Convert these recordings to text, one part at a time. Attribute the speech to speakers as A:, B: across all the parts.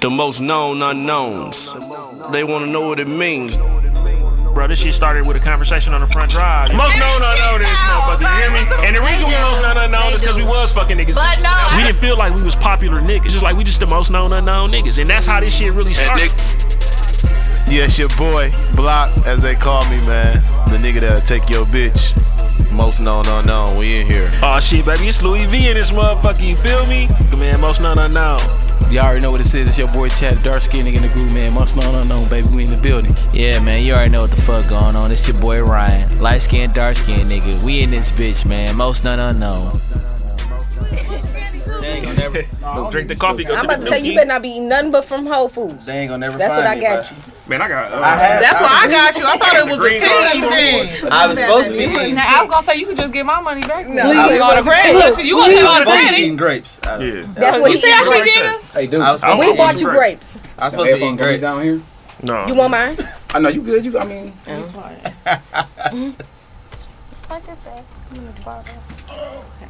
A: The most known unknowns. They wanna know what it means.
B: Bro, this shit started with a conversation on the front drive. Most known unknown is this motherfucker, you hear me? And the reason we most known unknown is because we was fucking niggas.
C: But no, I-
B: we didn't feel like we was popular niggas. Just like we just the most known unknown niggas. And that's how this shit really started.
D: Yes, your boy, Block, as they call me, man. The nigga that'll take your bitch. Most known unknown, we in here.
B: Aw Oh, shit, baby, it's Louis V in this motherfucker, you feel me? Man, most known unknown.
E: Y'all already know what it is. It's your boy Chad, the dark skin nigga in the group, man. Must known unknown, baby. We in the building.
F: Yeah, man, you already know what the fuck going on. It's your boy Ryan, light skinned, dark skinned nigga. We in this bitch, man. Most none unknown.
E: They ain't gonna never,
B: Drink the coffee, go
C: I'm
B: to
C: about
B: the
C: to say you
B: nookie.
C: better not be eating nothing but from Whole Foods.
E: they ain't gonna never
C: That's
E: find
C: what I
E: me,
C: got
E: bruh.
C: you.
B: Man, I got. Uh,
E: I had,
G: That's
E: I,
G: what I got you. I thought it was a team thing.
E: I was supposed to be eating.
G: Now, I was gonna say you could just get my money back.
C: No, you
G: you
C: get
G: gonna
C: all the credit.
G: Listen, you gonna take all the
E: supposed to be eating
G: credit.
E: grapes. I,
B: yeah.
C: That's what
G: You
C: you
G: see how
C: said.
G: she did us?
E: Hey, dude.
H: I was
E: I
H: supposed
C: We
B: Hey,
C: bought you
B: you
C: grapes.
E: was supposed to be eating grapes.
H: down here.
B: No.
C: You want mine?
E: I know you good. You, I mean,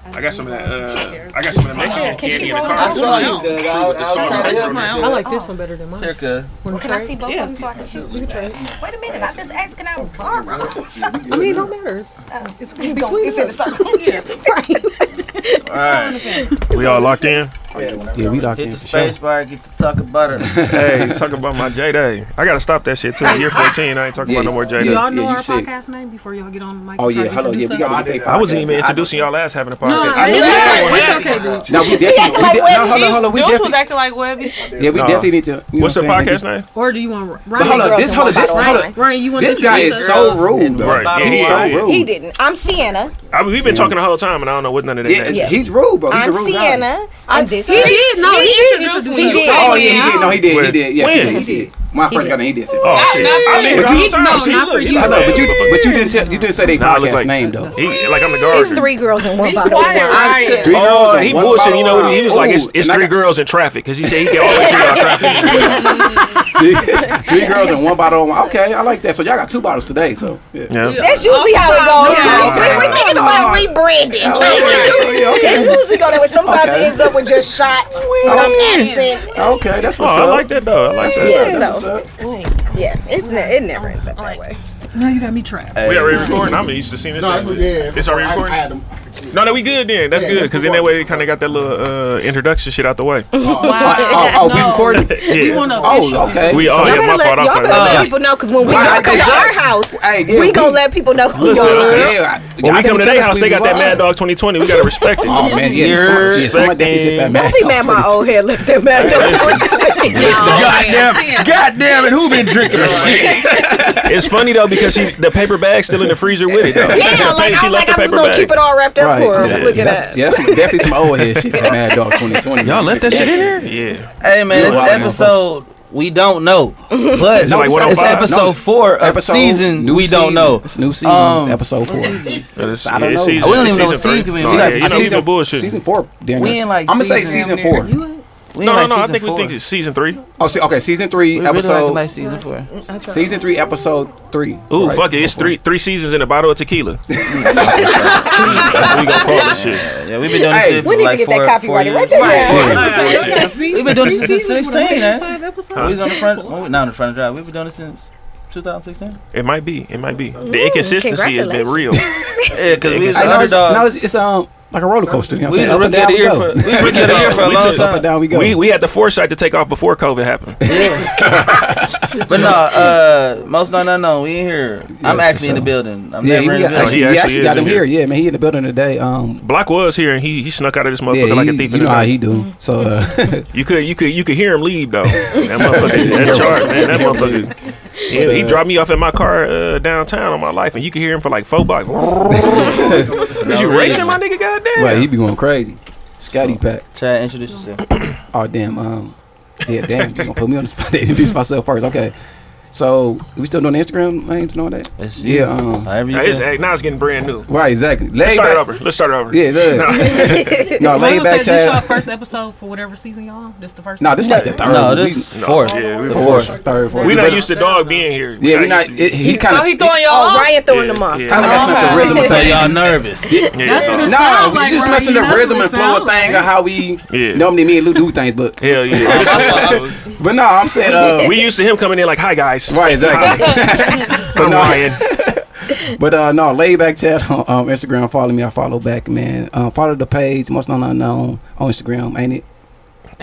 B: I got some of that. Uh, I got some of that Mexican
C: Can she
B: candy in the
C: roll
B: car.
C: it
E: saw you good. I, I was trying to
G: Oh, This is
E: help
G: my
E: you.
G: own.
I: I like this one better than mine.
E: Here, cuz.
I: Wanna
C: Can
I: try
C: I
I: it?
C: see both of them so I can choose? Wait a minute, I just asked, can I borrow?
I: I mean, it don't matter. It's, it's between us.
E: All right.
B: We all locked in.
H: Yeah, we locked
E: Hit the space bar, get the tucker butter.
B: hey, talk about my J Day. I gotta stop that shit too. Year 14, I ain't talking about no more J
I: Do
B: Day.
I: y'all know
H: Yeah, you
I: our
H: sick.
I: podcast name before y'all get on the mic?
H: Oh
I: and try
H: yeah,
I: to
H: hello, yeah, we
I: introduce us?
H: got
B: I wasn't even introducing y'all ass having a
I: No,
B: podcast.
I: it's
G: yeah.
I: okay. It's okay, dude.
H: Now we definitely, we
C: like
H: de-
C: Webby.
H: no, hold on, hold on, we
G: Deuce was
H: definitely,
G: acting like Webby.
H: yeah, we
B: Nah.
H: definitely need to. You know
B: What's the
H: what I'm saying?
B: podcast name?
I: Or do you want Ryan?
H: But hold on, this, hold on, this, hold on.
I: Ryan, you want
H: This guy is so rude, though.
B: Right, yeah,
H: he's
B: he
H: so
B: is.
H: rude.
C: He didn't. I'm Sienna.
B: I mean, we've been talking the whole time, and I don't know what none of that
H: Yeah,
B: is.
C: Yeah.
H: he's rude, bro. He's
C: I'm
H: a rude guy.
C: Sienna. I'm
I: He
C: this.
I: did. No, he, introduced
G: me.
I: me.
G: He
C: did.
H: Oh
C: Oh,
H: yeah, he did. No, he did.
B: When?
H: He did. Yes, he
B: When?
H: did. Yes, he did. When I first got in, he did. say-
B: Oh shit! I mean,
H: But
B: the whole
H: you-
B: time.
I: no,
B: See,
I: not
B: look,
I: for you.
H: I know, but you,
B: motherfucker.
H: but you didn't tell, you didn't say they
B: Nah, I look
H: podcast
B: like-
H: name though.
B: He, like I'm the
C: It's
B: guard.
C: three girls and one
G: Be
C: bottle.
G: quiet, Ryan.
H: Three girls
B: Oh,
H: and
B: he
H: one
B: bullshit. You know what?
H: bottle.
B: He was like, it's,
H: Ooh,
B: it's
H: and I
B: three
H: got-
B: girls in traffic because he said he can always figure out traffic.
H: three girls and one bottle. of wine. Okay, I like that. So y'all got two bottles today. So yeah.
B: Yeah.
C: That's usually how it goes.
G: Yeah.
C: We- We're thinking about rebranding.
H: Oh, yeah, so, yeah,
C: That's
H: okay.
C: usually go that way. Sometimes
H: Okay.
C: it ends up with just shots. But I'm innocent.
H: Okay, that's
B: Oh,
H: what's up.
B: I like that though. I like that.
C: Yeah.
H: That's what's up.
C: Yeah, it's ne- it never ends up that way.
I: Now you got me trapped.
B: We already recording. I'm used to seeing this. thing. It's already recording. no, no, we good then. That's good because in that way, it kind of got that little uh, introduction shit out the way.
I: Wow.
H: Oh, oh, we
I: No.
H: recorded.
I: We
B: Yeah.
I: want to officially.
H: Oh, okay.
B: We all.
C: Y'all
B: Yeah,
C: better
B: my
C: let,
B: fault. I
C: y'all
B: played.
C: better let people know because when we
H: Why
C: go
H: I
C: come to
H: deserve-
C: our house,
H: Hey, yeah,
C: we
H: we-
C: gonna let people know who
B: Listen,
C: y'all
B: okay.
C: are.
H: Yeah, I-
B: When
H: y'all
B: we come
H: didn't
B: to
H: tell
B: their
H: us
B: house,
H: we
B: they got
H: was
B: that Mad
H: live.
B: Dog 2020. We gotta respect it.
H: Oh man, yeah,
B: You're
H: some, yeah, somebody definitely said that
B: respecting-
H: man.
C: Don't be mad my old head left that man.
G: Yeah.
H: Goddamn, goddamn it, who been drinking this shit?
B: It's funny though because she, the paper bag's still in the freezer with it. Though.
C: Yeah, like
B: She
C: I'm
B: left
C: like
B: the
C: I'm just
B: paper
C: gonna
B: bag.
C: keep it all wrapped up for her.
H: yeah,
C: Look at
H: that's,
C: that.
H: yeah, that's some- definitely some old head shit. that Mad Dog 2020.
B: Y'all left that shit in there. Yeah.
J: Hey man,
H: You
J: this
H: wild motherfucker.
J: episode we don't know, but
B: it like
J: it's
B: 105?
J: episode
H: No.
J: four of season
H: new
J: we don't
H: season.
J: know.
H: It's new season,
J: Um,
H: episode four.
B: I
H: don't know.
J: We don't even know what season we in.
B: No,
J: We
B: yeah,
J: like-
B: you
J: I
B: know,
J: season-
B: we the bullshit.
H: Season four. Damn
J: We
H: it.
J: in, like,
H: I'm gonna say
J: season-
H: season four.
J: We
B: no,
J: ain't
B: no, no.
J: like
B: I
J: season
B: think we
J: four.
B: think it's season three.
H: Oh, see, okay, season three,
J: We really like,
H: episode
J: like season four.
H: season three, episode three.
B: Ooh,
H: Right.
B: fuck it. It's three three seasons in a bottle of tequila. we gonna call this shit.
J: Yeah, we've been doing this
H: Hey,
J: shit for
C: We need
J: like
C: to get
J: four,
C: that copyrighted
J: four
C: right
J: years.
C: there.
J: We've been doing this since sixteen. eh? Man.
I: Five
J: We was
I: episodes.
J: on the front, well, not on the front drive. We've been doing this since 2016.
B: It might be. It might be. The inconsistency has been real.
J: Yeah, because we was
H: Hey, no, it's, no,
J: underdogs.
H: it's, it's um like a roller coaster. You know
J: We
H: what
J: was
H: I'm saying? Up and
J: rookie of
H: down
J: the
H: we
J: year for
H: go.
J: we was rookie of the year for a
B: We
J: long
B: took-
H: Up and
J: time.
H: down we go.
B: We we had the foresight to take off before COVID happened.
J: But no, uh, most no, no, no. We in here. I'm
H: Yes,
J: actually in the
H: so-
J: building. I'm
H: yeah,
J: never
H: he,
J: in the
H: got,
J: building.
H: actually,
B: No, he actually
H: we actually
B: is
H: got
B: in
H: him here. Yeah, man, he in the building today. Um,
B: Block was here and he he snuck out of this
H: yeah,
B: motherfucker
H: he,
B: like a thief
H: you
B: in the
H: know how
B: night.
H: he do. So uh,
B: You could you could you could hear him leave though. That motherfucker, that chart, man, that motherfucker. Yeah,
H: uh,
B: he dropped me off at my car uh, downtown on my life, and you could hear him for like four blocks. Is you racing, my nigga? Goddamn.
H: right, he be going crazy. Scotty Pack.
J: Chad, introduce yourself.
H: Oh damn. Um, yeah, damn. Just gonna put me on the spot. Introduce myself first. Okay. So we still doing the Instagram names and all that.
J: It's-
H: yeah. Um,
J: However you
B: Hey, it's,
J: feel.
B: hey, now it's getting brand new.
H: right. Exactly.
B: Let's
H: Laid
B: start it
H: back.
B: over. Let's start it over.
H: Yeah. Laid. no.
I: Might
H: Laid
I: as well
H: back
I: say this your
H: chat.
I: first episode for whatever season y'all on. This the first.
H: No, this like the third.
J: No,
H: one.
J: this is fourth.
B: Yeah, we
H: We-
B: fourth.
H: fourth, third, fourth.
B: We're
H: We
B: not
H: better-
B: used to dog being here.
H: Yeah, we're not. It, he kind
G: So
H: of.
G: he throwing y'all
I: Oh,
G: off?
I: Ryan throwing
B: Yeah,
I: them off.
B: yeah.
H: Kind of got
G: Okay.
H: some the rhythm. of
J: So
H: saying-
J: y'all nervous.
I: That's what
B: Yeah,
I: it
H: Nah,
I: sound
H: we
I: like,
H: just
I: Ryan.
H: missing the
I: That's what
H: rhythm
I: it
H: and flow
I: sound
H: of thing
I: like.
H: of how we
B: Yeah.
H: normally me and Lou do things, but
B: hell yeah.
H: but no, I'm saying uh,
B: we used to him coming in like, "Hi guys,
H: right exactly.
B: I'm
H: no.
B: Ryan."
H: But uh no, laid back chat on um, Instagram. Follow me, I follow back, man. Um, follow the page, most known unknown on Instagram, ain't it?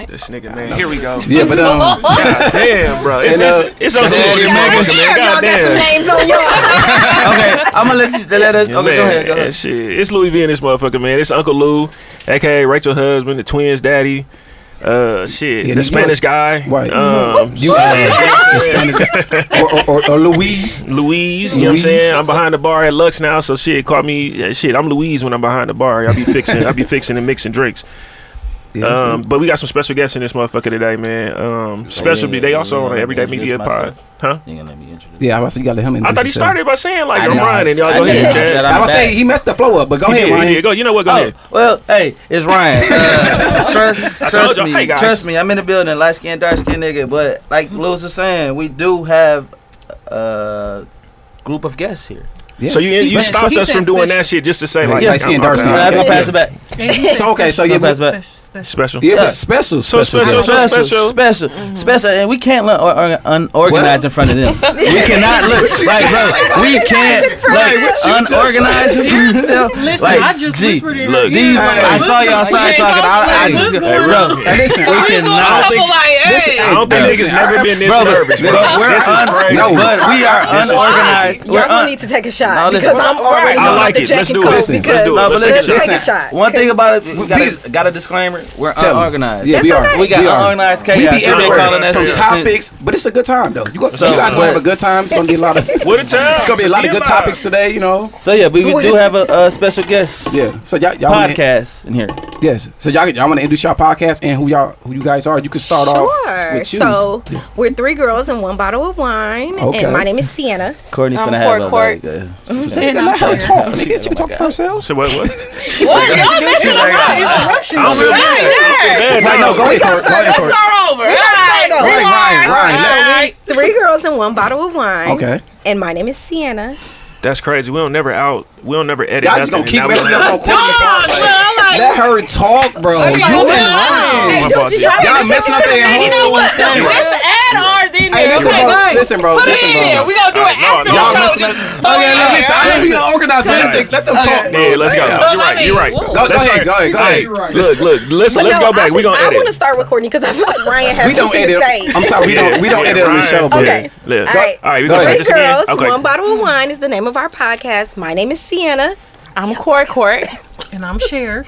B: This nigga, man. Here we go.
H: Yeah, but um,
B: God damn, bro. It's
H: And, uh,
B: it's it's on
J: Daddy,
B: man.
J: motherfucker,
B: God damn.
I: names on y'all.
J: Okay, I'm gonna let you let us. Okay,
B: Man,
J: go ahead. Go
B: yeah,
J: ahead.
B: shit. It's Louis V and this motherfucker, man. It's Uncle Lou, aka Rachel husband, the twins daddy. Uh, shit,
H: Yeah,
B: the
H: New
B: Spanish guy.
H: Right.
B: Um,
H: you the Spanish guy. Or, or, or, or Louise.
B: Louise, you know what I'm
H: Louise.
B: saying? I'm behind the bar at Lux now, so shit, call me uh, shit. I'm Louise when I'm behind the bar. I'll be fixing, I'll be fixing and mixing drinks.
H: Yeah,
B: Um,
H: that's
B: but we got some special guests in this motherfucker today, man. Um, special,
J: yeah,
B: they
J: yeah,
B: also
J: yeah,
B: on
J: let me
B: Everyday
J: introduce
B: Media Pod,
J: myself.
B: huh?
J: You gonna let me introduce?
H: it. yeah, I was you got to him in.
B: I thought he
H: this, so.
B: started by saying like,
J: I
B: I'm
J: know.
B: Ryan. Y'all
J: I
B: go
J: know.
B: ahead,
J: He said
B: Chad.
J: I'm
H: I was
J: back.
H: saying he messed the flow up, but
B: He
H: go ahead,
B: did, he
H: Ryan.
B: did. Go, you know what? Go ahead.
J: Oh, Well, hey, it's Ryan. Uh, trust,
B: I told
J: trust
B: y'all,
J: me,
B: hey, guys.
J: trust me. I'm in the building, light skinned, dark skinned nigga. But like Louis was saying, we do have a group of guests here.
H: Yes.
B: So you
I: He
B: you
I: said
B: stopped
I: he
B: us
I: said
B: from doing
I: special.
B: that shit just to say
H: Yeah,
B: like,
H: light
B: I'm-
H: skin,
B: I'm
H: dark
B: back.
H: skin.
J: But I'm gonna
H: yeah.
J: pass it back.
H: so okay, so yeah,
J: I'm gonna
H: but,
J: pass it back.
I: special.
B: Special.
H: yeah,
J: Yeah.
H: but special,
B: So
H: special,
B: special.
H: guest.
J: Special,
B: special.
J: special, special, and we can't look or, or, unorganized
H: What?
J: in front of them. We cannot look like, bro. We can't look unorganized in front of them.
I: Listen,
J: Like,
I: I just
J: gee,
I: whispered in her
B: look,
I: ear,
J: These,
I: like,
J: I
I: what's
J: saw y'all
I: going
J: side
I: on?
J: talking. I, I
I: What's
J: just,
I: going on?
J: bro,
H: Hey, listen,
G: We
J: we
G: just gonna
J: cannot
G: couple like,
H: listen,
G: hey.
B: I don't think
H: Hey,
B: niggas
H: listen,
B: never been this
J: Brother,
B: nervous, bro.
J: But we're
B: This is
J: un-
B: crazy.
H: No.
J: but we are
B: This is
J: unorganized.
I: Y'all
J: We're
I: gonna
J: un-
I: need to take a
J: No,
I: shot
J: listen.
I: because I'm already
B: I
I: on
B: like
I: the
B: it.
I: Jack
B: Let's do
I: and
B: it.
I: Coke
B: Let's
H: do it.
I: because-
B: do it.
J: No, but
B: Let's
I: Let's
B: take a
I: take
B: shot.
I: a shot.
J: One thing about it, we got
H: Please.
J: a, got a disclaimer. We're
H: Tell 'em.
J: unorganized.
H: Yeah, we are.
J: We got
H: we are.
J: unorganized chaos.
H: We
J: We've
H: be
J: been
B: everywhere.
J: calling that
H: From
J: shit since-
H: topics, but it's a good time though. You, go,
J: So-
H: you guys gonna have a good time. It's gonna be a lot of it's
B: What a time. It's
H: gonna be a lot of good topics today. You know,
J: So yeah, we,
I: Boy,
J: we do
I: this-
J: have a, uh special guest.
H: yeah. So y'all, y'all wanna-
J: Podcast in here.
H: Yes. So y'all, y'all want to introduce y'all podcast and who y'all, who you guys are. You can start off
I: Sure.
H: with you.
I: So we're three girls and one bottle of wine,
H: Okay.
I: and my name is Sienna.
J: Courtney's
G: I'm
J: gonna
G: Court
J: have a
G: Court.
J: like, uh,
I: And
H: let her
I: I'm
H: talk. Nigga, she can talk for herself.
B: So what? What?
G: What? Y'all messing us up.
B: I don't feel bad. I don't feel bad.
H: Right, no,
B: No,
H: go ahead, Kurt. Go ahead, Kurt.
G: Start over. All right.
I: All
H: Right,
G: Rewind.
H: Ryan, Ryan. let-
G: All right.
I: Three girls and one bottle of wine.
H: Okay.
I: And my name is Sienna.
B: That's crazy. We don't never out. We don't never edit.
H: Y'all just gonna
B: nothing.
H: keep
B: Now we
H: messing
B: gonna-
H: up on Courtney.
G: Dog, look, I'm like,
H: Let her talk, bro. You
G: gonna
H: and
G: do it.
H: Ryan.
B: My
I: Don't
B: fault,
I: you
B: yeah.
I: try
H: Oh, Y'all
I: to
H: messing
I: take it
H: up their
I: to the
H: whole
I: next
H: thing.
G: Let's just add ours in
H: Hey,
G: there.
H: listen,
G: Okay,
H: bro.
G: go ahead.
H: Listen, bro.
G: Put it
H: Listen,
G: in
H: bro.
G: there. We gonna do it
B: All right,
G: after
B: no,
H: Y'all
G: the show.
H: messing
G: Just
H: up.
G: throw it out.
H: Listen, I know we are organized, but let them- let them talk, bro.
B: Yeah, let's go.
H: Damn.
B: You're right. You're right.
G: Go
H: Go, go
B: Let's
H: ahead,
B: start-
H: go ahead, go
B: Hey,
H: ahead.
B: Look, look. Listen.
I: But
B: Let's
I: no,
B: go
I: I
B: back. We
I: just-
B: gonna
I: I want to
B: edit.
I: start with Courtney because I feel like Ryan has
H: We don't
I: something to
H: edit.
I: say.
H: I'm sorry, we don't we don't
B: Yeah,
H: edit on the
B: Ryan.
H: show, but
I: Okay.
B: Yeah.
I: All right.
B: All right. We
H: Go
B: gonna start
H: ahead.
I: Three
B: this again.
I: girls, one
B: Okay.
I: bottle of wine is the name of our podcast. My name is Sienna.
G: I'm Court Court.
I: And I'm Cher.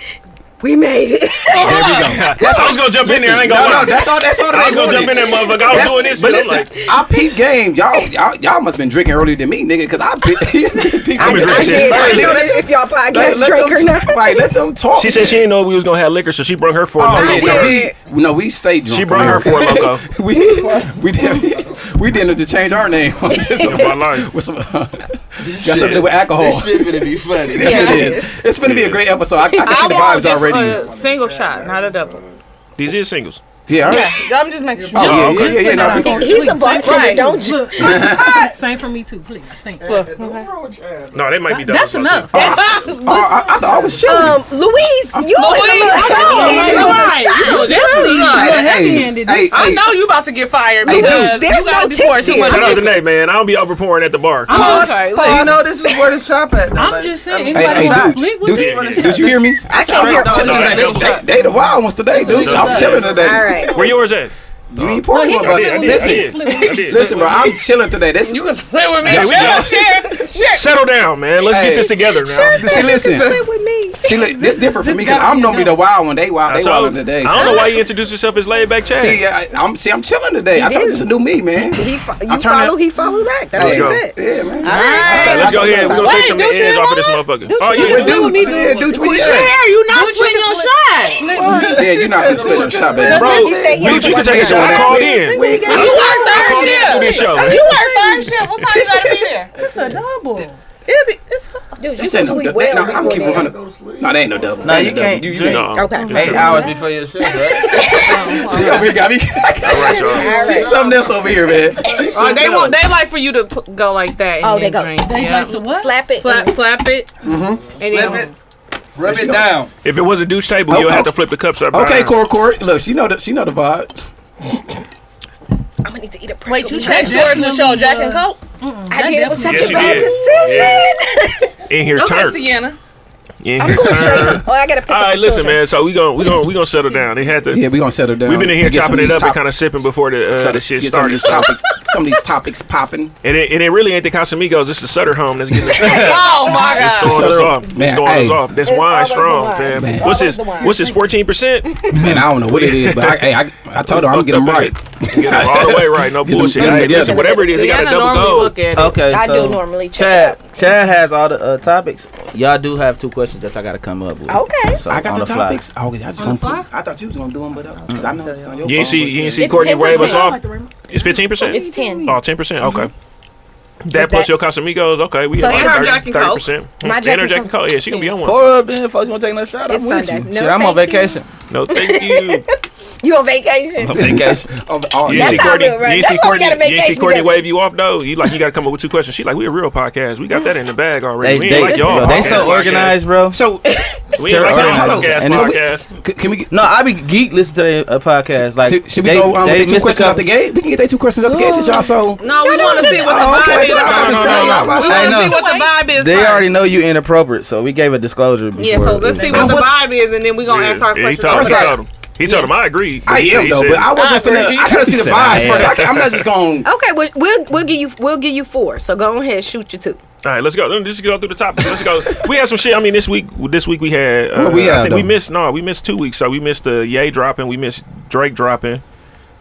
I: We made it.
B: That's I was gonna jump in there. I ain't
H: no,
B: gonna
H: no,
B: lie.
H: that's all. That's all.
B: I was
H: That
B: gonna jump in there, motherfucker. I was doing this
H: But
B: shit. I'm
H: listen,
B: like,
H: I peep game. Y'all, y'all, y'all must been drinking earlier than me, nigga. Cause I peep. peep
B: I've been
I: I
B: drinking
H: game.
I: did.
B: since
I: I
H: Right,
I: don't know
H: let-
I: if y'all
H: let-
I: podcast
H: let
I: drink or
H: them-
I: not.
H: Right, let them talk.
B: She said she didn't know we was gonna have liquor, so she brung her four.
H: Oh
B: loco.
H: yeah, no, we no, we stayed drunk.
B: She brought her four loco.
H: we we did we didn't have to change our name on this.
B: Of my life.
H: With some, got something to do with alcohol.
J: shit gonna be funny.
H: yes, it is. It's gonna be a great episode. I, I can see
G: I
H: the
G: want
H: vibes
G: just uh,
H: already.
G: a single shot, not a double.
B: These is singles.
H: yeah, all right.
G: I'm just making sure.
H: Oh, yeah, yeah, yeah, yeah, no, we
I: He-
H: gonna-
I: He's a bartender.
G: Right.
I: Don't you?
K: Same for me too, please. Thank you.
B: No, they might be doubles.
K: That's
B: I
K: enough.
H: oh, I, I thought I was chilling.
C: Oh,
I: Um, Louise, you was a little heavy handed on the shot.
K: Well, definitely not.
H: hey,
K: heavy-handed.
H: hey,
K: This-
G: I
H: hey,
G: know you about to get fired
H: Hey,
G: because
H: dudes,
I: there's
G: you gotta
I: no
G: be pouring
I: tips
G: too
I: here.
G: much.
B: think. Shout out to Nate, man. I don't be overpouring at the bar.
K: I'm just,
G: Okay, listen.
J: You know Oh, this is where the shop at. though.
K: I'm
J: Like,
K: just saying.
H: Hey,
K: anybody
H: hey,
K: want to
H: dude,
K: split
H: dude,
K: with me?
H: dude, you hear me?
I: I can't hear.
H: I'm chilling today. They, they, they the wild ones today, dude. I'm chilling today.
I: All right.
B: Where yours at?
H: You ain't pouring one,
K: No,
H: bro.
K: he
B: I did, I
K: just-
B: did, I did.
H: Listen,
K: Listen.
B: I did.
H: listen, bro. I'm chilling today. This,
G: You can split with me.
B: Yeah, we go.
G: Share, share.
B: Settle down, man. Let's
H: Hey.
B: get this together now.
H: see, listen,
I: Split with me.
H: see, li- this different for me because I'm normally the wild one. They wild,
B: I
H: they
B: told-
H: wild today.
B: I don't
H: so-
B: know why you introduced yourself as laid back Chad.
H: See, I, I'm see, I'm chilling today. I told you
I: did.
H: this is new me, man.
I: He, fo-
H: I
I: you
H: turn
I: follow,
H: it-
I: he follow back. That's what
B: Let's
I: you
B: go.
I: said.
H: Yeah, man.
I: All right.
B: All right, let's go ahead. We're gonna take some of the
G: Wait, don't
B: ends
G: you
B: off of this motherfucker. Oh,
H: But
B: yeah.
H: dude, yeah, dude, quit.
G: Share. You not
K: Don't you
G: splitting your
K: just
G: shot.
H: Yeah, you're not gonna split your shot, baby.
B: Bro,
I: He said, yeah,
B: dude, you
I: but
B: can take a
I: why
B: I
H: that-
B: called in.
I: We
B: I
I: got-
B: called-
I: You
G: work
B: I
G: third
B: called in
G: shift.
B: to do this show.
G: You work third shift. What time you gotta be there?
I: It's a double. It'll
G: be. It's fine.
I: Dude,
H: This ain't no du- that- nah, I'm keeping 100. No, that ain't no double.
J: No, you can't.
H: You,
J: You,
H: can't.
J: Okay. Eight hours before your shift, right?
H: See over here, got me. See something else over here, man. See
G: Oh,
H: something
G: they want.
H: else.
G: They like for you to p- go like that. And
I: Oh,
G: then
I: they go-
G: Drink.
I: they like to what? Slap it
G: Slap,
I: and-
G: slap it. Mm-hmm. And then
J: Rub it down.
B: If it was a douche table, you'll have to flip the cups up.
H: Okay, Corey, Corey. Look, she know the she know the vibes.
C: Wait, you
G: That's
C: checked
G: yours, Michelle. Jack and Coke.
C: I did. It was such
B: Yes,
C: a
B: you
C: bad
B: did.
C: decision.
B: In here,
G: Go get
B: turn.
G: Sienna.
B: In here, turn.
C: Oh, I gotta pick
B: All
C: up
B: right,
C: the
B: listen,
C: children.
B: man. So we gon' we gon' we gonna settle down. They had to.
H: Yeah, we gonna settle down.
B: We've been in here
H: Get some
B: chopping
H: of
B: it
H: these
B: up and
H: top-
B: kind of sipping before the uh, the shit
H: Get some of
B: started.
H: these
B: So.
H: topics. Some of these topics popping.
B: And it, and it really ain't the Casamigos. It's the Sutter home that's getting
G: Oh my
B: It's
G: God.
B: throwing us
H: Sutter-
B: off. It's
H: Man,
B: throwing us
H: hey.
B: off. That's
C: It's
B: wine
C: always the
B: strong,
C: wine.
B: fam.
H: Man.
B: What's
C: Always
B: this?
C: the wine.
B: What's this? Fourteen percent.
H: Man, I don't know what it is, but I, hey, I, I told her I'm gonna get them right.
B: All the way right. No
H: Get them-
B: bullshit.
H: get them
B: Hey, listen,
H: together.
B: whatever it is, they got a
G: Sienna
B: double
G: normally
B: gold.
G: look at it.
J: Okay,
C: I
J: so
C: do normally check.
J: Chad, Chad has all the uh, topics. Y'all do have two questions that I gotta come up with.
C: Okay.
J: So,
H: I got
J: on
H: the,
J: fly.
H: topics. Oh, yeah, I just
K: On the
H: gonna.
K: fly?
H: Put, I thought you was gonna do them, but uh 'cause I know it's on your
B: You ain't
H: phone,
B: see
H: but,
B: you
H: yeah.
B: ain't see
C: It's
B: Courtney wave us
C: 10%.
B: off. It's fifteen percent.
C: It's 10.
B: Oh, 10 percent. Okay. That plus
C: that-
B: your Casamigos. Okay, we
G: Plus her Jack and Coke.
B: percent.
C: My
B: And
C: Jack
B: her
C: and
B: Jack and Coke. Yeah, she gonna be on one.
J: Pour up, then, folks. You wanna take another shot?
C: It's
J: I'm with
C: Sunday.
J: you.
C: No,
J: Shit, I'm on
C: thank you.
J: vacation.
B: No, thank you.
C: You on vacation?
J: Vacation.
H: Oh, oh,
B: You
H: yeah.
B: ain't see
C: how
B: Courtney.
C: real, right?
B: You ain't
C: That's
B: see Courtney. You ain't
C: why we got a
B: see
C: vacation
B: Courtney
C: together.
B: wave you off though. You like you got to come up with two questions. She like we a real podcast. We got that in the bag already. we ain't like y'all.
J: yo, they
B: podcast
J: so
B: podcast.
J: organized, bro.
H: So
B: We ain't like y'all
H: Terrell,
B: podcast
J: and it's-
B: podcast.
H: c- can we get?
J: No, I be geek listening to their uh, podcast. Like,
H: should, should we
J: they,
H: go um,
J: they
H: with the two
J: missed a
H: questions out the
J: couple-
H: gate? We can get they two questions out the gate since y'all so.
G: No, we want to see what
H: Oh,
G: the vibe
H: okay,
G: is.
H: I was about to
G: first.
H: say, I
G: We
H: was about to
G: want to
J: say,
G: see
J: no.
G: what the vibe is.
J: They
G: first.
J: already know you inappropriate, so we gave a disclosure. Before
G: Yeah, so let's
J: the-
G: see what the
H: was-
G: vibe is, and then we gonna
B: Yeah,
G: answer our
B: yeah, he
G: questions.
B: told,
G: after
B: he
G: that.
B: told him. He told him I agree.
H: I
B: He
H: am though,
B: said-
H: but I wasn't
G: I
H: finna.
G: agree.
H: I gotta see the
E: Said I
H: vibes
E: am.
H: first. I, I'm not just going.
C: Okay, well, we'll we'll give you we'll give you four. So go ahead, shoot your two.
B: All right, let's go. Let's just go through the topic. Let's go. we had some shit. I mean, this week, this week we had. Uh,
H: What we
B: I
H: had,
B: think we
H: though?
B: missed. No, we missed two weeks. So we missed the Yay dropping. We missed Drake dropping.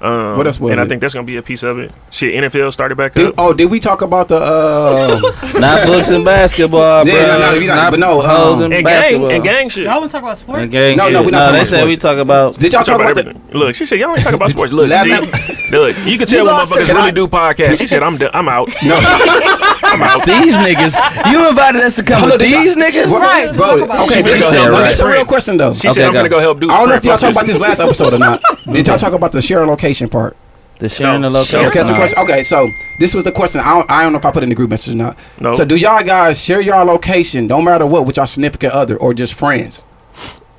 B: Um,
H: What else was
B: And I
H: it?
B: think that's gonna be a piece of it. Shit, NFL started back
H: Did,
B: up.
H: oh, did we talk about the? Uh,
J: Not books and basketball, bro.
H: Yeah, no, no, we not- but no,
J: hoes
H: um,
J: and,
B: and
J: basketball.
B: gang, and gang shit.
K: Y'all want to talk about sports?
J: And gang
H: No,
J: shit.
H: no, we not talking
J: they
H: about
J: said we
H: sports.
J: talk about.
H: did y'all
B: Talk
H: talk
B: about
H: about the?
B: everything. Look, she said y'all ain't talking about sports. Look,
H: Last
B: see, look, you can tell when
H: lost
B: motherfuckers
H: it.
B: really do podcasts. She said I'm d I'm out.
J: These niggas, you invited us to come
H: Hello,
J: with
H: did y'all-
J: these niggas.
H: What-
K: Right, talk
H: Bro,
K: about
H: okay,
B: it.
H: this is
B: She said
H: no,
B: right.
H: this is a real question though.
B: She
J: Okay,
B: said I'm
J: go.
B: gonna go help dudes.
H: I don't know if y'all
B: print.
H: talked about this last episode or not. Did y'all talk about the share location part?
J: The sharing the
B: No.
J: location.
H: Okay, that's a question. Okay, so this was the question. I don't, I don't know if I put it in the group message or not.
B: No.
H: So do y'all guys share y'all location, no matter what, with y'all significant other or just friends?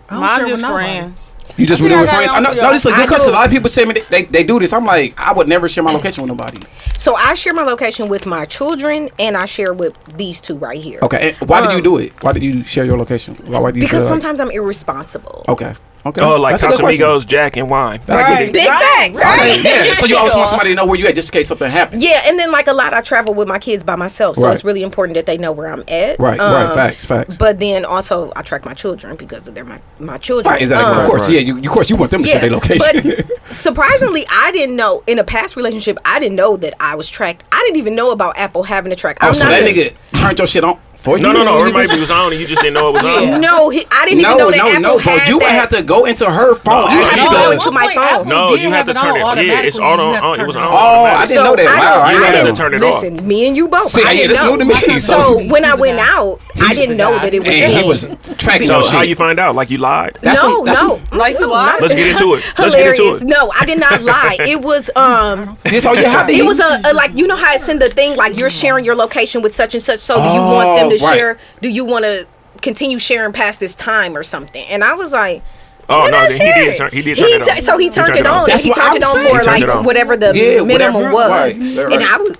K: I don't
G: Mine's
K: share
G: just
K: with nobody.
G: friend.
H: You
G: I
H: just
G: think
H: do it with
G: I got
H: friends.
G: it
H: I know,
G: on
H: no, this is a
C: Google.
H: good question. 'cause
C: I
H: A lot of people say me they, they do this. I'm like, I would never share my location with nobody.
C: So I share my location with my children, and I share with these two right here.
H: Okay, and why do you do it? Why did you share your location? Why, why do you?
C: Because
H: feel like-
C: sometimes I'm irresponsible.
H: Okay. Okay.
B: Oh, like
H: That's a good question.
B: Casamigos, Jack, and wine.
H: That's a good.
C: Big facts, right?
H: Okay, yeah. So you always want somebody to know where you at, just in case something happens.
C: Yeah, and then like a lot, I travel with my kids by myself, so
H: Right.
C: it's really important that they know where I'm at.
H: Right.
C: Um,
H: right. Facts. Facts.
C: But then also, I track my children because they're my my children.
H: Right, exactly.
C: Um,
H: of course, yeah. You, you- of course, you want them to share their location.
C: But surprisingly, I didn't know in a past relationship. I didn't know that I was tracked. I didn't even know about Apple having a track.
H: oh,
C: I'm
H: so
C: not
H: that
C: a-
H: nigga turned your shit on for you.
B: No, no, no. Or
H: You-
B: it might be it was on and you just didn't know it was on.
C: No, he, I didn't
H: No,
C: even know
H: no,
C: that Apple
H: no, bro.
C: had
H: You would
C: that.
H: have to go into her phone.
B: You
H: actually,
B: have to go
H: to-
B: into-
C: my phone.
B: No, you have to turn it. on. Yeah, it's all on. on- It was on.
H: Oh, I didn't
C: So
H: know that. Wow,
C: don't-
B: You
H: I
B: had
H: didn't
B: to turn it off.
C: listen, me and you both.
H: See,
C: I
H: yeah,
C: didn't
H: this
C: know.
H: new to
C: So
H: me. So,
C: when I
K: He's a
C: went
K: guy.
C: out, I
K: He's
C: didn't
K: a
C: know
K: guy.
C: that it was
H: and
C: me.
H: he was tracking
B: So
H: your
B: how
H: shit.
B: you find out? Like you lied?
H: That's
C: no,
H: a- that's a-
C: no,
G: Like you
C: no,
G: lied?
C: not-
B: Let's get into it. Let's get into
C: Hilarious.
B: it.
C: No, I did not lie. It was um,
H: This all you had.
C: it was a, a like you know how it's in the thing like you're sharing your location with such and such. So do you want them to
H: Oh, right.
C: share? Do you want to continue sharing past this time or something? And I was like.
B: Oh
C: "Why
B: no,
C: not
B: then he
C: share
B: did.
C: it?"
B: Turn, he did turn it
C: tu-
B: on.
C: So he turned, it on.
H: That's
C: he
H: what
C: turned
H: I'm
C: it on
H: saying. He
C: for
H: turned
B: it on.
C: like whatever the
H: Yeah,
C: minimum
H: whatever.
C: was.
H: Right, right.
C: And I was,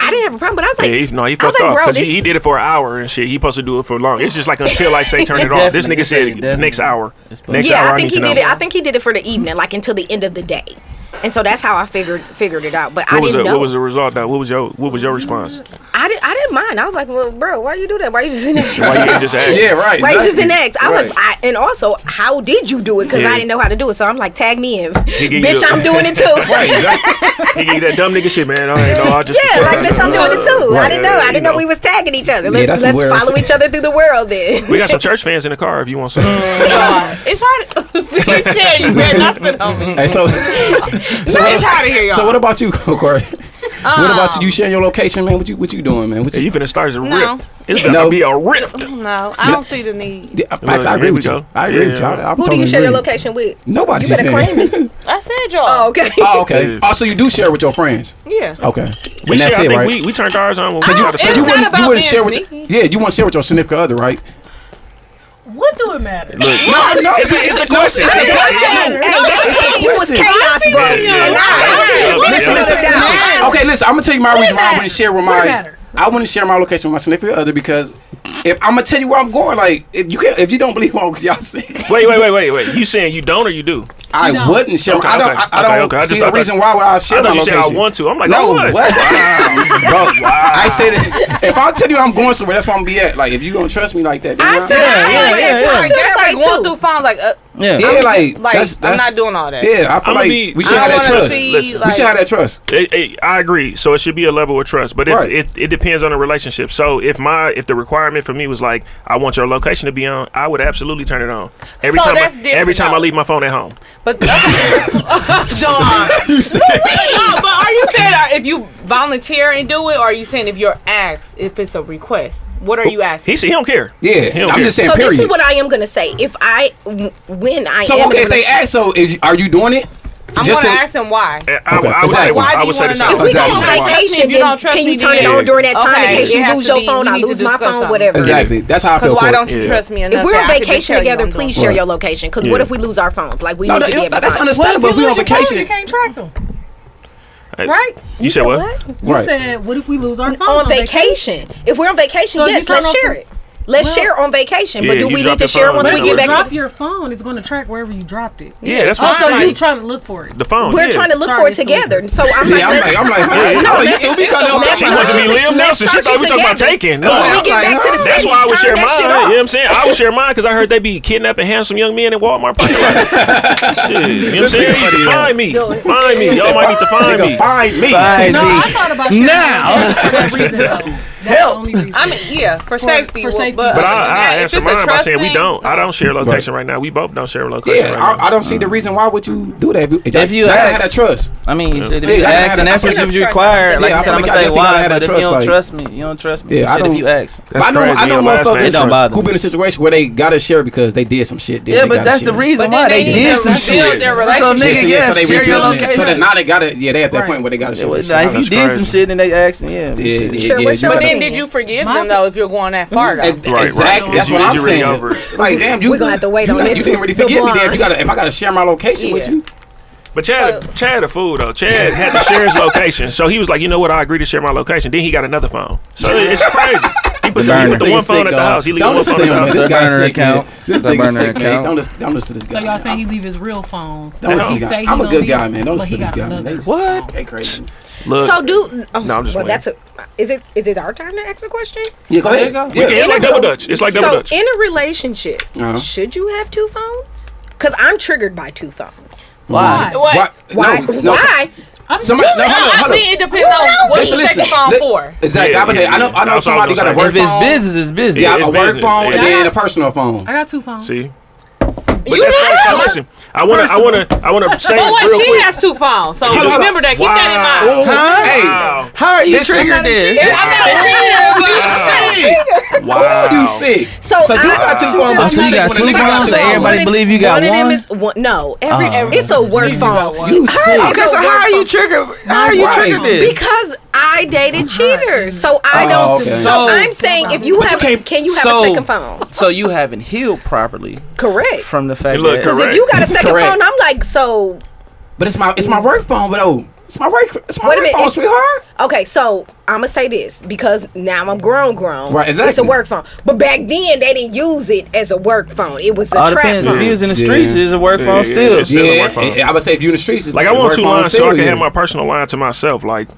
C: I didn't have a problem, but I was like,
B: Yeah, he, no, he
C: I was
B: fucked
C: like,
B: off
C: bro,
B: because
C: this
B: he, he did it for an hour and shit. He supposed to do it for long. It's just like until I say turn it off. This nigga said
J: Definitely,
B: next
J: definitely.
B: hour.
J: It's
B: Next
C: yeah,
B: hour.
C: I
B: need
C: think he
B: to
C: did
B: know.
C: it. I think he did it for the evening, like until the end of the day, and so that's how I figured figured it out. But I
B: What was
C: didn't
B: the,
C: know.
B: what was the result? Though? What was your what was your response?
C: I didn't. I didn't mine. I was like, well, bro, why you do that? Why you just enact?
B: Why you didn't just ask? Yeah, right,
C: Why you just
B: exactly.
C: enact? I was like,
B: Right.
C: I, and also, how did you do it? Because
B: Yeah.
C: I didn't know how to do it. So I'm like, tag me in,
B: He give you
C: bitch.
B: the-
C: I'm doing it too.
B: right, exactly. He give you that dumb nigga shit, man. I ain't know. I just
C: Yeah, like bitch, I'm doing it too. I
B: Right.
C: didn't know.
B: Yeah,
C: I
B: you
C: didn't know we was tagging each other.
B: Yeah,
C: Let's
B: that's some
C: let's
B: weird
C: follow
B: shit.
C: each other through the world then.
B: We got some church fans in the car if you want some.
G: It's hard. It's hard. You better not spit on me.
H: Hey, so, so, what-
G: it's outta here, y'all.
H: so what about you, Corey? what about
C: Um,
H: you? You sharing your location, man? What you what you doing, man? What you,
B: you finna start a
G: No. rift. It's about
B: to be a rift.
G: No, I don't see the need.
H: Yeah, facts, I agree with you. I agree with you. I, I'm
C: Who do
H: totally
C: you share your
H: agreeing.
C: location with?
H: Nobody
C: You better
H: said.
C: claim it.
G: I said y'all. Oh,
C: okay.
H: Oh, okay. Oh, so you do share with your friends?
G: Yeah.
H: Okay.
B: We
H: and that's
B: share- I
H: it,
B: think
H: right?
B: we, we turned ours on. When
H: so
B: we
H: you,
B: got out
H: so
B: of
H: you
B: school.
H: wouldn't, you wouldn't
K: being
H: share with your, yeah, you wouldn't share with your significant other, right?
K: What do it matter?
H: Look. No, no, it's a- it's a question. It's a question.
K: Hey,
H: It's a
K: they said you was
H: question.
K: chaos, bro.
H: Yeah, yeah,
K: And I
H: yeah.
K: tried to- what
H: Listen,
K: if
H: listen,
K: it doesn't
H: listen.
K: matter?
H: Okay, listen. I'm gonna tell you my
K: What
H: reason why I
K: matter?
H: wouldn't share with
K: What
H: my.
K: matter?
H: I wouldn't share my location with my significant other because if I'm gonna tell you where I'm going, like if you can, if you don't believe what y'all say,
B: Wait, wait, wait, wait, wait. You saying you don't or you do?
H: I
B: No.
H: wouldn't share.
B: Okay,
H: I don't.
B: okay,
H: I, I
B: okay,
H: don't
B: okay. I just-
H: see
B: I
H: a
B: thought-
H: reason why would I share
B: I thought
H: my
B: you said I
H: location.
B: want to. I'm like, I
H: no,
B: would.
H: what? Bro, I said it. If I tell you I'm going somewhere, that's where I'm gonna be at. Like if you gonna trust me like that, then I
G: Like, that's like going through phones. Like, uh,
H: Oh, Yeah,
G: I'm-
H: yeah, like, that's-
G: I'm
H: that's-
G: not doing all that.
H: Yeah, I feel
B: I'ma
H: like
B: be-
H: we should have that trust. we should have that trust.
B: It- it- I agree. So it should be a level of trust, but if,
H: Right.
B: it it depends on the relationship. So if my if the requirement for me was like I want your location to be on, I would absolutely turn it on every
G: So
B: time.
G: that's
B: I,
G: different,
B: every time I
G: though.
B: leave my phone at home.
G: But John,
H: you said.
G: no, but are you saying uh, if you volunteer and do it, or are you saying if you're asked, if it's a request? What are you asking?
B: He said he don't care.
H: Yeah,
B: don't
H: I'm
B: care.
H: just saying.
C: so
H: period.
C: this is what I am gonna say. If I, w- when I
H: so
C: am
H: okay,
C: in a
H: if they
C: relationship-
H: ask, so is, are you doing it?
G: I'm
H: Just
G: gonna
H: to-
G: ask him
B: I,
G: why.
H: Okay,
B: I would
H: exactly.
B: say
H: Why
B: why
H: do
B: I
H: you
B: would say
H: wanna
B: the
H: know?
B: same.
H: If we Exactly.
C: on
H: Why?
G: If
C: vacation,
G: you don't
C: then
G: trust
C: can
G: me,
C: you turn it
G: then-
C: on during that time
G: Okay,
C: in case
G: it
C: you
G: has
C: lose
G: to
C: your
G: be-
C: phone,
G: you
C: I
G: need to
C: lose my
G: discuss
C: phone,
G: something.
C: whatever.
H: Exactly. That's how I feel.
G: Because why
H: Corey.
G: don't you trust me enough?
C: If we're
G: that
C: on
G: I could just
C: vacation
G: tell you
C: together,
G: I'm
C: please
G: doing
C: share
G: it?
C: your location. Because
B: Yeah.
C: what if we lose our phones? Like we
H: No,
C: need
H: that-
C: to be able
H: that's
C: to find it.
H: understandable. If we on
K: You
H: vacation,
K: can't track them,
B: Hey,
K: right?
B: You said what?
K: You
H: Right.
K: said, what if we lose our phone
C: on vacation. If we're on vacation,
K: So you
C: yes,
K: turn
C: let's
K: off
C: share
K: the-
C: it. Let's
K: Well-
C: share on vacation.
B: Yeah,
C: but do
B: you
C: we
B: drop
C: need to
B: the
C: share
B: phone,
C: once
B: but
C: we
B: you
K: If you
C: get back?
K: drop
C: to
K: your phone, it's going to track wherever you dropped it.
B: Yeah, that's
K: oh,
B: what I'm
K: so
B: saying.
K: you trying to look for it.
B: The phone.
C: We're
B: yeah.
C: trying to look
K: Sorry,
C: for it
K: it's the
C: together. So I'm
H: Yeah, I'm
C: like,
H: like, I'm like,
B: Yeah, yeah.
H: no,
C: No,
H: like, you
C: let's-
H: said we got
C: let's-
B: She
C: let's-
B: wanted to be
C: let's
B: Liam Nelson. She
C: search
B: thought we
C: it
B: talking about
C: together.
B: taking.
C: When we
B: No,
C: get back to the
B: That's
C: city,
B: why I would
C: turn
B: share mine.
C: that
B: You
C: shit
B: know what I'm
C: off.
B: saying? I would share mine because I heard they be kidnapping handsome young men in Walmart parking lot. Shit, you know what I'm saying? They need to Find me. Find me. Y'all might need to find
H: Nigga,
B: me.
H: Find me.
J: Find
K: No,
J: me.
K: I thought about sharing
J: Now.
K: mine for that reason, though. That's the only reason.
G: I mean, yeah, for,
K: For-
G: safety.
K: for
G: well,
K: safety.
G: But,
B: But
G: other than
B: I, I
G: that, if
B: answer
G: it's a
B: mine by
G: trust
B: saying we
G: thing-
B: don't. I don't share location right now. We both don't share location
H: Yeah,
B: right now.
H: I, I don't see the reason why would you do that. If you,
J: If you
H: I gotta have
J: ask-
H: that trust.
J: I mean, you should
H: Yeah,
J: be
H: I
J: asked,
H: had-
J: and that's
H: I
J: what
H: feel like
J: you
H: trust-
J: require. Like
H: yeah, I
J: I said,
H: feel
J: I'm gonna
H: like I
J: say
H: definitely gotta
J: why, but
H: have that
J: if you
H: trust,
J: don't
H: like-
J: trust me, you don't trust me.
H: Yeah, I
J: Shit,
H: don't-
J: if you ask.
H: But I know,
B: crazy.
H: I know
B: Your last name
H: motherfuckers
J: don't bother
H: who
J: me.
H: been in a situation where they gotta share because they did some shit. then
J: Yeah,
H: they
J: but
H: gotta
J: that's the
H: share.
G: But
J: reason
G: then
J: why
G: they
J: they
G: need
J: did
G: to
J: some
G: rebuild
J: shit.
G: their
J: So
G: relationship.
J: nigga, yeah,
H: they
J: share your
H: rebuilding it. So then
J: location.
H: now they gotta, yeah, they at that
K: Right.
H: point where they gotta
J: Yeah,
H: share.
J: well,
H: that
J: Now,
H: shit.
J: if you
B: That's
J: did
B: crazy.
J: some shit and they asked, yeah,
H: Yeah,
J: shit.
C: Sure,
H: yeah, yeah,
C: what's
H: you
C: your
G: But
H: gotta-
G: then,
C: Yeah.
G: did you forgive
K: My-
G: them though if you're going that far? though?
H: Ex-
B: Right, right.
H: Exactly.
B: Did
H: That's
B: you-
H: what
B: did
H: I'm
B: you really
H: saying.
B: over it?
H: Like, damn, you
C: We're gonna have to wait
H: you
C: on
H: not-
C: this
H: You didn't really
C: one.
H: forgive me.
C: The
H: Then if
C: blind.
H: you gotta, if I gotta share my location with
G: Yeah.
H: you,
B: But Chad, Chad a fool though. Chad had to share his location, so he was like, you know what? I agree to share my location. Then he got another phone, so it- it's crazy. He put the, he
J: burner.
B: put the one
H: This nigga
B: phone
H: sick,
B: at the
H: dog.
B: house. He leave
H: Don't
B: one
H: listen
B: phone
H: to
B: at
H: him,
B: the
H: man.
B: house.
H: This
J: The
H: guy's
J: burner
H: sick, man.
J: account.
H: This
J: The
H: nigga
J: burner
H: sick, man.
J: account.
H: Don't listen, don't listen to this
K: So
H: guy.
K: y'all saying he leave his real phone?
H: Don't listen
K: He
H: to this
K: say
H: guy.
K: he
H: I'm a
K: don't
H: good
K: leave,
H: guy, man. Don't
K: but he
H: listen to this
K: got
H: guy, man.
K: another
H: They-
K: phone.
B: What?
H: They crazy.
B: Look,
C: So do. oh,
B: No, I'm just
C: well,
B: playing.
C: that's a. Is it is it our turn to ask a question?
H: Yeah, go ahead.
B: we can-
H: Yeah.
B: it's like double dutch. It's like double
C: so
B: dutch.
C: in a relationship,
H: Uh-huh.
C: should you have two phones? Because I'm triggered by two phones.
K: Why?
G: What?
C: Why?
H: No, no,
C: Why?
K: I'm
H: Somebody, no,
G: No,
H: hold on,
G: I
H: hold on.
G: mean, it depends on what you take the phone
H: li-
G: for.
H: Exactly.
B: Yeah,
H: I, was
B: yeah,
H: saying, I know, I
B: yeah. That's
H: know
B: what I
H: somebody
B: was
H: got a
B: gonna
H: work
J: If it's
H: phone.
J: business, it's business.
H: yeah,
B: it's
H: a work
B: business.
H: phone
B: Yeah.
H: and then a personal phone.
K: I got two phones.
B: see. But
G: You
B: that's
G: do.
B: crazy. Listen, I wanna, I wanna, I wanna say
G: But
B: it
G: what?
B: real
G: She
B: quick.
G: has two phones, so
H: Hold on, hold
G: remember
H: on.
G: that. Keep that in mind.
H: Ooh,
B: Wow.
J: How are you
H: Listen,
J: triggered?
H: somebody
J: This?
G: If I'm not cheating, but-
H: Hey, you sick?
B: Wow.
H: Oh, you sick?
C: So
H: you
C: I-
H: got two phones.
J: Oh,
H: but
J: so you
H: sick
J: got
H: when a
J: two
H: nigga got
J: phones,
H: two
J: and everybody
C: of-
J: believe you got
C: of them
J: one?
C: is one. No, every, every it's a work phone.
H: You sick?
J: Okay, so how are you triggered? How are you
H: Right.
J: triggered? This?
C: Because I dated cheaters, so I
H: Oh,
C: don't.
H: okay.
C: So,
J: So-
C: I'm saying, if you
H: But you
C: have,
H: can't-
C: can you have
J: so-
C: a second phone?
J: So you haven't healed properly
C: Correct.
J: from the fact
B: You look
J: that
B: correct.
C: Because if you got a
H: This is
C: second
H: correct.
C: phone, I'm like, so
H: But it's my it's my work phone, but oh, it's my work it's my
C: Wait a
H: work
C: minute,
H: phone,
C: it's-
H: sweetheart.
C: okay. So I'm gonna say this because now I'm grown, grown.
H: Right,
C: It's a
H: exactly.
C: work phone, but back then they didn't use it as a work phone. It was a
J: all
C: trap
J: depends. If
C: phone.
J: you was in the
H: Yeah.
J: streets, it's a work
B: Yeah,
J: phone
B: yeah,
J: still.
B: it's- Still a work phone.
H: I would say if you in the streets, it's
B: Like I
H: a
B: want
H: work
B: two
H: phone
B: lines so I
H: still,
B: can
H: yeah.
B: have my personal line to myself. Like,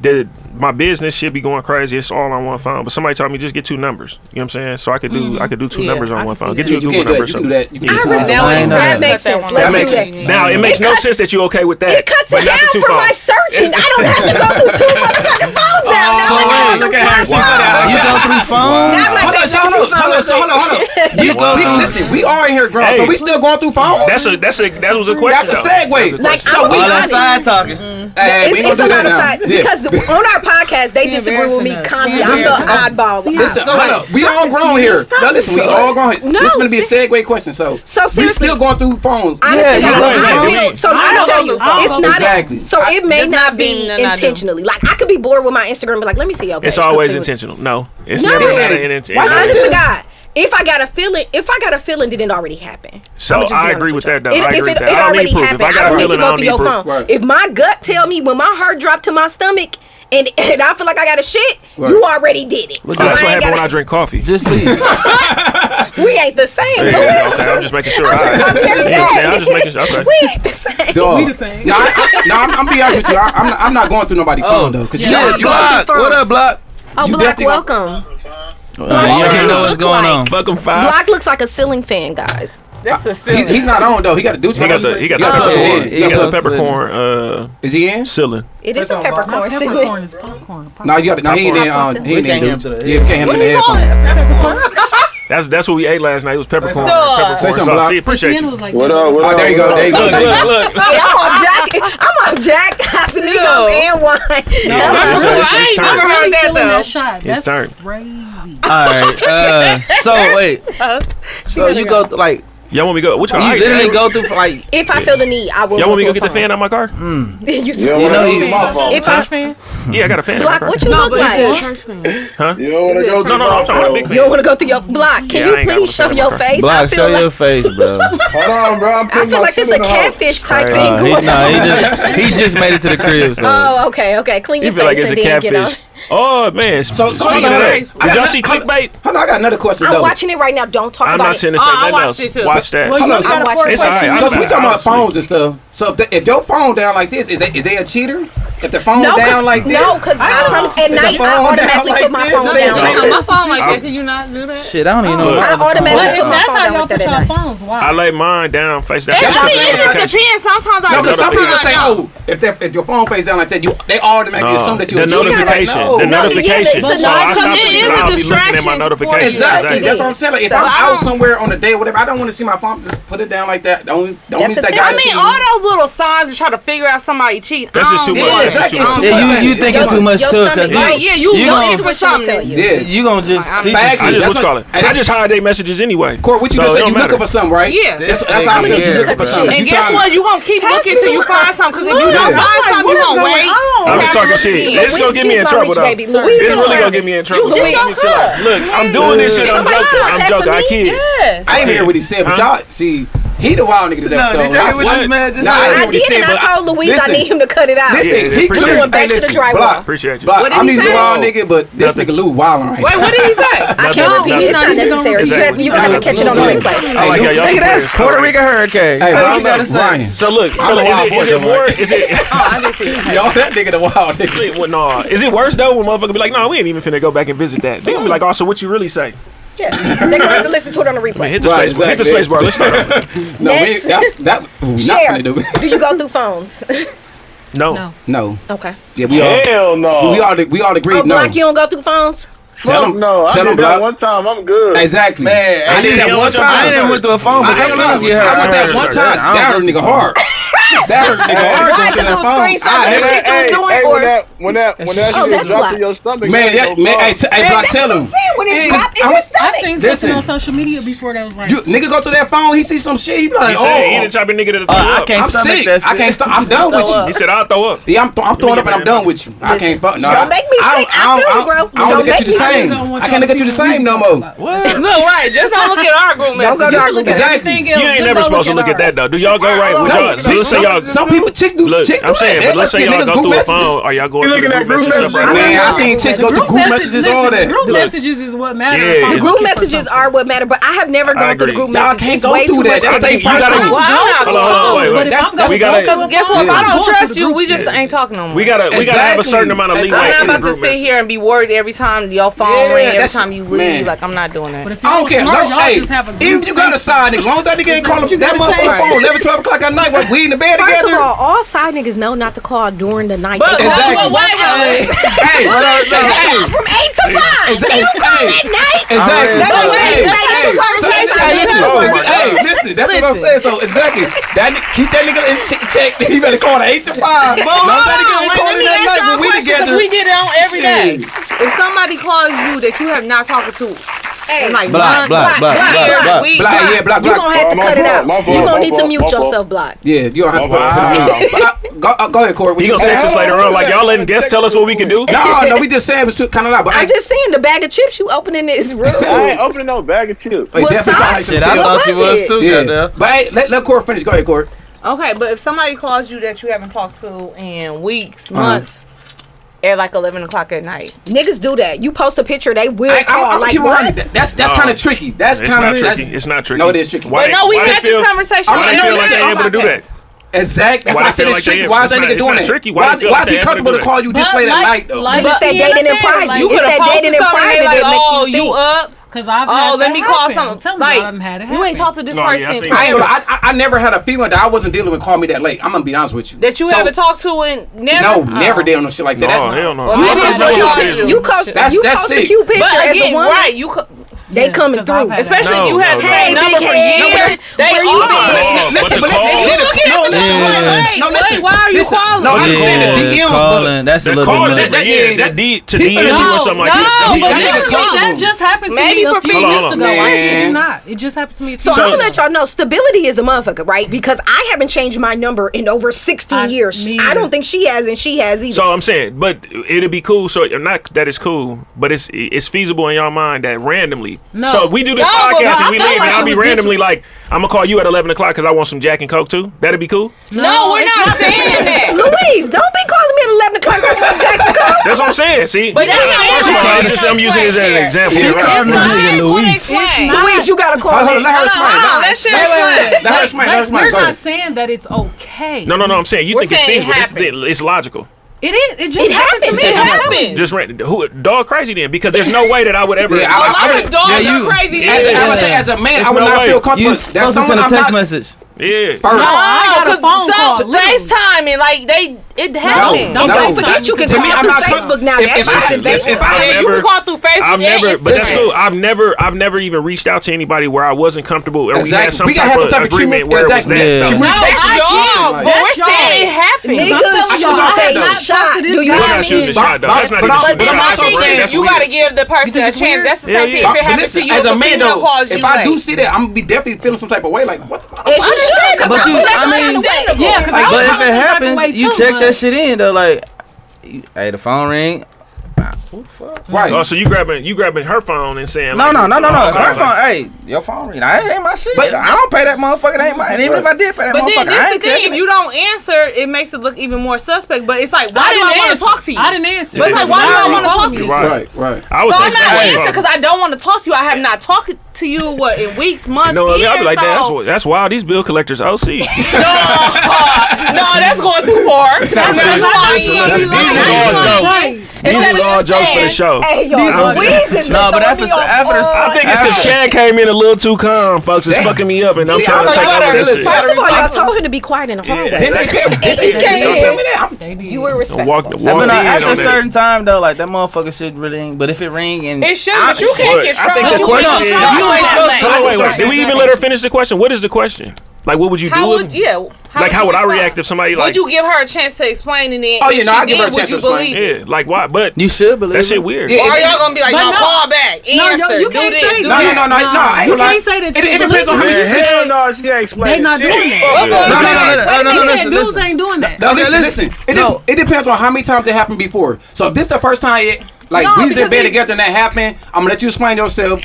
B: did my business should be going crazy. It's all on one phone. But somebody told me just get two numbers. You know what I'm saying? So I could
C: Mm-hmm.
B: do I could do two
H: Mhm.
B: numbers
H: Yeah,
B: on
H: I
B: one
H: can see
B: phone. Get
H: that.
B: you a
H: You
B: Google
H: can do
B: number.
H: that.
B: or
H: You can do
B: something.
H: that. You can I do two was numbers. down.
B: Yeah.
C: That makes sense.
B: That
C: Let's
B: makes-
C: do that.
B: Now it makes
C: It
B: no
C: cuts-
B: sense that you're okay with that.
C: It cuts
B: but
C: it
B: not the two
C: down from my
B: phones.
C: searching. I don't have to go through two motherfucking phones now.
H: so
C: now
H: Oh, wait, look at her. She
C: her.
H: You go
F: through phones.
C: Now
H: Hold
C: my
H: on, so hold on, hold on, so hold on, hold on. You,
B: Wow.
H: we, listen, we are in here grown, so
B: Hey.
H: we still going through phones.
B: That's a that's a that was a question.
H: That's a
B: though.
H: segue.
B: That was a
C: Like,
B: question.
C: I'm gonna be honest.
J: talking.
H: Hey, we
C: it's
H: gonna
C: it's
H: do
C: a
H: that
C: lot of
H: now.
C: side
H: Yeah.
C: because the- on our podcast they disagree with me constantly. I'm
H: Listen,
C: an oddball.
H: Listen,
C: So,
H: hold up. We all grown here.
C: Stop
H: No,
C: it.
H: listen, we all grown here.
C: No,
H: this is gonna be a segue question. So,
C: So
H: we
C: seriously-
H: still going through phones.
C: Honestly,
H: you
C: I,
H: right.
C: I
H: Yeah.
C: feel so.
G: I
C: I'm
G: don't
C: telling you,
G: go through
C: it's
G: phones.
C: not
H: Exactly.
C: So it may
G: That's
C: not,
G: not
C: be
G: being none I do.
C: intentionally. Like I could be bored with my Instagram, and be like, let me see your page.
B: It's always
C: Let's see what-
B: intentional. No, it's
C: No.
B: never not an intention.
C: Honest to God, if I got a feeling, if I got a feeling, didn't it already happen?
B: So
C: I'ma just be
B: I
C: honest
B: agree
C: with
B: with that though.
C: It-
B: I agree
C: if
B: with
C: it,
B: that.
C: it
B: I don't
C: already
B: need proof.
C: happened,
B: If I got a
C: don't need to
B: feeling, I
C: go
B: don't
C: through
B: need
C: your
B: proof.
C: phone. If my gut tell me when my heart dropped to my stomach and, and I feel like I got a shit,
B: Right.
C: you already did it.
B: Look,
C: so
B: that's
C: I
B: what happens
C: ain't
B: when I
C: gotta,
B: drink coffee.
J: Just leave.
C: we ain't the same.
B: Yeah, yeah, okay, I'm just making sure. I
C: drink coffee
B: Yeah,
C: every day.
B: okay, I'm just making sure. Okay. Oh,
C: we ain't the same.
H: Dog. No, I, I, no, I'm, I'm be honest with you. I, I'm, not, I'm not going through nobody's phone though. Cause
J: Yeah,
H: you, you,
J: Block. What up, Block?
C: Oh,
H: You
C: Black,
H: definitely got-
C: welcome.
J: Uh, y'all
H: yeah.
J: don't know what's
C: Look
J: going
C: like-
J: on.
B: Fuck him five.
C: Black looks like a ceiling fan, guys.
G: That's the
H: he's, he's not on though. He got to do.
B: He got the he got the
H: gotta put
B: peppercorn.
H: it in.
B: He got the
J: gotta put it in.
B: peppercorn. Uh,
H: Is he in?
B: ceiling.
C: It is a
K: My
C: peppercorn
K: peppercorn
C: ceiling.
K: is popcorn.
H: No, you got. No, he ain't in. Uh, he
J: We
H: ain't in.
J: can't
H: dude.
J: hear him to the
H: Yeah, we can't him in the headphone.
B: That's that's what we ate last night. It was peppercorn.
G: something.
B: peppercorn
H: Say something,
B: sauce.
H: Block.
B: See, appreciate you.
K: was like,
L: What up? What
H: Oh,
L: up?
H: there you go.
L: what
H: There you
L: up?
H: go.
B: Look, look, look.
C: Yeah, I'm on Jack. I'm on Jack Casamigos and wine.
B: No,
C: I'm
B: it's-
C: on-
B: it's-
C: I
B: it's
C: ain't
B: time.
C: never heard that
K: feeling
C: though.
K: that shot.
B: It's
K: That's
B: turn.
K: crazy.
J: All right. Uh, so wait. So you go th- like
B: Y'all want me to go? What
J: you
B: y'all? all
J: literally go through like
C: If I feel the need, I will.
B: Y'all want me to
C: look
B: go get the
C: through
B: fan out my car?
C: a phone. you
L: You don't
C: said,
J: You know
L: want to
J: you-
L: go through my phone.
C: if I
K: fan?
B: Yeah, I got a fan. in my
C: block,
B: car.
C: what you
G: No,
C: look
G: but it's a
C: like?
G: church fan.
L: You don't want to go
B: No,
L: through
B: no, I'm
L: my
B: talking about
L: phone.
B: big
C: You don't
B: fan.
C: want to go through your block.
B: Yeah,
C: Can
B: I
C: you
B: ain't got
C: please show
B: one for
C: your
B: that.
C: face? I
F: Block,
C: feel
F: show your
C: like
F: face, bro.
L: Hold on, bro. I'm
C: I
L: putting
C: feel
L: my shit
C: like this
L: in
C: a
L: the hole.
C: catfish type
F: Uh,
C: thing
F: he,
C: going
F: nah, he
C: on.
F: just he just made it to the crib. So
C: Oh, okay, okay. Clean
B: You
C: your
B: feel like it's
C: face and
B: a
C: then get on.
B: catfish. Oh man.
H: So- so
B: speaking of
H: hold on,
B: that,
H: hold on.
B: did y'all see clickbait?
H: Hold on, I got another question
C: I'm
H: though.
C: watching it right now. Don't talk
B: I'm
C: about
B: not
C: it.
B: saying to
G: Oh,
B: say
G: I
B: nothing
G: watched
B: else.
G: it too.
B: Watch that.
K: Well, you
H: Hold
K: got
H: on,
K: a
H: so-
K: four
B: It's all right.
K: question.
B: I'm
H: So since we
B: not-
H: talking about
B: obviously.
H: phones and stuff, so if, the, if your phone down like this, is they, is they a cheater? If the phone
C: No,
H: down
C: cause,
H: like this,
C: no, because I,
G: Oh.
C: promise at
H: the
C: night
H: phone down
C: I automatically
H: like
C: put my
H: this,
C: phone
H: they
C: down.
H: cheating.
G: Uh-uh, My phone like that. Can you not do that?
J: shit. I don't even know.
B: Look.
J: what
C: I
J: other phone-
C: automatically
K: But if
C: put my
K: that's
C: phone
K: how
C: down
K: y'all
C: like that
K: put
C: at
K: your
C: night.
K: phones,
B: I
K: why?
B: lay mine down face down.
G: It,
B: That's
G: I
B: what
G: mean,
B: I'm
G: it
B: saying.
G: just depends. Sometimes I
H: No,
G: do,
H: because some people
G: sometimes
H: say,
G: I don't.
H: "Oh, if, that- if your phone face down like that, you they automatically
B: No,
H: assume that you
B: the
H: a cheater." Like,
B: notification.
H: no.
B: The
C: No, yeah,
B: notification.
C: it's a
B: so I
C: notification.
B: stop
G: It
B: it and I'll be
G: is a
B: looking at
G: distraction
B: my
G: for
B: notifications.
G: you.
H: Exactly.
C: Exactly.
H: That's what I'm saying. Like, if
C: So
H: I'm
G: I
H: out
G: don't-
H: somewhere on a day, or whatever, I don't want to see my phone. Just put it down like that. Don't don't
C: That's a
H: that
C: tip.
H: guy
G: I mean,
H: cheating.
G: all those little signs to try to figure out somebody cheating.
B: That's just
G: I
B: too
G: don't
B: much.
G: want
H: yeah,
G: it.
B: That's
H: exactly.
B: too
H: It's too
B: much.
H: much.
J: Yeah, you you
H: It's
J: thinking
H: just-
J: too much
C: your
J: too?
C: stomach-
J: Cause you,
G: Yeah, yeah, you
J: You
G: you
J: gonna-
G: into it something.
C: you.
H: Yeah.
J: you gonna just
G: I'm just-
J: see some
B: I
J: shit.
B: just what
H: That's
B: you
H: what-
B: call it.
H: and
B: I
H: that-
B: just hide their messages anyway.
H: Court, what you
B: So
H: just
B: it
H: said?
B: don't
H: You
B: matter.
H: looking for something, right?
G: Yeah.
H: That's, that's
J: Yeah,
H: how I feel. You
J: yeah,
H: looking for
J: bro.
H: something.
G: And
H: You
G: guess
H: trying-
G: what? You gonna keep looking till you find something. Because if you don't
H: Yeah.
G: find something, you gonna wait.
B: I'm
G: Tap
B: just
G: it
B: talking
G: in.
B: shit. This gonna get me in
C: Louise,
B: trouble
C: excuse
B: though.
C: my reach, baby. Louise
B: This
C: is
B: really
C: my-
B: gonna get me in trouble.
C: You
B: This
C: Louise.
B: gonna get me chill out. Look, I'm doing this shit. I'm
C: Somebody
B: joking.
C: wrote
B: I'm
C: that
B: joking.
C: for
B: I
C: me?
B: kid.
G: Yes.
H: I ain't hear what he said, but y'all see, he the wild nigga this
J: No,
H: episode.
J: did y'all
H: I
J: hear what
H: swear-
J: this man just
H: Nah,
J: said?
H: hear
C: I
H: what he
C: did, and
H: but
C: I told Louise I
H: listen,
C: need him to cut it out.
H: Listen,
B: Yeah,
H: he
B: appreciate
H: could
B: you.
H: have
C: Back to the drywall.
B: Appreciate you.
H: Block,
G: What did
H: I'm
G: he
H: used to
G: say?
H: wild nigga, but this
B: Nothing.
H: nigga Lou wilding right
G: Wait,
H: now.
G: what did he say?
C: I
B: Nothing.
C: can't repeat it. It's not
K: Nothing.
C: necessary. You have
B: Exactly.
C: you have to catch it on the
H: Nothing.
C: replay.
B: I like
H: Hey,
B: how y'all
J: Nigga,
B: players.
J: that's Puerto Rican hurricane.
H: Hey,
J: Say what
H: Ryan,
J: you gotta say.
H: Ryan,
B: So look,
H: I'm
B: so
H: a
B: is
H: wild
B: it, is
H: boy,
B: it
H: though,
B: more?
H: right?
B: Is it?
H: y'all that nigga the wild nigga.
B: well, nah. Is it worse though when motherfucker be like, "No, we ain't even finna go back and visit that." They gonna be like, "Oh, so what you really say?"
C: Yeah. They're gonna have to listen to it on the
B: Man,
C: replay.
B: hit the
H: Right,
B: space bar. Hit the
H: exactly.
B: space bar. Let's start. over.
H: No, we,
C: Next.
H: that, that we not
C: Share.
H: finna do.
C: Do you go through phones?
B: No.
K: No.
H: No,
C: Okay.
H: yeah, we all
L: Hell no.
H: we all we all
C: Oh,
H: agreed. No,
C: Black, you don't go through phones?
H: tell him
L: No, I
H: tell him
L: did that
H: block.
L: one time. I'm good.
H: Exactly. Man, I did
B: didn't
H: that
B: know
H: one
B: what your
H: time.
J: I didn't went to a phone,
H: I
J: but
H: ain't gonna
J: sometimes
H: lie.
J: you heard.
H: I went
B: I
H: that
B: heard
H: one
B: her.
H: time.
J: I
H: That
J: don't
H: hurt a nigga hard. That hurt
L: Why
C: I
H: a nigga hard. going through
C: took
H: that
C: those
H: phone.
C: screenshots
H: I
C: of
H: never-
C: the shit you was doing,
L: hey,
C: or-
L: when that when that when that
C: Oh,
L: shit
C: that's
L: dropped
C: why.
L: in your stomach,
H: Man,
L: you
H: that,
L: go
H: man,
L: block.
H: hey, t- hey, block, tell him.
C: when it
H: Yeah.
C: dropped in
H: I'm-
C: your
K: I
C: stomach.
K: seen
H: Listen.
K: something on social media before that was like,
H: You nigga go through that phone, he see some shit, he be
B: He said
H: like,
B: he the
H: oh,
B: type of nigga that'll throw
J: I
B: up.
J: can't
H: I'm
J: stomach
H: sick.
J: that
H: I can't
J: shit.
H: stop. I'm done with
B: He
H: you.
B: said, "I'll throw up."
H: Yeah, I'm, th- I'm throwing
B: get
H: up and I'm
B: better.
H: done with you. I can't fuck. No,
C: Don't make me
H: I
C: sick. I feel you, bro.
H: I don't
C: Don't
H: look at
C: make
H: you the
C: me
H: same.
K: sick. Don't want
H: I
K: y'all
H: can't look at
K: to
H: you the
K: see
H: same
K: me.
H: no more.
B: What?
G: Look, right. Just don't look at our group
C: Don't go
G: messages.
C: to our group.
H: Exactly.
K: Everything
B: You
K: else,
B: ain't
K: just
B: never
K: don't look
B: supposed to look at
K: ours.
B: that though. Do y'all go right? Would
H: No,
B: y'all
H: bitch,
B: say y'all.
H: some people chicks do
B: Look,
H: chicks do
B: I'm saying,
H: that.
B: but let's
H: Let's
B: say
H: get
B: y'all go
H: niggas group
B: through a
H: messages.
B: phone. Are y'all going
H: You
B: through
H: looking
B: the
H: at
B: group messages up right
H: I mean,
B: now?
H: I seen chicks go through group messages all that.
K: Group
B: Look.
K: messages is what matters.
B: Yeah.
K: If
C: The
K: I'm
C: group
K: looking for
C: messages are what matter, but I have never
B: I
C: gone through the
B: agree.
C: group
B: Y'all
C: messages.
B: can't
C: It's
B: go
C: way
B: through
C: too
B: that.
C: much
B: That's they
C: energy.
B: first Hold on,
G: time. hold on, wait, wait.
K: But if I'm
B: We
K: going
B: gotta-
K: through
G: Because
K: the
G: guess
K: phone,
G: what? If I
K: I'm
G: don't
K: going to
G: trust
K: the
G: you,
K: group
G: we just
K: message.
G: ain't talking no more.
B: We gotta, we gotta have a certain
H: Exactly.
B: amount of
H: That's-
B: leeway.
G: I'm
H: I'm Like,
B: in
G: not
B: the
G: about to
B: group
G: sit
B: message.
G: here and be worried every time your phone
H: Yeah,
G: ring, every
H: that's-
G: time you leave.
H: man.
G: Like I'm not doing that.
K: But if you
H: I don't
K: was
H: care.
K: smart,
H: No,
K: y'all
H: hey,
K: just have a
H: even
K: group
H: if you got a side nigga, long as that nigga ain't calling
K: you
H: that
K: gotta say.
H: motherfucker phone 11, 12 o'clock at night, what, we in the bed
C: First of
H: together?
C: all, all side niggas know not to call during the night.
G: But
C: They call
H: Exactly.
G: wait, wait,
C: work
G: wait,
C: hours.
G: wait.
H: Hey,
C: What?
H: no, no,
C: They
H: hey.
C: call from eight to five. They don't call
H: Hey.
C: at night.
H: Exactly.
C: That's
H: So,
C: what we
H: hey,
C: related to
H: hey,
C: conversation.
H: so, hey, listen,
B: Oh,
H: listen,
B: my
H: hey,
B: God.
H: listen, that's what I'm
G: Listen.
H: saying. So exactly, that ni- keep that nigga in check. check. He better call the eight to five.
G: But
H: Long as
G: hold
H: that nigga
G: on,
H: ain't
G: wait, let
H: calling
G: me
H: that
G: ask
H: night
G: y'all
H: when we
G: a question, 'cause
H: together.
G: We get it on every day.
H: Shit.
G: If somebody calls you that you have not talked to, hey, like block,
J: Block, block,
G: block,
J: block, block, block.
G: we-
H: Block, yeah, block,
C: You're
H: block.
C: going to have to
L: My
C: cut it
L: fault,
C: out.
L: my fault,
C: You're going
L: my
C: to need to
L: fault, my
C: mute
L: fault.
C: yourself, Block.
H: Yeah, you don't have to put
B: Oh, Wow.
H: it out. But I- Go, go ahead, Corey. What
B: He
H: you
B: gonna text
H: saying?
B: us later on. Like y'all letting guests tell us what we can do.
H: No, no, we just saying it's kind of loud. But
C: I'm just saying the bag of chips you opening is rude.
L: I ain't opening no bag of chips.
H: Hey,
C: What
H: definitely sound like
C: size?
H: some
J: Shit, I
H: shit.
C: What
J: thought you
C: was
J: was
C: it?
J: too,
H: Yeah,
J: goddamn.
H: but hey, let, let Corey finish. Go ahead, Corey.
G: Okay, but if somebody calls you that you haven't talked to in weeks,
H: Uh-huh.
G: months, at like eleven o'clock at night,
C: Niggas do that. You post a picture, they will
H: I, I,
C: call.
H: I'm
C: like,
H: keep it
C: what?
H: 100. That- That's that's
B: No.
H: kind of tricky. That's
B: It's
H: kind
B: not
H: of
B: tricky. It's not tricky.
H: No, it is tricky.
B: Why?
G: But no, we
B: why they
G: had
B: feel-
G: this conversation.
B: Why they
G: No,
B: feel
G: this
B: like
G: is
B: they
G: on
B: able to
G: my
B: do that?
G: podcast.
H: Exactly. That's
B: Why
H: why I
B: they feel
H: said it's
B: like
H: tricky.
B: they-
H: Why is
B: it's
H: that
B: not-
H: nigga
B: it's
H: doing
B: not
H: that?
B: tricky. Why
H: Why
B: they
H: is
B: feel
H: why
B: like
H: is he
B: they have to
H: comfortable
B: do
H: to
B: that?
H: call you this
K: But
H: late at
K: like-
H: night though?
K: like-
C: But it's that
K: See,
C: dating in
K: understand,
C: private.
K: like,
C: you
K: you
C: it's
G: coulda
C: that
G: posted
C: dating in
G: something, they
C: private
G: Like,
C: that make
G: oh,
C: you
G: you
C: think.
G: up?
K: Because I've
G: Oh,
K: had
G: let
K: that
G: me call
K: happen.
G: something.
K: Tell me I done had
G: Like
K: it
G: you ain't
K: happen.
G: talked to this
B: No, yeah, I
G: person
B: seen
H: I, ain't
G: forever.
H: gonna lie, I, I, I never had a female that I wasn't dealing with call me that late. I'm gonna be honest with you.
G: that you
H: So,
G: haven't talked to and never.
H: No, never did no shit like that.
B: Oh
H: That's-
B: hell no.
G: Well, maybe it's
B: That's
G: what
B: what
G: y'all
B: it
G: do.
B: is.
C: You cost,
H: That's-
C: you
H: that's
C: cost
H: sick.
C: a cute picture
G: But
C: as
G: again,
C: a woman.
G: right? You co-
C: They
K: Yeah,
C: coming
K: 'cause I've
C: through.
K: had that.
G: especially
B: No,
G: if you
B: no,
G: have the
B: no.
G: same
C: Hey,
G: number
C: big
G: for
C: head.
G: years. They
C: Where you
G: are.
C: been?
B: Oh, but
H: Listen, listen, but
B: the
H: listen,
B: call-
H: listen,
G: If you
H: no,
G: look at
H: listen,
G: it,
H: hold
G: like,
H: on. no,
G: wait,
H: listen,
G: why are you
H: listen.
G: calling?
H: No, I
G: But
H: understand the
J: Yeah,
H: DMs,
J: calling,
H: but
J: that's a
B: That
J: little
B: call
J: bit
B: that
J: much.
B: that yeah that D to DM you
K: No,
B: or something like that.
G: no,
H: He-
G: but
H: that
G: this
H: nigga
G: is
H: called
G: all-
H: him.
K: That just happened to
G: Maybe
K: me a
G: for
K: few
B: Hold on,
K: weeks
B: hold
K: ago.
B: on.
K: I kid
H: Man.
K: you not. It just happened to me a few
C: So, I'm
K: weeks
C: gonna
K: ago.
C: let y'all know stability is a motherfucker, right? Because I haven't changed my number in over 16
K: I-
C: years.
K: me
C: I
K: either.
C: don't think she has, and she has either.
B: So I'm saying, but it'd be cool. So not that it's cool, but it's it's feasible in your mind that randomly.
K: No.
B: So if we do this
K: No, but
B: podcast
K: I
B: and we
K: felt
B: leave,
K: like
B: and I'll
K: it
B: be
K: was this-
B: randomly like, I'm gonna call you at 11 o'clock because I want some Jack and Coke too. That'd be cool.
G: No, we're
K: it's
G: not saying that.
C: Louise, don't be calling me at 11 o'clock talking about Jack and Coke.
B: That's what I'm saying. See,
G: But that's
B: That's
G: not
B: why
G: what
B: she
G: I'm
B: called.
G: saying.
B: Just- I'm using it as an example.
J: Yeah,
B: right.
J: right.
G: It's
J: Nigga,
G: not.
J: Luis.
G: It's not.
C: Louise, you gotta call
H: Hold on,
C: me.
H: let her
G: Hold on,
H: explain.
G: hold on,
H: Let-
G: That shit is
H: Let her explain. Let her
K: Like,
H: explain.
K: we're
H: Go
K: not
H: ahead.
K: saying that it's okay.
B: No, no, no. I'm saying you
G: We're
B: think it's
G: saying it
B: feasible. It's,
G: happens.
B: it's logical.
K: It is. It just
C: It
K: happened to
C: happens.
K: me.
C: It
G: happens.
B: Just ran, who dog crazy then because there's no way that I would ever.
H: Yeah, I-
G: A lot of dogs
J: Yeah, you-
G: are crazy.
J: Yeah.
H: As,
G: niggas.
H: I would say, as a man,
B: There's
H: I would
B: no
H: not
B: way.
H: feel
J: You
H: comfortable. That's
J: supposed to
H: someone
J: send a
H: I'm
J: text
H: not-
J: message.
B: yeah.
H: First,
G: No,
K: I got a
G: 'cause
K: phone call,
G: some-
K: literally.
G: FaceTime and like they it happened.
K: don't
C: Don't
K: FaceTime.
C: forget you can
H: To
C: call
H: me, I'm
C: through
H: not-
C: Facebook now.
H: if-
C: That
H: if
C: shit's
H: I-
C: available.
H: if
G: Yeah,
H: I-
G: you
B: never-
G: can call through Facebook.
B: I've
G: and
B: never, but that's
G: Instagram.
B: cool. I've never, I've never even reached out to anybody where I wasn't comfortable, and we had
H: Exactly.
B: some,
H: We gotta
B: type,
H: have
B: of
H: some type of
B: agreement
H: commu-
B: where
H: exactly.
B: it was that.
J: Yeah.
G: No,
H: Communication
G: I
H: is key,
G: y'all,
H: like-
G: but
K: That's
G: we're saying it
K: y'all.
G: happened.
K: Niggas,
C: Niggas,
K: I
C: you
K: should
C: all
K: say
C: say
K: that.
C: shot. Do you
B: We're
C: hear
B: not shooting
C: me?
B: the shot, though.
H: But-
B: That's not
H: but
B: even
H: I'm-
B: shooting the
H: but I'm
B: shot.
H: also
B: That's weird.
H: saying-
B: That's
G: you
B: weird.
G: gotta give the person
K: think
G: a
K: it's
G: chance.
K: weird?
G: That's the
B: Yeah,
G: same
B: yeah.
G: thing. If it
H: But
G: happens to
H: listen,
G: you,
H: as a
G: if
H: man
G: female
H: though,
G: calls you
H: if I do
G: late.
H: see that, I'm gonna be definitely feeling some type of way. Like what the fuck?
C: Yes, you
J: But
C: should. Cause
J: you-
C: that's
J: I mean-
C: unavailable.
K: Yeah,
J: But if
K: 'cause I was feeling
J: it
K: some type of way
J: happens, you
K: too,
J: check
K: but-
J: that shit in though. Like, you- hey, the phone ring.
H: Right.
B: Oh, so you grabbing, you grabbing her phone and saying,
J: No,
B: like,
J: no, no, no, no.
B: oh,
J: If
B: okay.
J: Her phone. Hey, your phone ring. I ain't, ain't my shit.
H: But-
J: I don't pay that motherfucker. It ain't mine. Even if I did pay that
G: But then
J: motherfucker, I
G: this
J: ain't
G: the thing.
J: checking
G: If
J: it.
G: you don't answer, it makes it look even more suspect. But it's like, why do
K: didn't
G: I want to
K: answer.
G: talk to you?
K: I didn't answer.
G: But it's like, why do I
K: Nobody
G: want to
K: called
G: talk
K: me.
G: to you?
B: Right.
H: Right. Right.
B: I would
G: So I'm
B: think
G: not
B: that
G: answering
B: was
G: because I don't want to talk to you. I have not talked to you what in weeks, months,
B: No, I
G: years.
B: mean, I'd be like,
G: so.
B: "Damn, that's, what- that's wild. These bill collectors, OC.
G: No, uh, no, that's going too far. Remember
H: that's-
G: who I
H: listen,
G: am.
H: listen,
G: You
H: these
G: lying.
H: is all
G: You lying.
B: These
G: Instead
B: is
G: of
B: all
G: just
B: jokes for the
G: saying,
B: show.
C: Hey,
B: These
C: y'all,
B: are-
C: Louise is
J: No, but after after
B: I think it's because Shad came in a little too calm, folks. It's fucking me up, and I'm
H: See,
B: trying to
H: I
B: take
H: thought
B: over
H: I
B: this
H: was-
B: shit.
C: First of all, y'all told her to be quiet in the hallway.
H: Didn't they tell me? Did they,
C: He
H: did they
C: came
H: tell
C: in.
H: me that? I'm,
K: They did.
C: You were
B: Walk, walk
C: respectful.
B: in
J: I mean, no,
B: on
J: after a
B: that.
J: certain time though, like that motherfucker should really. ring. But if it ring and
G: It should, but you
J: I-
G: can't
B: But I think
G: control.
B: the
G: You
B: question
G: can't
B: is-
G: control
J: You ain't
G: that.
J: supposed to-
B: Hold on, wait, wait.
H: Right.
B: Did we even let her finish the question? What is the question? Like, what would you
G: How
B: do?
G: would
B: if-
G: yeah? how
B: Like, how
G: you
B: would I
G: respond?
B: react if somebody, like-
G: Would you give her a chance to explain and then?
H: Oh, yeah,
G: if
H: no,
G: she
H: I give her a
G: did,
H: chance
G: would
H: to
G: you
H: explain.
G: believe it?
B: Yeah, like why? But
J: You should believe
B: that shit
J: it.
B: weird.
H: Yeah.
G: Or are y'all gonna be like,
K: But
G: no,
K: no.
G: call back,
K: No,
G: answer,
K: you, you
G: do
K: can't
G: this,
K: say
G: do
H: no,
K: that.
H: no,
G: that.
H: no, no, no. I ain't
K: You
H: gonna lie.
K: can't say that.
H: It-
K: you
H: it depends on how
K: believe
H: you-
K: it.
L: Hell no, she ain't
K: They
L: explaining
K: not
L: shit.
K: doing that.
J: No, no, no, no, no,
K: They
J: no, no,
K: said
J: listen,
K: dudes
J: listen.
K: ain't doing that.
H: No,
J: Okay,
H: listen,
J: listen.
H: listen. It,
J: No.
H: it depends on how many times it happened before. So if this the first time it, like
G: No,
H: we was in
G: because
H: bed
G: he-
H: together and that happened, I'm gonna let you explain yourself.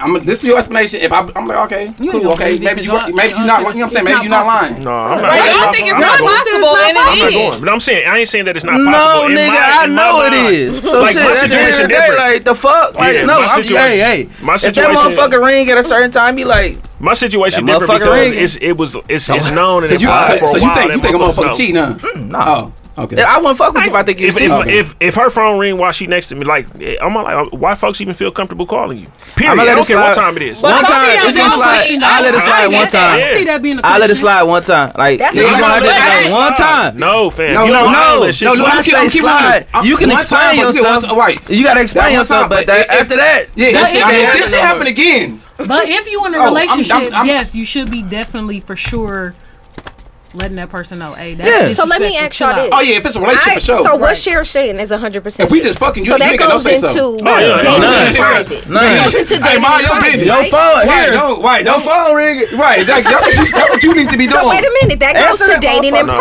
H: I'm this is your explanation. If I, I'm like, okay, cool, okay, maybe you, are- maybe you're not. You know what I'm saying? Maybe you're not lying.
B: No, Uh, I'm not.
H: Right,
B: I'm
H: you
B: not-
H: think
B: I'm not
H: it's not
B: going.
H: possible,
B: I'm
H: and it
B: not
H: is.
B: going. But I'm saying I ain't saying that it's not
J: No,
B: possible.
J: nigga, I know it is. So
B: like
J: shit,
B: my
J: at the end
B: situation
J: of the day,
B: different.
J: like, the fuck? Like,
B: Yeah,
J: no,
B: my
J: I'm-
B: situation-
J: hey, hey.
B: My
J: If that
B: situation,
J: motherfucker ring at a certain time, be like,
B: my situation
J: that
B: different
J: motherfucker
B: because
J: ring.
B: it's it was it's, it's known and
J: So
B: it's
J: you-
B: wild
J: so-
B: for a
J: so you
B: while
J: think-
B: that
J: you think a
B: motherfucker's
J: motherfucker
B: known.
J: cheating, huh?
B: Mm,
H: No. Oh, okay.
J: I wouldn't fuck with you if I think you
B: If
J: was
B: if,
J: cheating.
B: if if her phone ring while she next to me, like eh, I'm like, uh, why folks even feel comfortable calling you? Period.
J: I'ma
B: I
J: let
B: don't
J: it
B: care what
J: slide.
B: time it is.
J: But One I see time, that it's gonna being slide. pushing I let it out. slide I one get that. time. I see that being a
B: I
J: I let it slide one time. Like,
B: That's
J: you
B: not
J: gonna
B: gonna
J: let it
B: let it
J: slide one
B: slide.
J: time.
B: No, fam.
J: No,
B: You
J: no,
B: don't allow
J: no.
B: that shit.
J: No,
B: You
J: I
B: don't keep-
J: say
B: keep running.
J: slide.
B: I'm-
J: You can
B: one time,
J: explain
B: but you
J: yourself.
B: get one- right.
J: You gotta
B: That
J: explain
B: one
J: yourself,
B: time,
J: but
B: but
J: that-
B: if-
J: after that,
H: Yeah,
J: that
H: if,
J: shit
H: I mean,
J: can't
H: if this shit
J: happen
H: happened
J: no more.
H: again,
K: But if you in a
H: Oh, I'm-
K: relationship,
H: I'm- I'm-
K: yes, you should be definitely for sure letting that person know. Hey, that's
C: So let me ask y'all this.
H: Oh,
K: disrespectful.
C: I- So what Cher's saying is hundred percent.
K: If we just fucking, you-
C: so
K: you
C: that
K: ain't got no
C: goes
K: say so.
C: into
K: Oh, yeah,
C: dating in
K: none.
C: private.
K: None.
C: That goes into
K: Hey,
C: dating in
K: mind your
C: private,
K: business.
C: right?
K: Your phone,
H: Right, here. don't- right, Your don't-
J: phone ring.
H: Right, exactly. That's what you- that's what you need to be
C: So
H: doing.
C: wait a minute, that goes
H: Answer
C: to
H: that
C: dating in
H: motherfucker.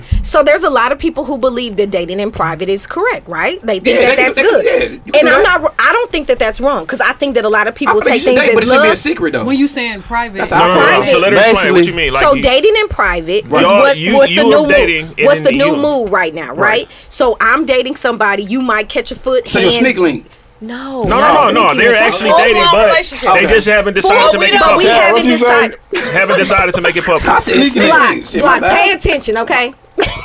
C: private. So there's a lot of people who believe that dating in private is correct, right? They think
H: Yeah,
C: that
H: they can-
C: that's
H: they can-
C: good,
H: yeah, you can
C: and
H: do
C: I'm
H: that.
C: not. I don't think that that's wrong because I think that a lot of people
H: I think
C: take
H: you should
C: things
H: date,
C: that
H: but it should
C: love.
H: be a secret though.
K: When you saying private,
H: That's
B: No, no, no,
H: private.
B: So let her explain what you mean. Like
C: so
B: you-
C: dating in private
B: Right.
C: is
B: Y'all-
C: what,
B: you-
C: what's the
B: you
C: new
B: dating
C: move.
B: and
C: What's the
B: then
C: new
B: you-
C: move right now, right?
B: Right.
C: So I'm dating somebody. You might catch a foot.
H: So you're
C: hand-
H: sneak link.
B: No,
C: No,
B: no, no, no. They're actually dating, but they just haven't decided to make it
C: But we
B: public.
C: haven't decided.
B: Haven't decided to make it public.
C: Block, block, pay attention, okay?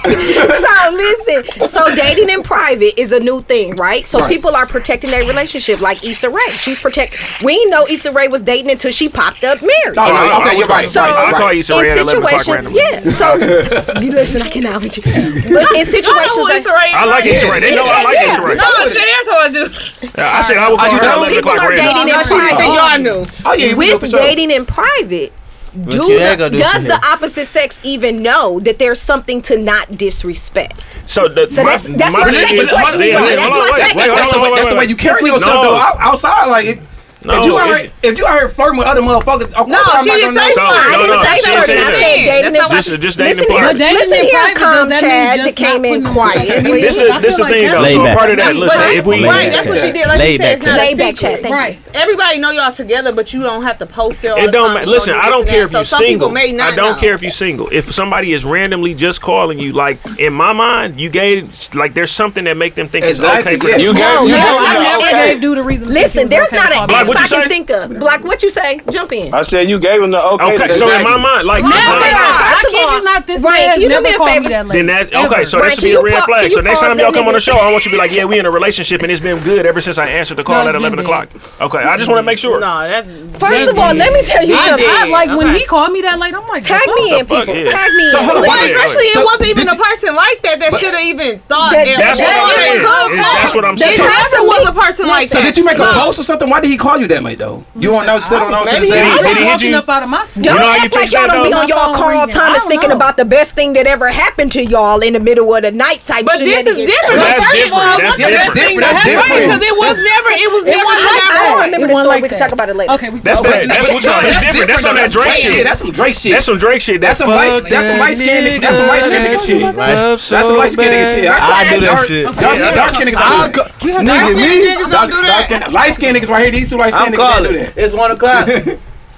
C: so listen, so dating in private is a new thing, right? So
G: Right.
C: people are protecting their relationship, like Issa Rae. She's protect. We didn't know Issa Rae was dating until she popped up married.
B: Oh, no, okay, you're right,
C: So
B: right, right. I'll call Issa Rae at
C: in
B: 11 o'clock
C: situations,
B: randomly.
C: yeah. So you listen, I cannot with you, but in situations like
B: I like Issa Rae. They know I like Issa Rae.
G: Cher told you.
B: I said I would call
G: Oh,
B: her at
G: so
B: 11
G: people
B: o'clock.
G: are
B: randomly.
G: dating in private. Y'all knew.
C: Oh, yeah,
G: we know
C: with
G: for sure.
C: dating in private.
J: But
C: Do
J: you ain't
C: the,
J: gonna do
C: does
J: shit.
C: the opposite sex even know that there's something to not disrespect?
B: So, the,
C: So that's- that's my
B: thing
C: second
B: is-
C: question.
B: Yeah,
C: That's
B: yeah, hold
C: my
B: on, wait,
C: second
B: wait, hold on,
H: That's the
B: wait,
H: way-
B: wait,
H: that's the way
B: wait.
H: you carry yourself though out- outside. Like if,
B: No,
H: if you out
B: it's-
H: here, if you out here flirting with other motherfuckers, of course
C: No,
H: I'm
C: she
H: not
C: didn't say
H: gonna know.
C: flirt. I didn't say flirt. I said dating in
B: Just-
C: private.
B: just dating in
C: Listen here,
B: private.
C: Listen
K: Dating in
C: here,
K: private,
C: calm
K: does that mean
C: Chad that
K: just not
C: came in
K: putting-
C: quietly.
B: This is this the thing though.
F: Laid
B: So
F: back.
B: part of that,
F: Laid
B: listen,
F: back.
B: if we
F: Laid
G: Right, that's what she did. Like
F: Laid
G: you said,
F: back
G: it's not
F: chat.
G: a
F: Laid back
G: secret.
F: chat, thank
G: right. Everybody know y'all together, but you don't have to post it all
B: It
G: the
B: don't
G: time.
B: ma-
G: You
B: listen.
G: do
B: I
G: this
B: don't
G: and
B: care
G: that.
B: if you're
G: so
B: single.
G: Some people may not
B: I don't
G: know.
B: care if you're single. If somebody is randomly just calling you, like in my mind, you gave like there's something that make them think
H: Exactly,
B: it's okay for
H: yeah.
B: them.
H: You gave-
C: No,
H: you
C: there's
H: gave-
C: not
H: you
C: an
H: gave-
C: ex-
H: gave dude a reason to think he
C: Listen,
H: was
C: there's
H: okay to
C: not an
H: call back.
C: ex
H: What you
C: I
H: say?
C: can think of. Black, what you say? Jump in.
L: I said you gave him the okay.
B: Okay, so in my mind, like,
L: Right.
B: like-
C: First of all, Ryan, can you do me a favor?
B: Then that okay, so
C: Ryan,
B: that should be
C: can
B: a
C: you
B: red
C: pa-
B: flag.
C: can
B: So
C: you
B: next
C: pause
B: time
C: that
B: y'all come on the
C: nigga?
B: show, I want you to be like, yeah, we in a relationship and it's been good ever since I answered the call
K: No,
B: at
K: it's
B: eleven
K: been
B: o'clock. Okay, I just want to make sure.
G: No, that.
C: First of all, let me tell you
K: I
C: something.
K: did. like when he called me that late. I'm like,
C: Tag
K: the
C: me
K: fuck?
C: in, people.
B: yeah.
C: Tag me
B: So
C: in.
B: hold on, wait,
C: Listen,
B: wait, wait.
G: Especially, it
B: So,
G: wasn't even a person like that that should have even thought
C: That-
G: that.
B: That's what I'm
G: that
B: saying.
G: was
B: Is-
G: a call.
B: that's what I'm
G: They
B: saying.
G: never
B: So-
G: was a person like
H: So
G: that.
H: did you make a
G: So-
H: post or something? Why did he call you that late though? You don't know. Still don't know. to this
G: maybe
H: day.
G: he-
C: I was
G: Did he hit
C: walking
G: you?
C: up out of my seat.
H: You
C: Don't
H: know how you
C: act like
H: think
C: y'all
H: that,
C: don't be
H: though?
C: on y'all
K: My phone
C: Carl
K: ringing. I
C: Thomas
K: don't
C: thinking
K: know.
C: about the best thing that ever happened to y'all in the middle of the night type
G: But this
C: shit.
G: is different.
C: Well,
G: That's
C: first of
G: different.
C: all,
G: That's
C: what the best
G: different.
C: thing
G: That's
C: that happened-
G: different. 'Cause it was never- it was never
C: wasn't
G: to that
C: like- I
G: point. It
C: remember the
G: wasn't
C: story.
G: like
C: We can
G: that.
C: talk about it later. Okay, we
B: That's that. That's what y'all. That's different. That's on that Drake
H: Yeah,
B: shit.
H: that's some Drake shit.
B: That's some Drake shit.
H: That's some light.
B: fuck
H: That's some
B: that
H: light skinned
B: nigga.
H: nigga. That's some light skinned nigga shit.
B: Love
H: That's
B: so
H: some light skinned nigga
B: bad.
H: shit.
B: I do that shit.
H: Dark
B: Yeah,
H: skinned
J: I'll
H: niggas.
J: go-
H: Nigga,
J: niggas don't do that.
H: me. Light skinned niggas right here. These two light
J: I'm
H: skinned niggas
J: calling.
H: don't do that.
J: It's one o'clock.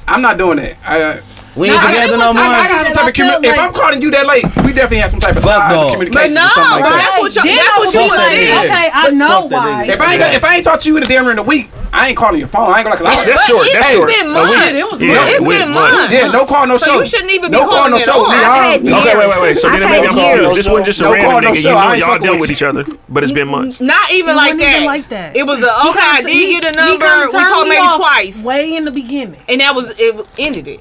H: I'm not doing that. I, uh,
J: We ain't
H: Nah,
J: together
H: I-
J: no
H: I-
J: more.
H: I, got some type of commu- if I'm calling you that late, we definitely had some type of ties or
J: dog. But
H: communication or
J: no,
H: something like
J: but
H: that.
J: that's what y'all- Then that's I what you would think.
H: Fuck that nigga.
J: Okay, I
H: Fuck
J: know
H: that nigga.
J: why.
H: If I ain't got, if I ain't talked to you in a damn during the week, I ain't calling your phone. I ain't gonna.
B: That's- that's But short, that's it's short. been A months. week.
H: It
B: It
H: was
B: was Yeah, months.
H: It's
B: it's been months.
H: Yeah, no call, no
B: So
H: show.
B: you shouldn't
G: even
B: be
H: no call,
B: calling
H: no
B: at
H: show.
B: all. I've
H: We all-
B: had Okay, wait, wait, wait. So then it made y'all confused. This wasn't just a
H: No
B: random
H: call, no
B: nigga. You knew
H: show. I ain't
B: y'all
H: fucking
B: dealt
H: with
B: with each other, but it's been months.
G: Not even
K: It
G: like
K: wasn't
G: that.
K: even like that.
G: It was a okay.
K: He
G: I
K: kinda-
G: did
K: he-
G: get a
K: he
G: number.
K: kinda
G: We
K: turned
G: talked
K: me
G: maybe
K: off
G: twice,
K: way in the beginning,
G: and that was it. Ended it.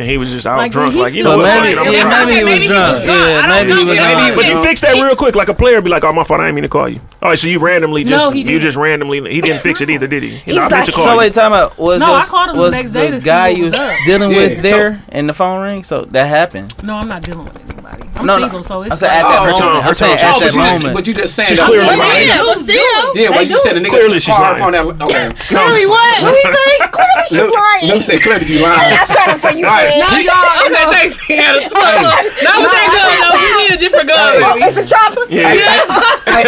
B: And he was just out
G: Like,
B: drunk.
G: he
B: Like, you
G: still
B: know what?
G: drunk.
B: fuck it, I'm
G: Yeah,
B: drunk.
G: maybe he was Maybe he drunk. was drunk. Yeah, I don't maybe he know. was Yeah, maybe drunk. he was
B: But you
G: drunk.
B: fixed that real quick. Like a player be like, oh, my phone, I ain't mean to call you. All right, so you randomly
K: No,
B: just,
K: he
B: you
K: didn't.
B: just randomly, he didn't fix it either, did he? He's
J: He's
B: like, I meant to
J: like- so
B: call you.
J: wait, time out. Was
K: No, I
J: this-
K: called him the
J: was
K: next day to see
J: guy
K: what
J: you
K: was
J: was
K: up.
J: dealing
K: Yeah,
J: with
K: so-
J: there, and the phone ring. So that happened.
K: No, I'm not dealing with anybody. I'm
J: No, no.
K: single, so it's
J: I'm saying at that
K: like-
J: moment. I'm saying at that moment.
H: She's clearly lying.
G: Yeah, but still.
H: Yeah, well,
G: They
H: you
G: do.
H: said a nigga
B: Clearly she's
H: called
B: lying.
H: on that. Okay.
G: Clearly what? What he say? Clearly
H: Let-
G: she's lying.
H: Let me say clearly you lying.
G: Hey, I shot him for you,
H: All right.
G: friend.
H: He-
G: No, y'all,
K: Okay,
G: no.
K: thanks.
G: No,
K: Not with that gun, no. We need a different gun.
G: Oh, it's a chopper.
H: Yeah. hey,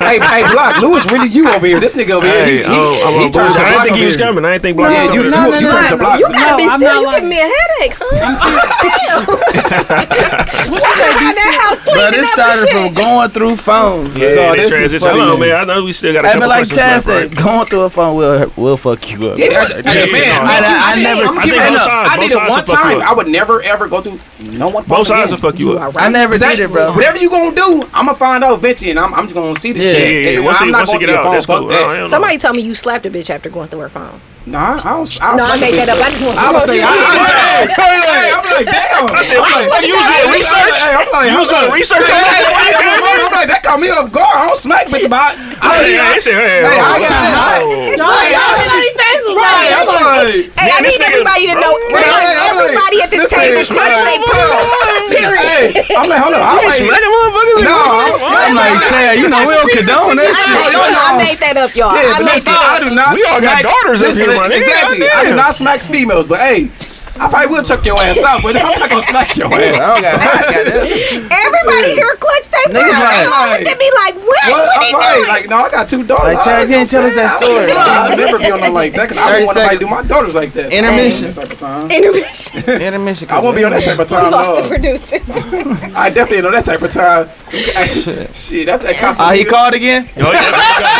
H: hey, hey, Block, Lewis, really you over here? This nigga over here. He,
B: Hey,
H: he,
B: oh, oh,
H: he
B: oh, Block.
H: turned to
B: I didn't
H: Block
B: think he
H: over
B: was
H: here.
B: coming. I didn't think Block
H: Yeah,
B: was
H: you,
B: coming.
H: you, you turned to Block.
C: You gotta be still.
K: I'm not
C: You
K: lying.
C: give me a headache. Huh?
K: What
C: Why
K: you say,
C: behind that house
J: Bro,
C: cleaning
J: this
C: up and
J: started from
C: shit?
J: going through phones.
B: Yeah,
J: bro.
B: they transition. Hello, man. I know we still got a
J: Hey,
B: couple
J: man, like
B: questions
J: Chad
B: left,
J: said,
B: right?
J: going through a phone will will fuck you up.
H: Yeah,
J: bro.
H: that's- hey, man,
J: I, I,
H: I,
J: I never.
H: I,
B: think
H: never,
B: both sides-
H: I
B: both sides
H: did it
B: will
H: one
B: fuck you
H: time.
B: up.
H: I would never ever go through no one.
B: Both
H: fucking
B: sides will
H: again.
B: fuck you up.
J: I never
H: That-
J: did it, bro.
H: Whatever you gonna do, I'm gonna find out eventually, and I'm, I'm just gonna see this
B: Yeah,
H: shit.
B: yeah, yeah.
H: And
B: Once
H: I'm
B: you-
H: not
B: once you
H: gonna
B: get
H: be a
B: out,
H: phone.
B: that's
H: Fuck
B: cool. Oh, I don't-
H: that.
C: Somebody told me you slapped a bitch after going through her phone.
H: Nah, I don't. I don't
C: No, I
H: slap
C: made
H: a
C: that up.
H: bitch.
C: I just want to
H: I was
C: fuck you.
H: saying, I, I, hey, hey, hey, I'm like, damn.
B: I said, what the fuck?
H: I'm like,
B: You was
H: hey,
B: doing
H: hey,
B: research?
H: hey, I'm like,
B: You was
H: I'm
B: doing
H: like-
B: research?
H: Hey, hey, hey, I'm like, I'm like, that caught me off guard. I don't smack bitch, but I,
B: Hey, hey, hey, hey,
H: I, Hey, I
B: hey,
H: got
B: hey, hey.
H: it. Like, I- Right, I'm like,
C: Hey, I
B: Man, this
C: need
B: nigga-
C: everybody to know. Now,
H: Right, I'm like,
C: everybody at this
H: this
C: table
H: ain't
C: smash their
H: right.
C: pillows. Period.
H: Hey, I'm like, hold on. I'm
B: You
H: like,
B: smacking motherfuckers?
H: no,
J: I'm
H: I'm smacking
J: like, Chad, you know we don't condone that
C: I made-
J: shit.
H: y'all
C: I
H: know.
C: made that up, y'all.
H: Yeah,
C: I
H: but
C: made
H: listen,
C: that
H: I
C: up.
H: do not.
B: We all got
H: smack-
B: daughters up
H: listen,
B: here, my nigga.
H: Exactly.
B: Goddamn.
H: I do not smack females, but hey, I probably will chuck your ass out, but I'm not gonna smack your
J: I
H: ass.
J: don't got I got that.
C: Everybody here clutch their pillows. They
H: like-
C: all looked at me like, what?
H: What?
C: What
H: I'm
C: he
H: like,
C: doing?
H: like, no, I got two daughters.
J: Like, Chad, you didn't tell us that story.
H: I'll never be on nothing like that 'cause I
J: Thirty
H: don't want nobody to do
J: seconds.
H: my daughters like that.
J: Intermission.
H: That type of time.
C: Intermission.
J: Intermission.
H: I won't be on that type of
C: We
H: time.
C: lost the
H: No.
C: producer.
H: I definitely ain't on that type of time. Shit, that's that constant.
J: Oh, he
H: nigga.
J: called again.
B: Oh, yeah,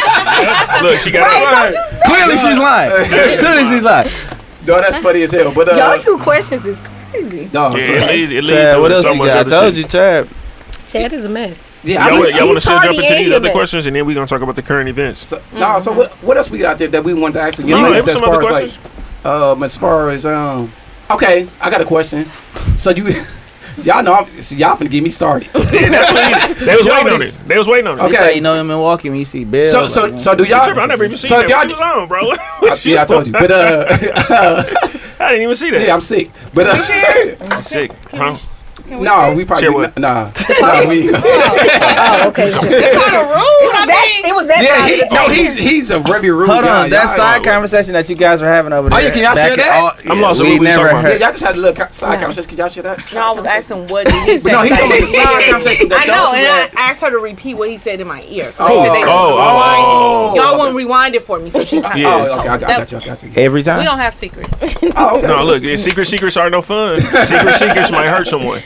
B: yeah. Look, she got
C: Right,
B: it.
C: don't you
J: Clearly she's lying. Clearly she's lying.
H: No, that's funny as hell. But uh,
C: Y'all two questions is crazy.
H: dog,
B: Yeah,
H: so-
B: it leads, it leads
J: Chad,
B: to
J: what else
B: so
J: you
B: much
J: got? I
B: other
J: told
B: shit.
J: you, Chad.
C: Chad is a mess.
H: yeah, I
B: Y'all,
H: mean,
B: wanna- y'all want to
C: he's
B: still jump
C: tardy
B: into
C: and
B: these other
C: human.
B: questions, and then we're gonna talk about the current events.
H: So, Nah,
C: Mm-hmm.
H: so what, what else we got out there that we wanted to ask you?
B: You
H: know,
B: have
H: as
B: some
H: far
B: other
H: as like, um, as far as um, okay, I got a question. So you, y'all know, I'm, see, y'all finna get me started.
B: Yeah, that's what he- they was
H: Y'all
B: waiting on
H: wanna-
B: it. They was waiting on it.
J: Okay.
H: Okay.
J: you know in Milwaukee when you see Bill.
H: So, so,
J: like,
H: so do
B: Tripping,
H: y'all?
B: I never even seen
H: so
B: that.
H: if
B: What you was on, bro?
H: I,
B: What you-
H: yeah, I told you, but uh,
B: I didn't even see that.
H: yeah, I'm sick, but uh,
B: sick. Huh?
H: no, we probably
B: Share what?
H: nah, nah, we.
C: Oh, okay. It's kind of rude. It was that
H: Yeah,
C: side of
H: he,
C: the table.
H: no, he's he's a very rude
J: Hold
H: guy.
J: on, that
H: Y'all-
J: side conversation that you guys were having over
H: Oh,
J: there.
H: yeah, can y'all
J: back
H: share
J: in-
H: that?
J: oh,
B: I'm
J: yeah,
B: lost on
J: We
B: what we was
J: never
B: talking about.
H: Yeah,
J: heard.
H: y'all just had a little co- side conversation. Can y'all share that?
G: No, I was asking what did he say.
H: But no, he
G: Like,
H: told me the side conversation that
G: I know,
H: y'all
G: and
H: had.
G: I asked her to repeat what he said in my ear.
H: Oh,
G: They said they-
B: Oh, oh,
H: Oh,
G: y'all
H: okay.
G: wouldn't rewind it for me, so she kind
B: Yeah.
H: Oh, okay, I got, I got you. I got you.
J: Every
G: We
J: time.
G: don't have secrets.
H: Oh, okay.
B: No, look, yeah, secret secrets are no fun. Secret secrets might hurt someone.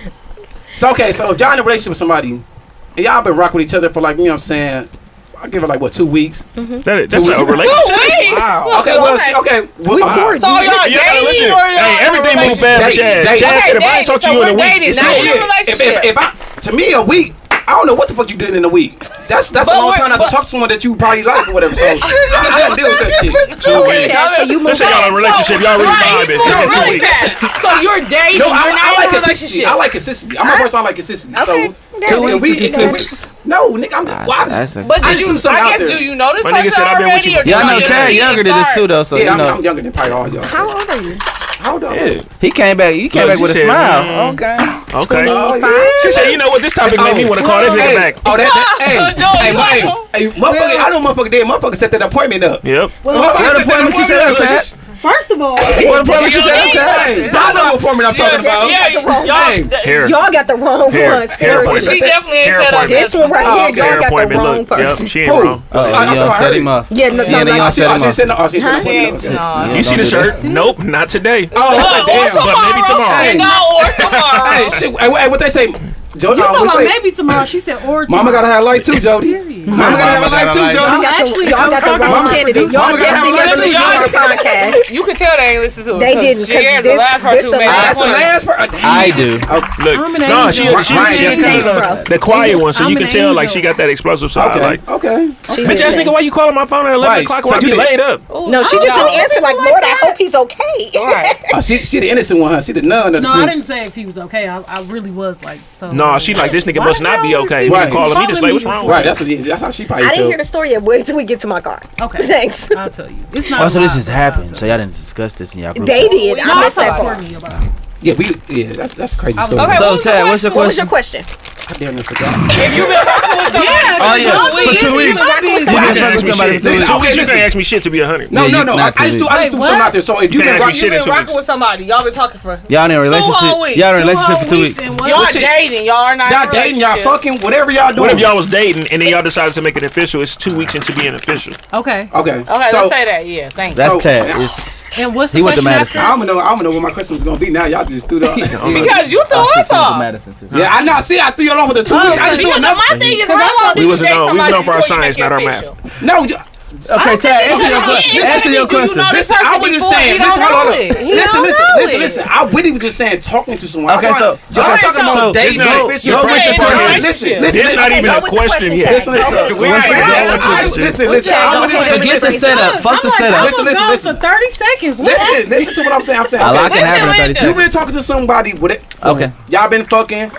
H: So okay, so if y'all in a relationship with somebody, and y'all been rocking with each other for like you know what I'm saying, I give it like what two weeks.
B: That, that's not a relationship.
G: Oh,
H: Wow. Okay, well see, okay, well,
B: Wow.
H: okay.
G: So y'all
B: You gotta
G: dating
B: listen.
G: or y'all
B: Hey,
G: in a
B: everything move fast with
H: relationship?
B: Chad.
H: Dating,
B: Chad
G: dating.
B: said if I ain't
G: Okay,
B: talk to you in a
G: dating. So
B: week, it's
G: we're dating.
B: over.
G: Now you-
H: If, if, if I to me a week, I don't know what the fuck you did in a week. That's that's
G: But
H: a long
G: we're-
H: time not to
G: but-
H: talk to someone that you probably like or whatever. So I, I gotta deal with that shit.
C: Chad, so you
B: Let's
C: moved
B: say y'all in
C: on.
B: a relationship. Y'all really
G: Right,
B: vibing. It's been
G: so
B: two
G: really
B: weeks.
G: fast. So you're dating,
H: No,
G: you're
H: I,
G: not
H: I like
G: in a relationship.
H: consistency. I like consistency. I'm a person. I like consistency.
C: Okay,
H: So
C: there
H: two
C: it
H: weeks.
C: is.
H: if we- No, nigga, I'm. Well, I'm
J: That's a-
G: But
H: I
G: did you?
H: just threw something
G: I
H: out
G: guess
H: there.
G: do you know this
B: My nigga
G: person
B: said I've been with
G: already?
B: you
G: or
B: for-
G: did
J: Y'all know
G: just
J: Chad
G: meet and
J: younger than this
G: start?
J: too though, so
H: yeah,
J: you
H: I'm, I'm
J: know
H: younger than probably all y'all. so.
C: How old are you?
H: How old are you?
B: Yeah.
J: he came back. You came
B: Look,
J: back
B: she
J: with a
B: said,
J: smile. Okay.
B: Okay.
H: Oh, yeah.
B: She said, you know what? This topic made me want to call this nigga
H: hey,
B: back.
H: Oh, that, that hey,
G: No,
H: hey,
G: you
H: my,
G: don't.
H: hey, motherfucker, I know motherfucker did. Motherfucker set that appointment up.
B: Yep.
H: Motherfucker
J: What
H: set
J: appointment she set up, Chad? Oh,
I: First of all,
J: What appointment she
G: Yeah,
J: set up,
G: yeah,
J: Chad?
G: yeah.
H: Y'all know what appointment I'm talking about.
G: Yeah, y'all.
H: Hey,
B: Hair.
C: Y'all got the wrong
B: Hair. Hair
C: one. Seriously.
B: appointment.
G: She definitely ain't
B: Hair
G: set up.
B: appointment.
C: This one
H: Oh,
C: right here, y'all
H: okay.
C: got the
B: appointment.
C: wrong
B: Look, yep,
C: person.
B: she ain't
H: Who?
B: wrong.
H: Oh, I, I,
J: you
H: thought
J: don't
H: I
J: set
H: heard
J: him
H: it.
J: up.
C: Yeah, no,
J: See, and
C: no,
J: then
C: no.
J: y'all
H: I see,
J: set
H: I
J: him
H: see,
J: up.
H: setting, oh, see,
G: Huh?
H: setting
G: Yes,
H: okay.
G: no.
J: Yeah,
B: You see
J: don't
B: the
J: do
B: shirt? Nope, not today.
H: Oh,
G: Look, or
H: damn.
G: tomorrow.
B: maybe tomorrow.
G: Hey, No, or tomorrow.
H: Hey, shit, hey, what, hey, what they say? Jo-
K: You
H: uh,
K: talking
H: what's
K: about
H: they-
K: maybe tomorrow? She said or tomorrow.
H: Mama gotta have light too, Jody. Mama gotta have a light
J: Mama gotta
H: too, Jody.
C: Y'all got the,
K: Actually,
C: y'all
K: I'm
C: got the wrong
K: talking about
C: candidate.
H: Mama
C: Y'all
H: gotta
C: definitely
H: have light
C: got
H: too,
C: the wrong podcast.
G: You could tell they ain't listen to it.
C: They didn't, 'cause
G: Shit, the
C: this-
G: last part
C: this
G: too
C: the
G: made
C: last-
G: my
H: That's the
G: point.
H: last part.
J: I do.
K: I'm
B: Look,
K: an
B: no,
K: angel.
B: she
H: Ryan,
B: she,
H: Ryan,
B: she,
H: Ryan,
B: she
C: bro.
B: the, the quiet one, so
K: I'm
B: you can
K: an
B: tell like
K: angel.
B: she got that explosive side. Like,
H: Okay, okay.
C: She
B: bitch ass
C: did.
B: nigga, why you calling my phone at eleven
H: Right,
B: o'clock?
H: so
B: When I
H: you
B: be
H: did-
B: laid up?
C: No, she just didn't answer like, Lord, I hope he's
G: All
C: okay.
G: right.
H: Oh, she, she the innocent one, huh? She the nun of the
K: No,
H: group.
K: I didn't say if he was okay. I, I really was like so.
B: No, she like this nigga
K: Why
B: must
K: the
B: not
K: hell
B: be
K: is
B: okay.
K: he
B: We
H: Right.
B: calling me this way. What's
K: calling
B: wrong
K: me
B: with
H: Right,
B: you?
H: that's what. That's how she probably
C: I
H: feel.
C: didn't hear the story yet. Wait till we get to my car.
K: Okay.
C: Thanks.
K: I'll tell you. It's not.
F: Oh, so
K: a
F: this
K: lot,
F: just
K: but I'll
F: happened.
K: tell
F: So y'all didn't discuss this in y'all group.
C: They
F: chat.
C: did.
K: you. No,
C: I missed
K: I
C: that
K: talked to
C: part.
K: Courtney about it.
H: Yeah, we. Yeah, that's that's a crazy story.
K: okay,
G: Okay,
J: So,
G: what was the
J: Chad, what's your
C: What was
J: question?
C: your question?
H: I damn near forgot.
G: You've been fucking with somebody
H: Yeah,
G: for
H: oh, yeah.
G: two weeks.
H: For two
G: You've
H: weeks.
G: been fucking with
H: You've been
B: Ask me shit. Listen, two weeks,
G: somebody.
H: fucking with somebody for two weeks. Okay,
B: you can't
H: listen.
B: ask me shit to be a hundred.
H: No, no, no. I, I just do, I just
G: Wait,
H: do something
G: what?
H: out there. So if you
B: You
H: been
B: can't ask me
H: rocking,
G: You've been rocking with somebody. Y'all been talking for
J: Y'all in
G: Two
J: a
G: whole
J: relationship.
G: weeks.
J: Y'all in a
G: Two
J: relationship
G: whole
J: for two weeks.
G: Y'all
H: Listen,
G: dating. Y'all are not. in
H: y'all
G: a
H: dating, y'all
G: relationship.
H: fucking, whatever y'all doing.
B: What if y'all was dating and then y'all decided to make it official? It's two weeks into being official.
K: Okay.
H: Okay.
G: Okay,
H: So-
G: let's say that. Yeah, thanks.
H: That's So- Tad.
K: And what's
H: He
K: the
H: went to
K: question
H: Madison.
K: after?
H: I don't know. I don't know what my question was gonna be. Now y'all just threw the
G: Because you threw us off.
H: Yeah, I know. See, I threw y'all off with the two weeks. I just threw
G: because
H: another.
G: my thing is,
H: Cause
G: how
H: I
G: long
H: thought-
G: do you date somebody before you
H: science,
G: make it
H: not our
G: official?
H: math. No. you-
J: Okay, Tad, answer your question. Answer your question.
H: Listen, I was just saying. Listen, hold on. Listen, listen, listen, listen. I really was just saying talking to someone. I
J: Okay,
H: thought-
J: so-
H: y'all
J: okay,
H: talking
J: so-
H: about
J: This
H: dating.
J: not-
H: Go-
J: this
H: go
J: not
H: with the
J: even
H: person.
J: a
H: Listen,
J: question.
H: Listen,
J: This
H: listen.
J: not even a
H: Go with the
J: question yet.
H: Listen, listen.
J: Go with the
H: Listen,
J: question.
H: listen.
J: Go with the
H: I-
J: question.
H: Listen,
J: What's
H: listen.
J: that?
H: I
J: Go
H: was just
J: for it.
H: saying.
J: Forget the
H: listen.
J: setup. Fuck the
H: I'm like,
J: setup.
H: I Listen,
J: was
H: listen,
J: gone
H: listen.
K: for 30 seconds.
J: What
H: Listen,
J: happened?
H: listen to what I'm saying. I'm saying.
J: A lot
H: okay.
J: can happen in 30
H: You
J: seconds.
H: been talking to somebody with it.
J: Okay.
H: Y'all been fucking,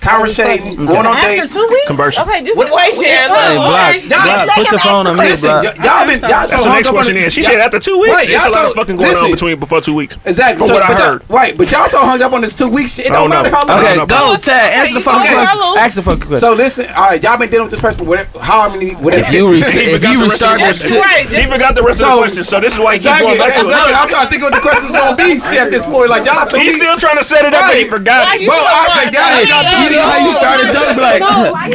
H: conversating, going on
G: After
H: dates.
G: two weeks? Conversing. Okay, this is way shit. Look,
J: Hey, Block,
G: Y'all just
J: Block,
G: let
J: put
G: him
J: your phone
G: ask
J: on
G: the
J: mute,
G: question.
J: Block.
H: Y'all, y'all been. Y'all so
B: That's the
H: hung
B: next
H: up on
B: question
H: the-
B: is. She
H: y'all-
B: said after two weeks.
H: Right,
B: It's
H: y'all
B: a lot of
H: so-
B: fucking going on
H: listen.
B: between before two weeks.
H: Exactly.
B: From
H: so,
B: what I
H: but y'all-
B: heard.
H: Right, but y'all so hung up on this two weeks shit. It
B: I don't
H: don't matter
B: know.
H: how long.
B: Okay, I don't know
J: go, Tad. Answer the fucking
H: Okay.
J: question. Ask the fucking question.
H: So listen, all right, y'all been dealing with this person for whatever, how many, whatever.
J: If you reset- He if forgot you the rest of restart the
B: That's right. He forgot the rest of the question, so this is why he keep
H: exactly,
B: going back to
H: exactly. I'm
B: it.
H: trying to think of what the question's gonna be. Shit, at this point, like y'all.
B: He's still trying to set it up, but he forgot it.
H: Bro, I think y'all.
B: Hey,
H: You know how you started dumb, like.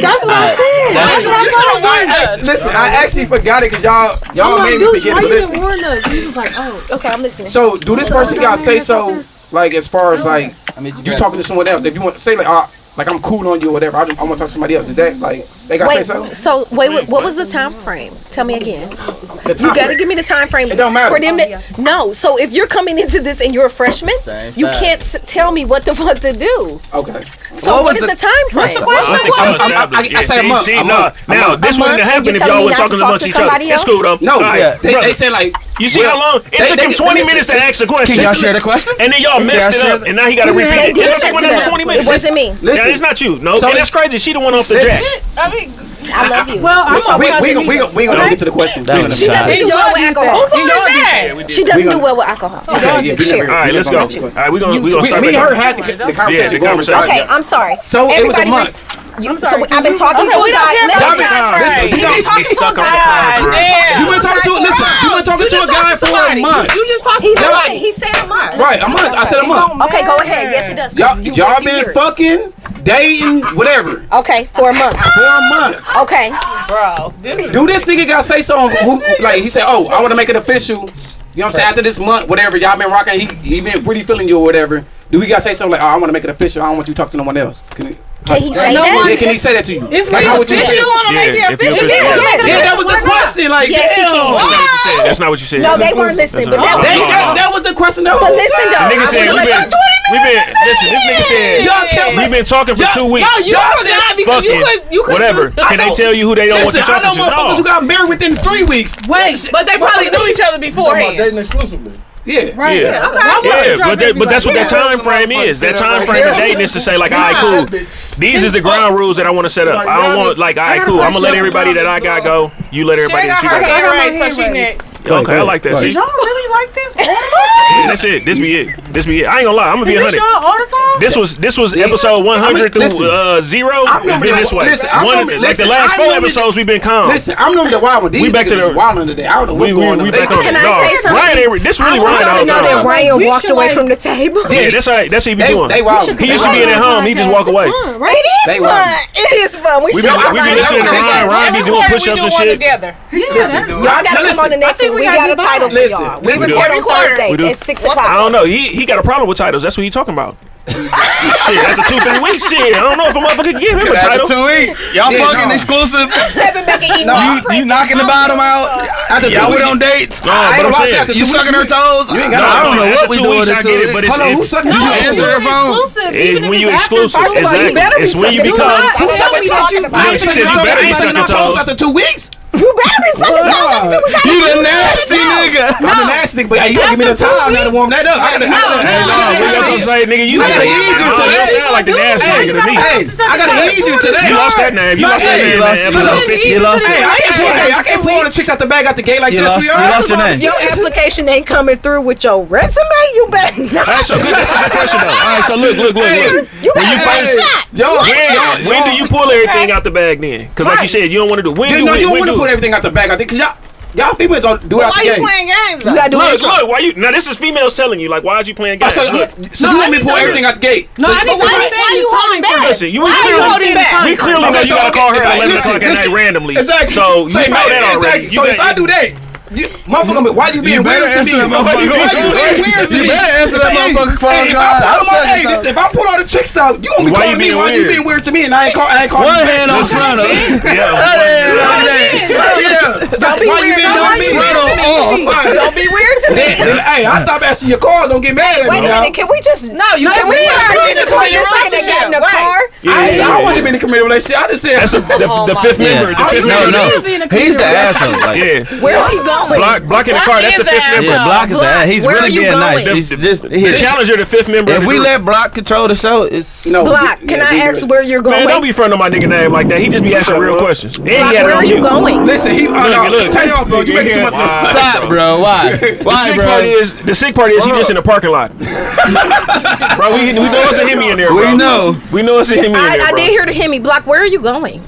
K: That's what I said.
H: That's
K: That's what I thought.
H: I actually- Listen, I actually forgot it because y'all y'all
K: I'm like,
H: made me
K: dude,
H: forget
K: why
H: it.
K: you
H: But
K: didn't
H: listen,
K: warn us? You was like, oh, okay, I'm listening.
H: so do this person y'all say so? Like as far as like you talking to someone else? If you want say like uh, like I'm cool on you or whatever, I, just, I want to talk to somebody else. Is that like they gotta say
C: Wait,
H: so?
C: so wait, wait, what was the time frame? Tell me again.
H: The time
C: You gotta
H: frame.
C: give me the time frame.
H: It don't matter.
C: for them.
G: Oh,
C: To, no, so if you're coming into this and you're a freshman,
H: Same
C: you
H: time.
C: can't s- tell me what the fuck to do.
H: Okay.
C: So what is the, time frame?
H: I'm- I'm- I- I say a month, a
B: nah,
H: month, a
B: now
H: month.
B: this wouldn't have
H: A month? You
B: happened if
H: telling
B: y'all
H: me
B: wasn't
H: not to
B: talking
H: talk
B: amongst
H: to
B: each other.
H: somebody
B: It's cool though.
H: else? No,
B: All right,
H: yeah, they-
B: brother.
H: they say, like,
B: you see
H: well,
B: how long it
H: they-
B: took
H: they-
B: him 20
H: listen,
B: minutes to
H: listen.
B: ask the question.
H: Can y'all share the question?
B: And then y'all
H: Can y'all
B: messed it
H: share
B: up,
H: the-
B: and now he got to
H: They
B: repeat it.
H: did
B: It
H: mess
B: took one
H: it
B: another
H: up.
B: 20
H: It
B: minutes.
H: wasn't me.
B: Yeah,
H: Listen.
B: it's not you. No,
H: So
B: and
H: it-
B: that's crazy. She the one off the
H: Listen.
B: jack.
G: I mean,
C: I love you.
K: Well, I'm
H: we
K: upset
H: we,
K: to
H: we, we,
K: you.
H: we, we gonna get to the question. We gonna-
C: She doesn't do well with alcohol.
G: Who phone is that?
C: She doesn't
H: We
C: do
H: gonna-
C: well with alcohol.
H: Okay, yeah, we never-
B: All right,
H: we
B: let's
H: never
B: go. All
H: asked the question.
B: right, we're gonna
H: You-
B: we're gonna
H: we-
B: start.
H: me
B: back
H: and her
B: up.
H: had the- the conversation
B: Yeah, the
H: going.
B: conversation.
C: Okay, I'm sorry.
H: So it was a
C: Everybody
H: month.
C: was- You, so I've been talking
G: Okay,
C: to
G: we
C: a
G: don't
C: guy.
G: care
C: Let
G: about
C: me
G: the
C: talk
G: time
C: first.
G: frame.
C: You been
G: He's
C: talking to a
G: stuck on the
C: guy.
G: time frame. Yeah.
H: You been talking to listen. You been talking to a guy for a month.
G: You just talked
C: He
G: to
C: said,
G: somebody.
C: he said a month.
H: Right, a month. I said a month.
C: Okay, go ahead. Yes, it does. 'cause
H: Y'all,
C: you
H: y'all
C: want to hear
H: been
C: it.
H: fucking dating, whatever,
C: Okay, for a month.
H: for a month.
C: Okay.
G: Bro, this is
H: Do this nigga got say so? on Who, like he said, oh, I want to make it official. You know what I'm saying? After this month, whatever y'all been rocking, he he been really feeling you or whatever. Do we got say something like, oh, I want to make it official. I don't want you to talk to no one else. Can, he-
C: Can he say
H: Yeah,
C: that?
H: Can he say that to you?
G: If
H: like,
G: we
H: how would you?
G: official,
H: feel?
G: wanna make
B: Yeah,
G: it
B: if you
G: official?
B: official.
C: Yeah,
H: Yeah, that was the question. Like,
C: Yes, he
H: damn.
C: can.
B: That's not what you said.
C: No, they weren't listening, but that
H: That,
C: was
H: that, that was the question. That
C: But listen,
B: Nigga
C: though, I
B: said
C: was
B: we been
C: like,
B: we been listen. This nigga said
H: Y'all kept
B: we been talking for
H: Y'all-
B: two weeks.
G: No, you
H: Y'all
G: forgot
H: said
G: because you
B: fucking
G: could. You could.
B: whatever.
G: do-
B: Can they tell you who they don't want you
H: Listen, I know
B: talking to?
H: motherfuckers who
B: No.
H: got married within three weeks.
K: Wait,
G: But they probably knew each other beforehand.
L: exclusively.
H: Yeah.
K: right.
B: Yeah.
K: Okay. Why would you
B: Yeah,
K: try
B: but that,
K: to be
B: but
K: like,
B: that's what that
K: yeah.
B: time frame is. That time frame of dating is to say like, all right, cool. These is the ground rules that I want to set up. I don't want like, all right, cool. I'm gonna let everybody that I got go. You let everybody
G: Sherry
B: that
G: got
B: you
G: her
B: got
G: hand
K: Okay.
G: raised, so
K: Okay.
G: she next.
B: go. Okay, I like that. See,
K: Did y'all really like this?
B: that's it. This be it. This be it. I ain't gonna lie. I'm gonna be
K: Is
B: hundred.
K: this y'all all the time?
B: This was this was episode 100
H: listen.
B: through uh, zero.
H: I'm
B: It's
H: normally
B: been
H: the-
B: this way.
H: listen, I'm
B: One,
H: normally-
B: like
H: listen,
B: the last
H: I'm
B: four
H: normally-
B: episodes, we've been calm.
H: Listen, I'm normally the wild one. These
B: We back
H: niggas
B: to the-
H: is wild under there. I don't know what's
B: we, we,
H: going
B: we
H: on.
B: back
H: They-
B: on
C: Can
B: it.
C: I say
B: No,
C: something?
B: Ryan, ain't- this really
C: I want
B: Ryan
C: y'all
B: all
C: to
B: the
C: know that
B: time.
C: Ryan
K: We
C: walked
K: should,
C: away
K: like-
C: from the table.
B: Yeah, that's right. That's what he be
H: They-
B: doing.
H: they wild.
B: He used to be in at home. He just walk away.
C: It is
H: They
C: fun.
H: won.
C: It is fun. We
B: We
C: should
B: been-
C: come
B: we been
C: out
B: listening to
C: and-
B: Ryan. Ryan be doing
G: Everywhere we
B: push-ups
G: do
B: and
G: one
B: shit.
G: together.
H: Listen,
C: Y'all gotta come on the next
K: think
C: one. We
K: we gotta
C: got a
K: do
C: title for
H: Listen,
C: y'all. We
H: listen.
C: record
G: Every
C: on
G: quarter.
B: We
C: Thursdays
B: do.
C: at six
B: I
C: o'clock.
B: don't know. He he got a problem with titles. That's what he talking about. shit, after two three weeks, shit. I don't know if a motherfucker can give him a
J: After
B: title.
J: two weeks, y'all
H: Yeah,
J: fucking
H: no.
J: exclusive.
C: Stepping back and eating
J: You, you knocking the bottom out.
H: After two
J: Y'all went
H: weeks-
J: on dates.
B: No, but I'm
H: gonna lie to
B: saying.
H: after
J: You
H: two
J: sucking her
H: weeks-
J: toes.
H: You ain't
B: No,
H: got
J: I
B: I'm
J: don't know
B: saying
J: what
B: after
J: we
B: two
J: doing
B: weeks, I
J: until
B: get
J: it-
B: it, but it's
H: Hold on,
B: it-
H: who's sucking
K: No,
H: toes?
K: it's
J: answer
K: not
J: her phone.
K: exclusive,
B: It's
K: even if
B: when you
K: after
B: exclusive.
K: first
B: Exactly.
K: date.
C: you better be
B: It's when you
C: sucking-
B: become-
C: Do not-
K: Who
C: That's
K: said
C: what we
K: we
C: talking
K: talking
C: about.
H: You
B: She
H: sucking
B: said you
H: toes?
B: better
H: You
B: be
H: sucking
B: sucking
H: toes
B: toes.
H: after two weeks?
C: You better be sucking.
H: God.
C: toes.
J: You the nasty nigga.
H: I'm elastic, but hey, you gotta give me the time now to warm that up. I gotta, I gotta, I gotta,
B: Hey,
H: I
B: what you
H: gotta,
B: say, nigga? You
H: I gotta
B: you
H: ease you to
B: You
H: that.
B: sound like the nasty
H: Hey,
B: nigga to me.
H: hey, I gotta ease you to that.
B: You lost that name. You
H: No,
B: lost that
H: hey,
B: name.
H: lost-
B: man.
H: you
B: Episode
H: lost-
B: 50.
H: you lost- Hey, I can't pull- hey, I can't pull all the chicks out the bag out the gate like
J: You
H: this.
J: lost-
H: We
J: you
H: are.
J: lost your
C: If your application ain't coming through with your resume, you better not.
B: That's a good, that's a good question though. All right, so look, look, look, look.
C: You
B: When you
C: got
B: first,
H: Yo,
B: when,
H: yo,
B: when do
H: yo.
B: you pull everything out the bag then? Because like you
H: Right.
B: said, you don't want to do. When
H: Yeah,
B: do
H: no,
B: when,
H: you don't
B: when
H: want to
B: do
H: put
B: it?
H: everything out the bag. I think 'cause y'all, y'all females don't do it out the game.
G: games?
H: though? You gotta do
B: look,
H: intro.
B: look. Why you? Now this is females telling you. Like, why is you playing
H: Oh,
B: games?
H: so-
B: look,
H: so you No, want I me to need pull to- everything out the gate? No, So- I need to understand
G: Why you holding back?
B: Listen, you
G: Why
B: we
G: you
B: clearly,
G: holding back?
B: We clearly know
H: Okay,
B: you
H: so-
B: gotta call her
H: okay,
B: at eleven
H: listen,
B: o'clock at
H: listen.
B: night randomly.
H: Exactly.
B: So you
H: if
B: know
H: I-
B: that already.
H: exactly. So if I do that, you, motherfucker, be- why you being weird to me?
B: answer that
H: Why you
B: motherfucker.
H: being weird to
B: You
H: me?
B: better answer that
H: Hey,
B: motherfucker phone
H: Hey, if
B: call.
H: I
B: I'm
H: put all my-
B: telling
H: hey,
B: you
H: listen, if I put all the tricks out, you gonna be
B: Why you
H: calling me.
B: being
H: Why you
B: weird?
H: being weird to me? And I ain't call. I ain't calling.
J: One
H: you back.
J: hand on Fronto.
H: Yeah. Stop.
C: be
H: Why you
C: weird.
H: being
C: Don't
H: weird
C: be
H: to me?
C: weird to me.
H: Fine.
C: Don't be weird to me.
H: Then- then, Hey, I stop asking your calls. Don't get mad at me
C: Wait a
H: now.
C: minute, can we just
G: No, you
C: can
G: can't
C: we
G: be
C: put our
G: weird.
C: attention
G: This
C: on
G: is
C: this
G: your
C: nigga that got in the
G: relationship,
B: Yeah,
C: car?
H: Yeah, I, ain't
B: yeah,
H: said I
B: yeah.
H: wanted to be in a committed relationship. I just said
B: That's a, the, the fifth
J: Yeah.
B: member. The
H: I
B: fifth
H: said-
B: member.
J: No, no. He's the asshole. Like,
B: Yeah.
C: Where's he going?
B: Block, block in the
G: Block
B: car. That's the
G: is
B: fifth
G: the
B: member.
J: Yeah, Block is
G: Block,
J: that. He's
G: where
J: really
G: are you
J: being nice.
G: going?
J: He's
B: The-
J: just
B: The challenger, the fifth member. of
J: If
B: the
J: we
B: group.
J: let Block control the show, it's
H: No,
C: Block,
H: we-
C: can
H: yeah,
C: I
H: we-
C: ask where you're going?
B: Man, don't be front of my nigga name like that. He just be asking real questions. And he
C: Block,
B: had it
C: where
B: on
C: are you
B: mute.
C: going?
H: Listen, he.
B: Look,
H: uh,
B: look.
H: turn it off, bro. You making too much
B: Why?
H: sense.
J: Stop, bro. Why?
B: The
J: Why,
B: sick
J: bro?
B: part is the sick part is he just in the parking lot. bro, we, we know it's a hemi in there, bro.
J: We know.
B: We know it's a hemi in
C: I,
B: there,
C: I
B: bro.
C: did hear the Hemi. Block, where are you going?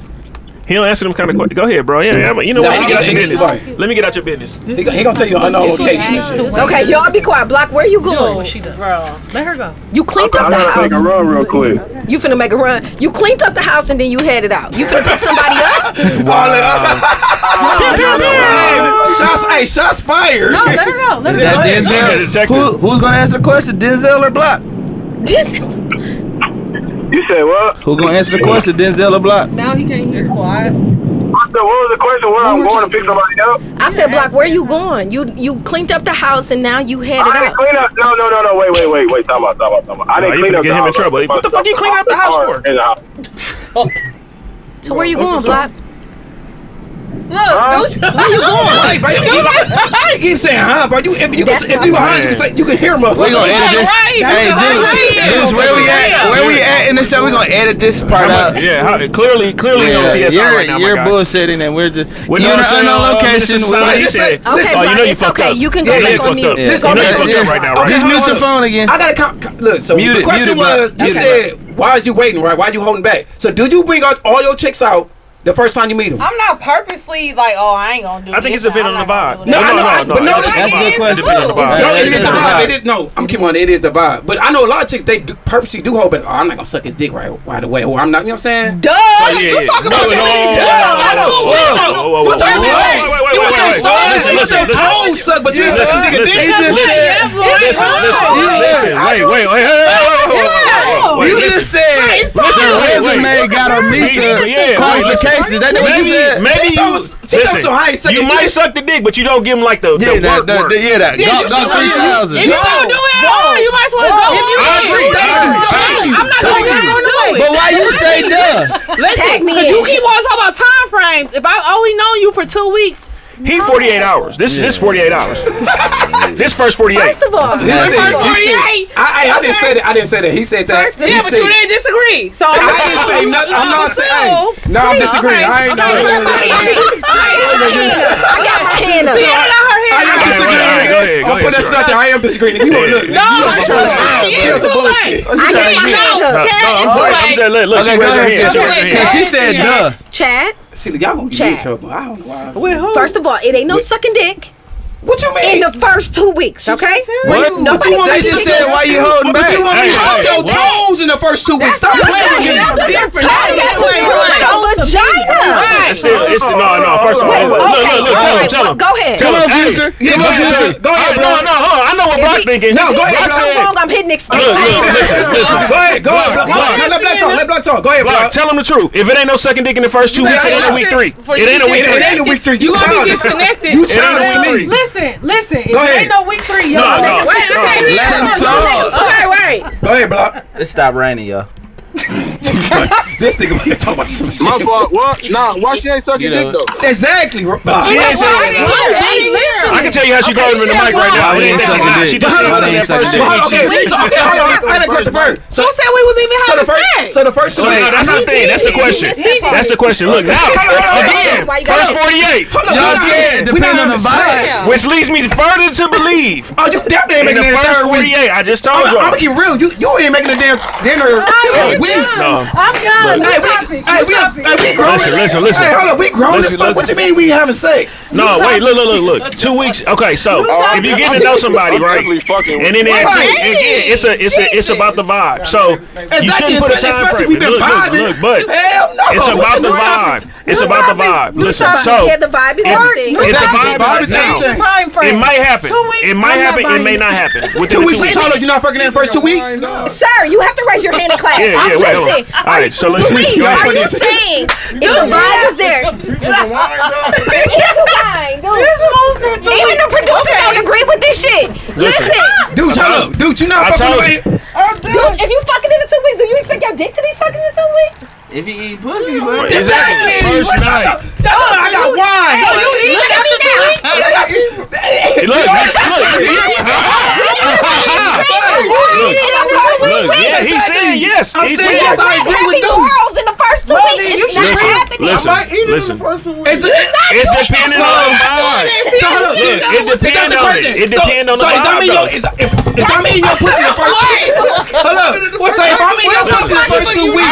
B: He don't answer them kind of questions. Go ahead, bro. Yeah, yeah, but you know
H: No,
B: what? Let
H: he
B: me get out
H: got
B: your
H: you.
B: business.
H: Right.
B: Let me get out your business.
H: He, he gonna tell you an unknown location. and shit.
C: Okay, y'all be quiet. Block, where you going?
K: She does.
G: Bro.
K: Let her go.
C: You cleaned up
L: I'm
C: the
L: gonna
C: house.
L: take a run real quick.
C: You finna make a run. You cleaned up the house and then you headed out. You finna pick somebody up?
H: All that- Hey, uh, shots, hey, shots fired.
K: No, let her go. Let her go.
J: That
B: She's a
J: Denzel.
B: detective.
J: Who, who's gonna answer the question, Denzel or Block?
C: Denzel.
L: You said what?
J: Who gonna answer the question, Denzel or Block?
K: Now he can't hear.
L: I said, what was the question? Where I'm going to pick somebody up?
C: I said, Block, where you going? You you cleaned up the house and now you headed
L: I didn't
C: out.
L: clean up. No, no, no, no. Wait, wait, wait, wait. Talk about, talk about, talk about.
B: Nah,
L: I didn't
B: you
L: clean
B: finna
L: up.
B: get
L: the
B: him in
L: house.
B: trouble.
L: I
B: What the fuck you clean up the house
L: car
B: for?
L: in the house.
C: So where you going, Block?
G: Look, don't you.
C: Where you going?
H: Hey, bro, you keep, I keep saying, huh, bro? You, if you, can,
C: That's
H: if you
C: not-
H: behind, you can, say, you can hear motherfucker.
J: We gonna edit this. Hey,
K: right.
J: dudes, dudes, where we at? Where we at in the show? We gonna edit this part out.
B: Yeah, how, clearly, clearly you don't see that
J: you're
B: right now,
J: you're
B: my guy.
J: bullshitting, and we're just
B: We're
J: you're in
B: not saying,
J: an unknown
B: uh,
J: location.
B: Mr.
J: We're
B: Simon,
J: like-
B: he said- Listen,
C: Okay,
B: oh, you know
C: Brian,
B: you
C: it's
B: fucked
C: okay.
B: up.
C: You can
B: Yeah,
C: go
B: yeah,
C: back
B: you
C: on
B: fucked
C: mute.
B: up.
C: Yeah.
B: You know you
J: Okay,
B: fucked up
J: yeah.
B: right now,
J: Okay,
B: right?
J: Just mute your phone again.
H: I gotta com- com- look. So
J: Mute
H: the
J: it,
H: question
J: mute it,
H: was,
J: bro.
H: you said, why is you waiting, right? Why you holding back? So do you bring out all your chicks out the first time you meet them?
G: I'm not purposely like, oh, I ain't gonna do
B: I think
G: this
B: it's a bit on
G: now.
B: the
G: I'm
B: vibe.
G: not gonna do that.
H: No, I know, I- but no,
B: it's
H: that's
B: a
H: a
B: vibe.
H: good
B: It's a bit on the
G: question.
H: No,
B: vibe.
J: it
H: it is
J: is
H: the
J: the
H: vibe.
J: vibe.
H: It is no. I'm keeping on. It is the vibe. But I know a lot of chicks they do, purposely do hold, but oh, I'm not gonna suck his dick right right away. Or I'm not. You know what I'm saying?
C: Duh!
B: yeah, yeah.
G: You talking
B: No, no,
G: about your
B: no, no,
G: man. Duh,
B: no, no, no,
G: no, no, no.
B: whoa, whoa,
H: You
B: whoa,
H: told
B: whoa,
H: me
B: whoa, wait,
H: legs.
B: wait,
H: You
B: wait,
H: want
B: wait,
H: your
B: wait.
H: soul
B: Listen,
H: you want
B: listen,
H: your
B: listen.
H: toes sucked, but you ain't
B: Listen,
H: sucking nigga
B: listen,
H: dick.
B: listen,
H: You just said-
B: Listen, listen, listen, wait, wait, wait, hey, hey, wait, wait, wait, wait, wait,
J: You
B: listen.
J: just said
B: Listen,
J: your
B: wait, wait.
J: resume gotta meet
B: Yeah,
J: the
B: yeah,
J: qualifications. That's what you
B: Maybe,
J: said.
B: maybe
H: She
B: you,
H: told us- she told us so I ain't
B: listen,
H: sucking
B: you might
H: dick.
B: suck the dick, but you don't give him like the, the
J: Yeah,
B: work
J: that, that,
B: work.
J: that, yeah, that.
H: Yeah, you
J: Go,
H: still-
J: go three thousand.
G: If you don't do it at all, you might as well go. If you
B: I
G: did.
B: agree.
H: Thank you.
G: I'm not
H: Thank
G: going
H: you.
G: to do it.
J: But why you say duh?
G: Listen,
C: Tag me
G: because
C: in.
G: you keep on talking about time frames. If I've only known you for two weeks,
B: He 48 hours. This this 48 hours. this first 48.
C: First of all,
H: He said-
G: I'm
H: he said-
G: 48.
H: I, I, I didn't say that. I didn't say that. He said that.
C: First-
H: he
G: yeah, but
H: said-
G: you didn't disagree. So
H: I didn't say nothing. I'm not saying. hey, No, I'm disagreeing. I ain't know.
C: I got my hand up.
G: See, I got her
H: I
G: hand
H: am
G: up.
H: disagreeing.
B: All right, go ahead, go
H: I'm
B: ahead,
H: putting that
B: sure.
H: shit out there. I am disagreeing. You gonna look.
G: No,
H: you on
G: it's
H: some
G: too
H: bullshit.
G: late.
H: You on
G: It's too late.
H: some bullshit.
C: I got
G: Can't
C: my hand
G: go.
C: up.
G: Chad,
B: no, I'm
G: it's too
B: sorry. I'm
G: late.
B: saying, look, look, she
J: Okay, go
B: raised her hand.
J: ahead,
B: She raised
J: sis.
B: her
J: Yeah,
B: hand.
J: She said duh.
C: Chad,
H: See, y'all gonna get me in
C: Chad.
H: trouble. I don't know why. I said-
C: first of all, it ain't no sucking dick
H: What you
C: in
H: mean?
C: the first two weeks, okay?
J: What?
C: Nobody
H: you want
C: said
H: me to
C: dick
J: say?
C: in the
J: Why you
C: first-
J: holding
H: But
J: back?
H: you want me to
B: Hey,
H: suck
B: hey,
H: your
B: what?
H: toes in the first two weeks? Stop playing with me.
C: That's because your tongue got
G: Wait, wait,
C: to do with your vagina.
B: It's still, it's still, no, no. First of all,
C: Wait,
B: look, look,
C: okay,
B: look, look, tell
C: all
B: him,
C: right,
B: tell him.
C: go ahead.
B: Tell
J: Come
B: him,
J: on,
B: hey,
J: Future.
H: Yeah,
J: Come
H: go
J: on,
H: ahead,
J: Future.
H: Go
B: I-
H: ahead,
B: no, no,
H: bro.
B: hold on. I know what
C: If
B: Block
C: he-
B: thinking.
H: No, go
C: If
H: ahead,
B: Block
H: bro.
C: I'm
B: said-
C: wrong, I'm hitting escape.
B: Look,
C: I ain't
B: look,
C: gonna-
B: listen, listen.
H: Go ahead, go ahead,
B: Block,
H: bro.
B: block.
H: No, Let Black talk. Let Black talk. Go ahead, bro.
B: Block, tell him the truth. If it ain't no second dick in the first two weeks, it ain't a week three. It ain't a week
H: It
B: three.
H: ain't a week three. You
G: You gonna be
H: childish.
G: disconnected.
H: You
G: It ain't
H: childish to me.
K: Listen, listen. If
H: Go
K: it
H: ahead.
K: ain't no week three,
B: No,
K: y'all.
B: no.
G: Wait, I can't hear
J: Let
G: you.
J: him talk.
G: Okay, wait.
H: Go ahead, Block.
J: It stopped raining, y'all.
H: this nigga about to talk about some shit.
L: My fault. What? Nah, why she ain't sucking dick though?
H: Exactly. bro.
B: She ain't sucking dick. I can tell you how she growing in the mic right now. It ain't sucking dick. She just said that first
H: But hold on,
B: dick.
H: okay, so- okay, hold on. I had a question first. So,
G: Who said we was even
H: so the
G: having
H: first,
G: sex?
H: so the first
B: So now that's the thing. That's the question. That's the question. Look now, again, first forty-eight.
H: Hold on, hold on. We not having sex.
B: which leads me further to believe.
H: Oh, you definitely ain't
B: In
H: making
B: the
H: it in
B: first
H: third week.
B: 48, I just told
H: I'm,
B: y'all.
H: I'm gonna keep real. You you ain't making a damn dinner
B: I'm
H: a week.
B: done. No. I'm
I: done.
H: Hey,
I: You
H: we,
I: topic.
H: hey,
I: You
H: we,
I: topic.
H: hey, we grown.
B: Listen, listen, listen.
H: Hey, hold up, we grown
B: Listen,
H: as fuck. What you
B: listen.
H: mean we having sex?
B: No, wait, look, look, look, look. Two weeks. Okay, so
H: talking-
B: if you get to know somebody,
H: I'm
B: right,
H: definitely fucking with
B: and then
H: you.
B: they
H: Right.
B: and again, it's a, it's a, it's about the vibe. So you
H: Exactly,
B: shouldn't put a time
H: especially
B: frame.
H: we've been
B: look, look,
H: vibing.
B: look, but
H: Hell no.
B: it's
H: What
B: about
H: you
B: the
H: vibing?
B: vibe. It's about the vibe.
C: You
B: Listen,
C: vibing.
B: so
C: Yeah, the vibe is
B: if-
C: everything.
B: If the
H: Exactly,
B: vibe
H: vibe
B: is
H: is
B: down,
H: everything.
I: Time frame.
B: it might happen.
I: Two weeks,
B: It
I: I'm
B: might
I: not
B: happen. It
I: buying
B: may
I: it.
B: not happen. Within
H: Two
B: the
H: weeks. You told her you're not fucking in the first two weeks.
C: Sir, you have to raise your hand in class.
B: Yeah, yeah,
C: I'm
B: wait, hold on.
C: listening.
B: All right, so let's-
C: Please,
B: y'all
C: are
B: funny
C: you
B: as-
C: saying if the vibe is there? It's the wine, dude. Even the producer don't agree with this shit.
B: Listen.
C: Listen,
H: Dude, hold up. Dude, you
B: I
H: not fucking
B: told
H: with
B: you.
C: dude, if you fucking in the two weeks, do you expect your dick to be sucking in two weeks?
J: If you eat pussy, bro.
H: Exactly.
B: First
H: What you
B: night.
H: talk- That's why I got
C: Hey,
H: wine.
C: you eat
H: Look
C: after two weeks?
H: at you.
B: Hey, Look, that's-
C: You eat after two
B: look, look.
C: weeks?
B: Yeah, he said yes.
H: I'm
B: He
H: saying
B: said
H: yes, I
C: Quit
H: agree with
C: having
H: dude.
C: orals in the first two weeks.
I: you
C: It's not
B: Listen,
C: happening.
B: listen, listen.
H: It's a-
B: It's depending
H: So-
B: on the vibe.
H: So hold up.
B: Look, it
H: Is that
B: depend
H: the
B: on
H: question?
B: it. It
H: So-
B: depend on the
H: so is I'm
B: vibe,
H: in your,
B: though.
H: is, if, if I'm in your pussy the first hold up. So if I'm in your
B: Listen.
H: pussy the first two weeks,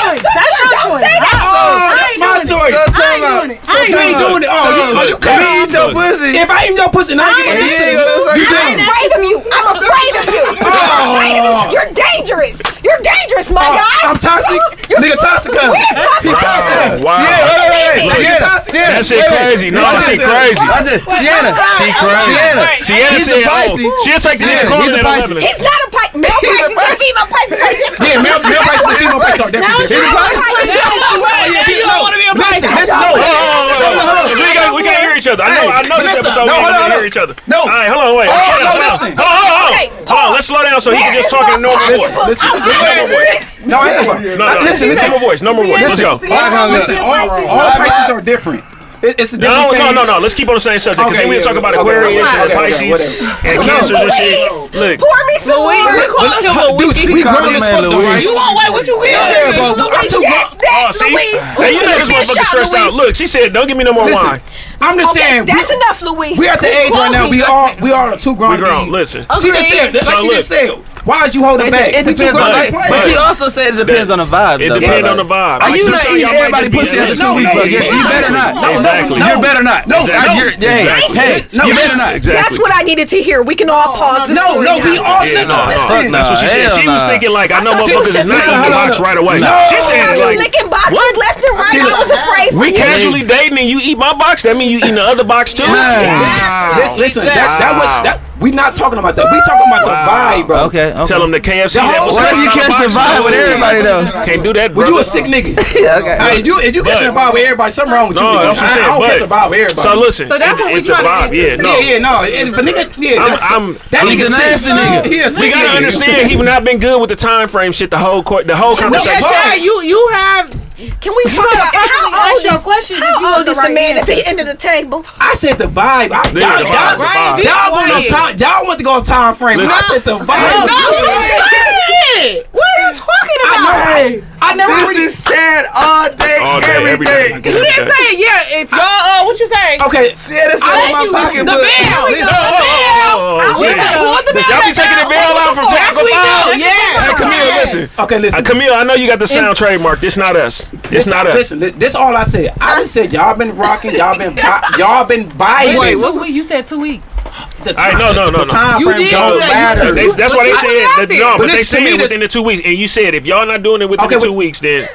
I: That's your choice. That's your choice.
C: say that.
H: oh, that's my choice.
J: So
I: I
J: time
I: ain't
J: out.
I: doing it.
J: So
H: You ain't
J: time out.
H: doing it. Oh, you, oh, you
B: Look,
J: You
H: cut me.
J: eat your pussy.
H: If I eat your pussy, now I get my
J: ain't
H: dick.
J: doing it.
H: You
C: I'm
H: down?
C: afraid of you. I'm afraid of you. I'm afraid of you. You're dangerous. You're dangerous, my
H: Oh,
C: guy.
H: I'm toxic.
C: You're-
H: Nigga toxic. huh?
C: Where's my
H: He
C: phone?
H: toxic.
B: Wow.
J: Sienna, wait, wait, wait, wait.
H: Nigga
J: Sienna,
H: toxic.
J: Sienna.
B: That shit
J: Wait, wait.
B: crazy. No,
J: You
B: that shit
J: toxic.
B: crazy.
J: I just- Sienna,
C: She
B: crazy.
J: Sienna,
B: She had to
J: He's a
B: say,
J: Pisces.
B: oh, she'll take the
J: Sienna,
B: dick calls
J: he's a
B: at
J: Pisces.
B: 11.
C: He's not a Pisces. Male
J: He's a
C: Pisces and
J: Pisces.
C: female Pisces are different.
H: Yeah, male, male Pisces, female Pisces
I: Now
H: are different.
I: she's
H: Different
I: a
H: Pisces.
I: Pisces. Now
H: Yeah,
I: you
H: no.
I: don't want to be a Pisces.
H: Listen, listen, no.
B: Hold on, hold on, hold on.
H: Hold on, hold on.
B: We can't- We can't hear each other. I know, I know this
H: Hey,
B: episode. we
H: no, hold on,
B: ain't gonna
H: hold
B: hear
H: on.
B: each other.
H: No.
B: All right, hold on, wait.
H: Oh,
B: Shut up,
H: no,
B: shut up.
H: listen.
B: Hold on, hold
C: Okay,
B: on. Hold on, let's slow down so he can just talk in normal
H: Listen,
B: voice.
H: listen,
C: I'm
H: listen,
C: not
H: number one. No, I ain't gonna-
B: No, no,
H: listen, listen.
B: Number voice, number voice. Let's go.
H: All, all, listen, all, all Pisces are different. It- It's a
B: No,
H: different.
B: no,
H: thing.
B: no, no. Let's keep on the same subject. Because
H: Okay,
B: then we'll
H: yeah,
B: talk about
H: okay,
B: Aquarius
H: okay,
B: and
H: okay,
B: Pisces
H: whatever.
B: and cancers and
C: Please,
B: shit. Look,
C: pour me some
G: Louise,
C: water.
G: we called you, but we
H: Dude,
G: keep
H: we grown as
J: calling
H: fuck
J: him
H: though, right?
J: Louise.
G: You won't wait. What you will?
H: Yeah,
G: nigga?
H: but I'm too
C: Yes, that,
B: oh, see?
C: Louise.
B: Hey, you know this
C: Give me a
B: motherfucker
C: shot,
B: stressed out.
C: Louise.
B: Look, she said, don't give me no more
H: Listen,
B: wine.
H: I'm just
C: Okay,
H: saying.
C: that's
H: we-
C: enough, Louise.
H: We at the age right now. We
G: Louise.
H: all we all are too grown.
B: We grown,
H: to-
B: listen.
C: Oh.
H: She just said. Like
B: So
H: she just said. Why is you
J: It
H: holding back?
J: de- it
H: We too
J: depends on
H: grown.
B: Hey,
J: the
H: Like,
J: But
B: hey.
J: she also said it depends on the vibe.
B: It
J: though,
B: depends
J: bro.
B: on the vibe.
J: Are
B: Like,
J: you
B: sometimes
J: not eating
B: y'all might
J: everybody
B: just be
J: pussy
B: in
J: after
B: it.
J: two weeks? though?
H: no,
J: You
H: no,
J: you
H: no,
J: better
H: no,
J: not.
H: no,
B: Exactly.
J: You better not.
H: No,
B: Exactly.
J: You're- Hey,
B: Exactly.
J: hey,
B: No,
J: you better not.
B: Exactly.
C: That's what I needed to hear. We can all pause the
H: No,
C: story
H: no,
C: now.
H: we all
B: Yeah,
H: no,
B: no, no,
H: listen.
B: that's what she
J: Nah,
B: said. She
J: hell
B: was
J: nah.
B: thinking like, I know
C: thought she was
B: motherfuckers is
C: just
B: not
C: messing
B: eating the
H: around.
B: box right away.
H: No.
B: She said
C: I
B: it
C: was
B: like,
C: licking boxes left and right. I was afraid for
B: we
C: you.
B: casually dating and you eat my box, that mean you eating the other box too?
J: Yes.
B: Wow.
H: Listen, listen, that, that was that. We not talking about that. We talking about the vibe, bro.
J: Okay, okay.
B: Tell them the KFC.
H: The
B: that
H: whole-
B: was
J: Why
H: Why
B: right
J: do you
B: out
J: catch the
B: box.
J: vibe with everybody though?
B: Can't do that, bro.
H: Well, you a sick nigga.
J: Yeah, okay.
H: Hey, if you if you catching a vibe with everybody, something wrong with you.
B: No,
H: nigga.
B: that's what I'm
H: I, I
B: saying.
H: don't
B: but-
H: catch a vibe with everybody.
B: So listen,
G: So that's
B: it's,
G: what we
B: it's a
G: trying to
B: vibe.
G: get
B: Yeah,
G: into.
B: no.
H: Yeah, yeah, no. If a nigga, yeah,
B: I'm-
H: that's-
B: I'm-
H: that
B: I'm
H: nigga
J: a nasty
H: sick.
J: nigga.
H: He a
B: We
H: sick
B: gotta
H: nigga.
B: understand he not been good with the time frame shit. The whole court, the whole
G: Yeah,
B: conversation.
G: yeah, you you have
C: Can we talk about how old
I: Ask your
C: is
I: questions if you
C: how
I: want
C: old
I: the
C: is the
I: right
C: man at
I: answer.
C: the end of the table?
H: I said the vibe.
B: Yeah,
H: I,
B: the vibe, the vibe.
H: y'all, y'all, y'all want to time, y'all want to go on time frame.
B: Listen.
H: I said the
G: no.
H: vibe.
G: you- What are you talking about?
H: I never, I never
J: This
H: really.
J: is Chad all day,
B: All day,
J: every
B: every
J: day.
B: day.
G: He didn't say it. Yeah, if y'all, uh, what you say?
H: Okay,
J: Yeah, that's
H: I
J: all
H: let
J: in
H: you-
J: my pocket.
G: The
H: but-
G: bell.
H: listen.
G: The bell. We
B: listen.
G: just pulled the bell.
B: Y'all be
G: back
B: taking the
G: out.
B: bell out from
G: Yes,
B: Jack
G: we
B: Five.
G: do. Yeah.
B: Hey, Camille, listen.
H: okay,
B: Uh,
H: listen.
B: Camille, I know you got the sound trademark. This not us. It's
H: listen,
B: not us.
H: Listen, thi- this all I said. I just said y'all been rocking, y'all been, vi- y'all been vibing.
K: Wait, what week? You said two weeks.
B: I no, no, no,
H: the
B: no.
H: time
G: You
H: frame
G: did
H: don't
G: that. You-
B: Uh,
H: matter.
B: they- that's why they
G: But
B: said
G: you got
B: that,
G: it.
B: no,
H: But
B: but they
H: listen
B: said
H: to me,
B: it
H: the-
B: within the two weeks, and you said if y'all not doing it within
H: Okay,
B: the two
H: but-
B: weeks, then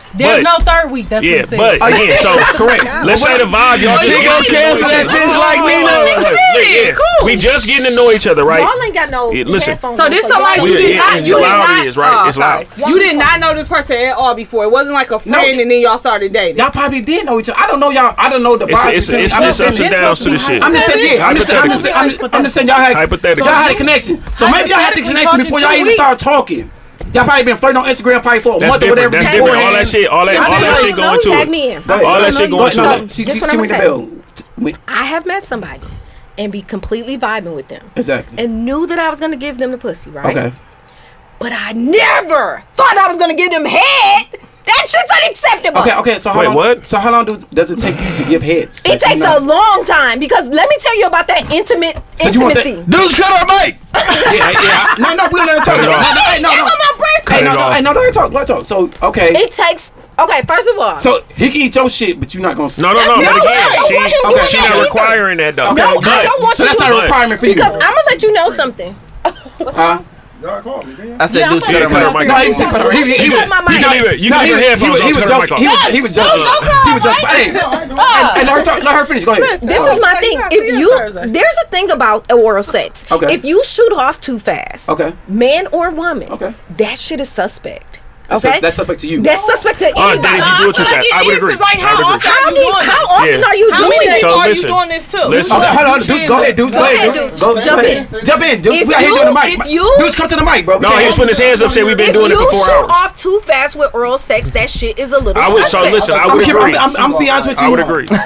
B: but,
K: There's no third week. That's
B: yeah,
K: what it said.
B: but again, so
H: correct. Oh,
B: let's say the vibe y'all
G: Oh, you
B: just
G: gonna cancel
J: that bitch like me now?
B: me
G: Cool.
B: We just getting to know each other, right?
C: Y'all ain't got no
B: Yeah, listen.
C: headphones.
G: So
C: on,
G: this somebody
C: y'all-
B: We-
G: you did
B: it-
G: not
B: it's
G: you
B: loud
G: did not
B: it is, right?
G: oh,
B: It's
G: sorry.
B: loud.
G: You did not know this person at all before. It wasn't like a friend and then y'all started dating.
H: Y'all probably did know each other. I don't know y'all. I don't know the
B: It's
H: vibes.
B: it's
H: between-
B: it's,
H: I'm
B: it's
H: just saying
B: ups and
K: this
B: downs
K: must
B: to
K: be
B: the shit.
H: I'm just saying, yeah. I'm just saying, I'm just saying, I'm just, I'm just saying, y'all had
B: Hypothetical.
H: Y'all had a connection. So maybe y'all had the
K: Hypothetically
H: connection before y'all
K: talking
H: even
K: two
H: started talking. Y'all probably been flirting on Instagram probably for a
B: That's
H: month or whatever.
B: different. That's different. All that
H: beforehand.
B: shit. All that. All that shit going to.
C: tag me in.
B: it. All that shit going
H: No, no,
B: to.
H: no.
B: it.
H: She,
C: Just
H: she,
C: what
H: she
C: I'ma
H: ring the
C: say.
H: bell. Wait,
C: I have met somebody and be completely vibing with them
H: Exactly.
C: and knew that I was gonna give them the pussy, right?
H: Okay.
C: But I never thought I was gonna give them head. That shit's unacceptable.
H: Okay, okay. So how long, what? So how long do, does it take you to give heads?
C: It takes a long time because let me tell you about that intimate
H: So you want that-
C: intimacy.
H: Dudes, cut our mic. yeah, yeah. No, no, we'll let her talk.
C: Cut it
H: No,
C: off.
H: no, hey, no,
C: It's
H: no.
C: on my birthday.
H: Hey,
C: Cut
H: no,
C: it
H: no,
C: off.
H: hey, no, let her talk. Let her talk. So, okay.
C: It takes okay. First of all,
H: So he can eat your shit, but you're not gonna.
B: No, no, no.
C: That's
B: But
C: not- I don't
B: again, Oh, she,
C: want him doing
B: she
C: that
B: not
C: either.
B: requiring that though.
H: Okay,
C: no, I
B: But-
C: don't want
H: so
C: you.
H: that's not a requirement for you.
C: Because I'm gonna let you know something.
H: Huh? I
J: said, dudes,
B: cut her mic off.
H: No, he said cut her. He, he, he,
B: You
H: was-
B: cut my mic. You can leave it. You
H: No,
B: can leave
H: he
B: your
H: was-
B: headphones
H: he
B: on.
H: was- He
B: Cut
H: was
B: her mic
H: joking.
B: off.
H: He was- He was joking.
B: Don't cut
H: He was joking. Hey, hey, let her talk. Let her finish. Go ahead.
C: This is my thing. If you there's a thing about oral sex.
H: Okay.
C: If you shoot off too fast,
H: Okay.
C: man or woman, okay, that shit is suspect.
H: That's
C: Okay,
H: su- that's suspect to you.
C: That's suspect to
B: Oh,
C: anybody.
B: Danny, you do it too
G: Like,
B: fast.
G: Uh, it
B: I would
G: is,
B: agree.
G: 'cause,
B: I
G: like, how
B: would agree.
G: often
C: How,
G: you
C: many-
G: doing
C: how
G: this?
C: often
B: Yeah.
C: are you
G: How
C: doing
G: many
C: that?
G: people are you doing this to?
B: Listen.
H: Okay, hold on, dudes. Go ahead, dudes. Go ahead, dudes. Go
C: Jump
H: ahead.
C: in.
H: Jump in, dudes.
C: If
H: We out here doing the
C: you-
H: mic.
C: if you-
H: Dudes, come to the mic, bro. We
B: No,
H: can't
B: he was
H: help
B: putting his hands up. Said we've been doing it
C: if
B: for
C: you
B: four
C: shoot
B: hours.
C: off too fast with oral sex, that shit is a little
B: I would. So
C: suspect.
B: listen, I
H: I'm,
B: would
H: keep-
B: agree.
H: I'm, I'm, I'm being honest with you.
B: I would agree.
H: But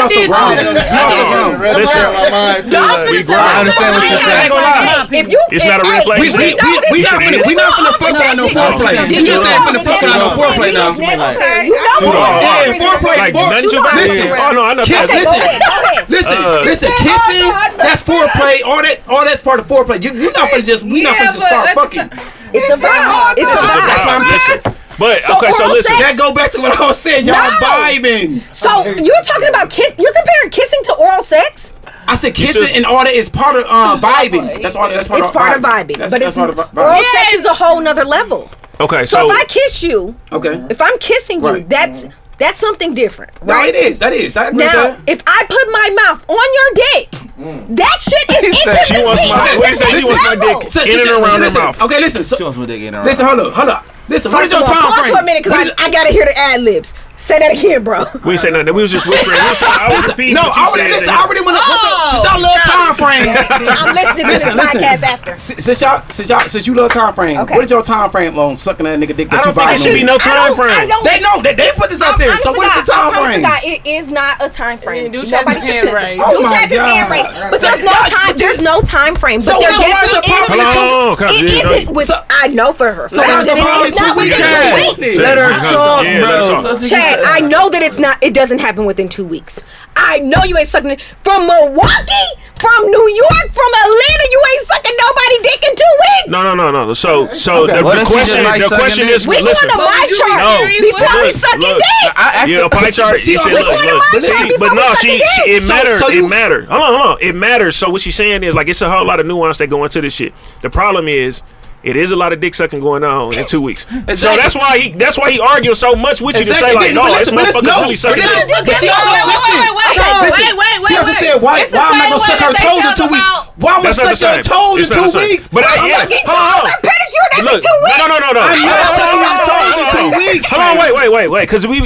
K: I
H: also
K: did
H: grown.
K: too.
H: We also grown.
C: Listen,
J: I understand what you're
C: I ain't
J: saying.
C: gonna lie. If you,
B: It's not a
C: hey,
B: real play. We-
C: We, know
H: we-
C: this
H: we
C: is-
H: not finna- we not finna fuck around no foreplay.
C: You
H: You just
C: know
H: ain't finna
C: that
H: fuck around no
C: that
H: foreplay
C: is
H: now.
C: necessary. You know
B: Shoot off.
C: that
H: Yeah,
C: is
H: foreplay,
B: Like,
H: foreplay.
B: none
C: You know how to
H: Listen,
C: do it.
B: Oh no, I know.
H: Kiss,
C: Okay, go
H: listen,
C: ahead, go ahead.
H: listen,
B: Uh,
H: listen. Kissing, that's foreplay. All that, all that's part of foreplay. You, you're not gonna just, we not
C: Yeah,
H: gonna just
C: but
H: start
C: that's
H: fucking.
C: It's a vibe. It's a
B: This is
C: vibe.
H: That's why I'm
B: about-
H: saying.
B: listen. But
C: So
B: okay, so
C: oral
B: listen.
C: sex-
H: That go back to what I was saying. Y'all
C: No.
H: vibing.
C: So you're talking about kiss? You're comparing kissing to oral sex?
H: I said
B: You
H: kissing
B: should-
H: and all that is part of uh, vibing. That's all. That's part
C: It's
H: of
C: part of vibing,
H: That's,
C: but it's
H: that's part of vi-
C: oral
H: vibing.
C: sex is a whole nother level.
B: Okay,
C: So,
B: so
C: if I kiss you,
H: Okay.
C: if I'm kissing you,
H: Right.
C: that's that's something different,
H: No,
C: right?
H: it is. That is. I agree with
C: Now,
H: that.
C: if I put my mouth on your dick,
H: Mm.
C: that shit is
J: said
C: intimacy.
J: she
B: wants my-
C: on
B: what you say,
C: the
B: she
C: next
B: wants my
C: level.
B: dick? in and around her
H: listen,
B: mouth.
H: Okay, listen.
J: She
H: So,
J: wants my dick in her.
H: listen, hold up, hold up. Listen, what is
C: First of
H: your
C: all,
H: time
C: pause
H: frame?
C: for a minute
H: What
C: because
H: is-
C: I, I gotta hear the ad libs. Say that again, bro.
B: we ain't say nothing. We was just whispering. We was trying- I was repeating
H: no,
B: what you said.
H: I already listen.
B: and-
H: I already want to.
C: Oh,
H: Since y'all love time frame,
C: I'm listening to this
H: Listen, listen.
C: podcast after.
H: Si- since y'all, since y'all, since you love time frame,
C: Okay.
H: what is your time frame on sucking that nigga dick
B: I
H: that you
B: don't think
H: vibing?
B: it should be
H: with?
B: no
C: I
B: time
C: don't- I
B: frame.
C: don't-
H: They know that they put this out
C: I'm
H: there.
C: honest
H: So
C: to
H: what
C: God, I
H: is the time
C: promise to
H: frame?
C: God, it is not a time frame.
G: do
C: Nobody
G: Chaz's
C: should
G: hand
C: sit-
G: raised.
C: do
H: Oh my
C: Chaz's hand
H: God.
C: raised. But there's no
H: That's-
C: time. There's no time frame. But
H: So
C: there
H: why is
C: definitely
H: it a
C: is-
H: problem to-
B: Hello, come
C: It
B: here,
C: isn't
B: don't-
C: with.
H: So-
C: I know for her.
H: So why is it a problem
C: it's not
H: two weeks?
C: within two
H: Chad?
C: weeks.
J: Let her
B: Yeah,
J: talk,
B: let her
J: bro.
B: talk.
J: So she can
C: Chad,
G: uh,
J: say-
C: I know that it's not. It doesn't happen within two weeks. I know you ain't sucking it from Milwaukee, from New York, from Atlanta. You ain't sucking nobody dick in two weeks.
B: No, no, no, no. So, so the,
J: What
B: the
J: if she just
B: question,
J: like
B: the
J: sucking
B: question
J: dick?
B: is,
C: We
B: listen.
C: going to my
G: would you be
C: chart
G: serious with
C: before we
B: Look,
C: sucking
B: look,
C: dick.
J: I asked
B: yeah,
J: her-
B: a pie
J: but she-
B: chart.
J: but she
B: you said,
J: also-
B: look,
C: She wanna
B: look,
C: ride
B: see,
C: before
B: but
C: we
B: no,
C: suck
B: she,
C: the
B: she
C: dick.
B: it
C: So-
B: matters.
H: so you-
B: it matters. Hold on, hold on. It matters. So what she's saying is like it's a whole lot of nuance that go into this shit. The problem is. It is a lot of dick sucking going on in two weeks, so
H: Exactly.
B: that's why he that's why he arguing so much with you to say
H: Exactly.
B: like,
H: But
B: no, this
H: listen, but listen,
B: motherfucker
H: no,
B: really sucking
H: but
B: dick.
H: listen,
G: But
H: she also-
G: wait, wait, wait,
H: listen,
G: wait,
H: listen.
G: wait, wait,
H: She
G: wait,
H: also
G: wait.
H: said, "Why,
G: It's the
H: why am I
G: same
H: gonna suck
G: way
H: her
G: that they
H: toes in
G: talk
H: two weeks?
G: about-
H: Why am I
B: That's not
H: gonna
B: the
H: suck your
B: same.
H: toes
B: It's
H: in
B: not the
H: two
B: same.
H: weeks?
B: But I-
H: I'm
B: yeah.
H: sucking
B: Hold on,
H: toes
B: hold on.
H: in
C: Pedicure every
B: Look,
C: two weeks.
B: no, no, no, no.
H: I'm not
B: Hold on,
H: sucking your toes
B: hold
H: in two
B: on.
H: weeks,
B: Hold on,
H: man.
B: wait, wait, wait, wait, because we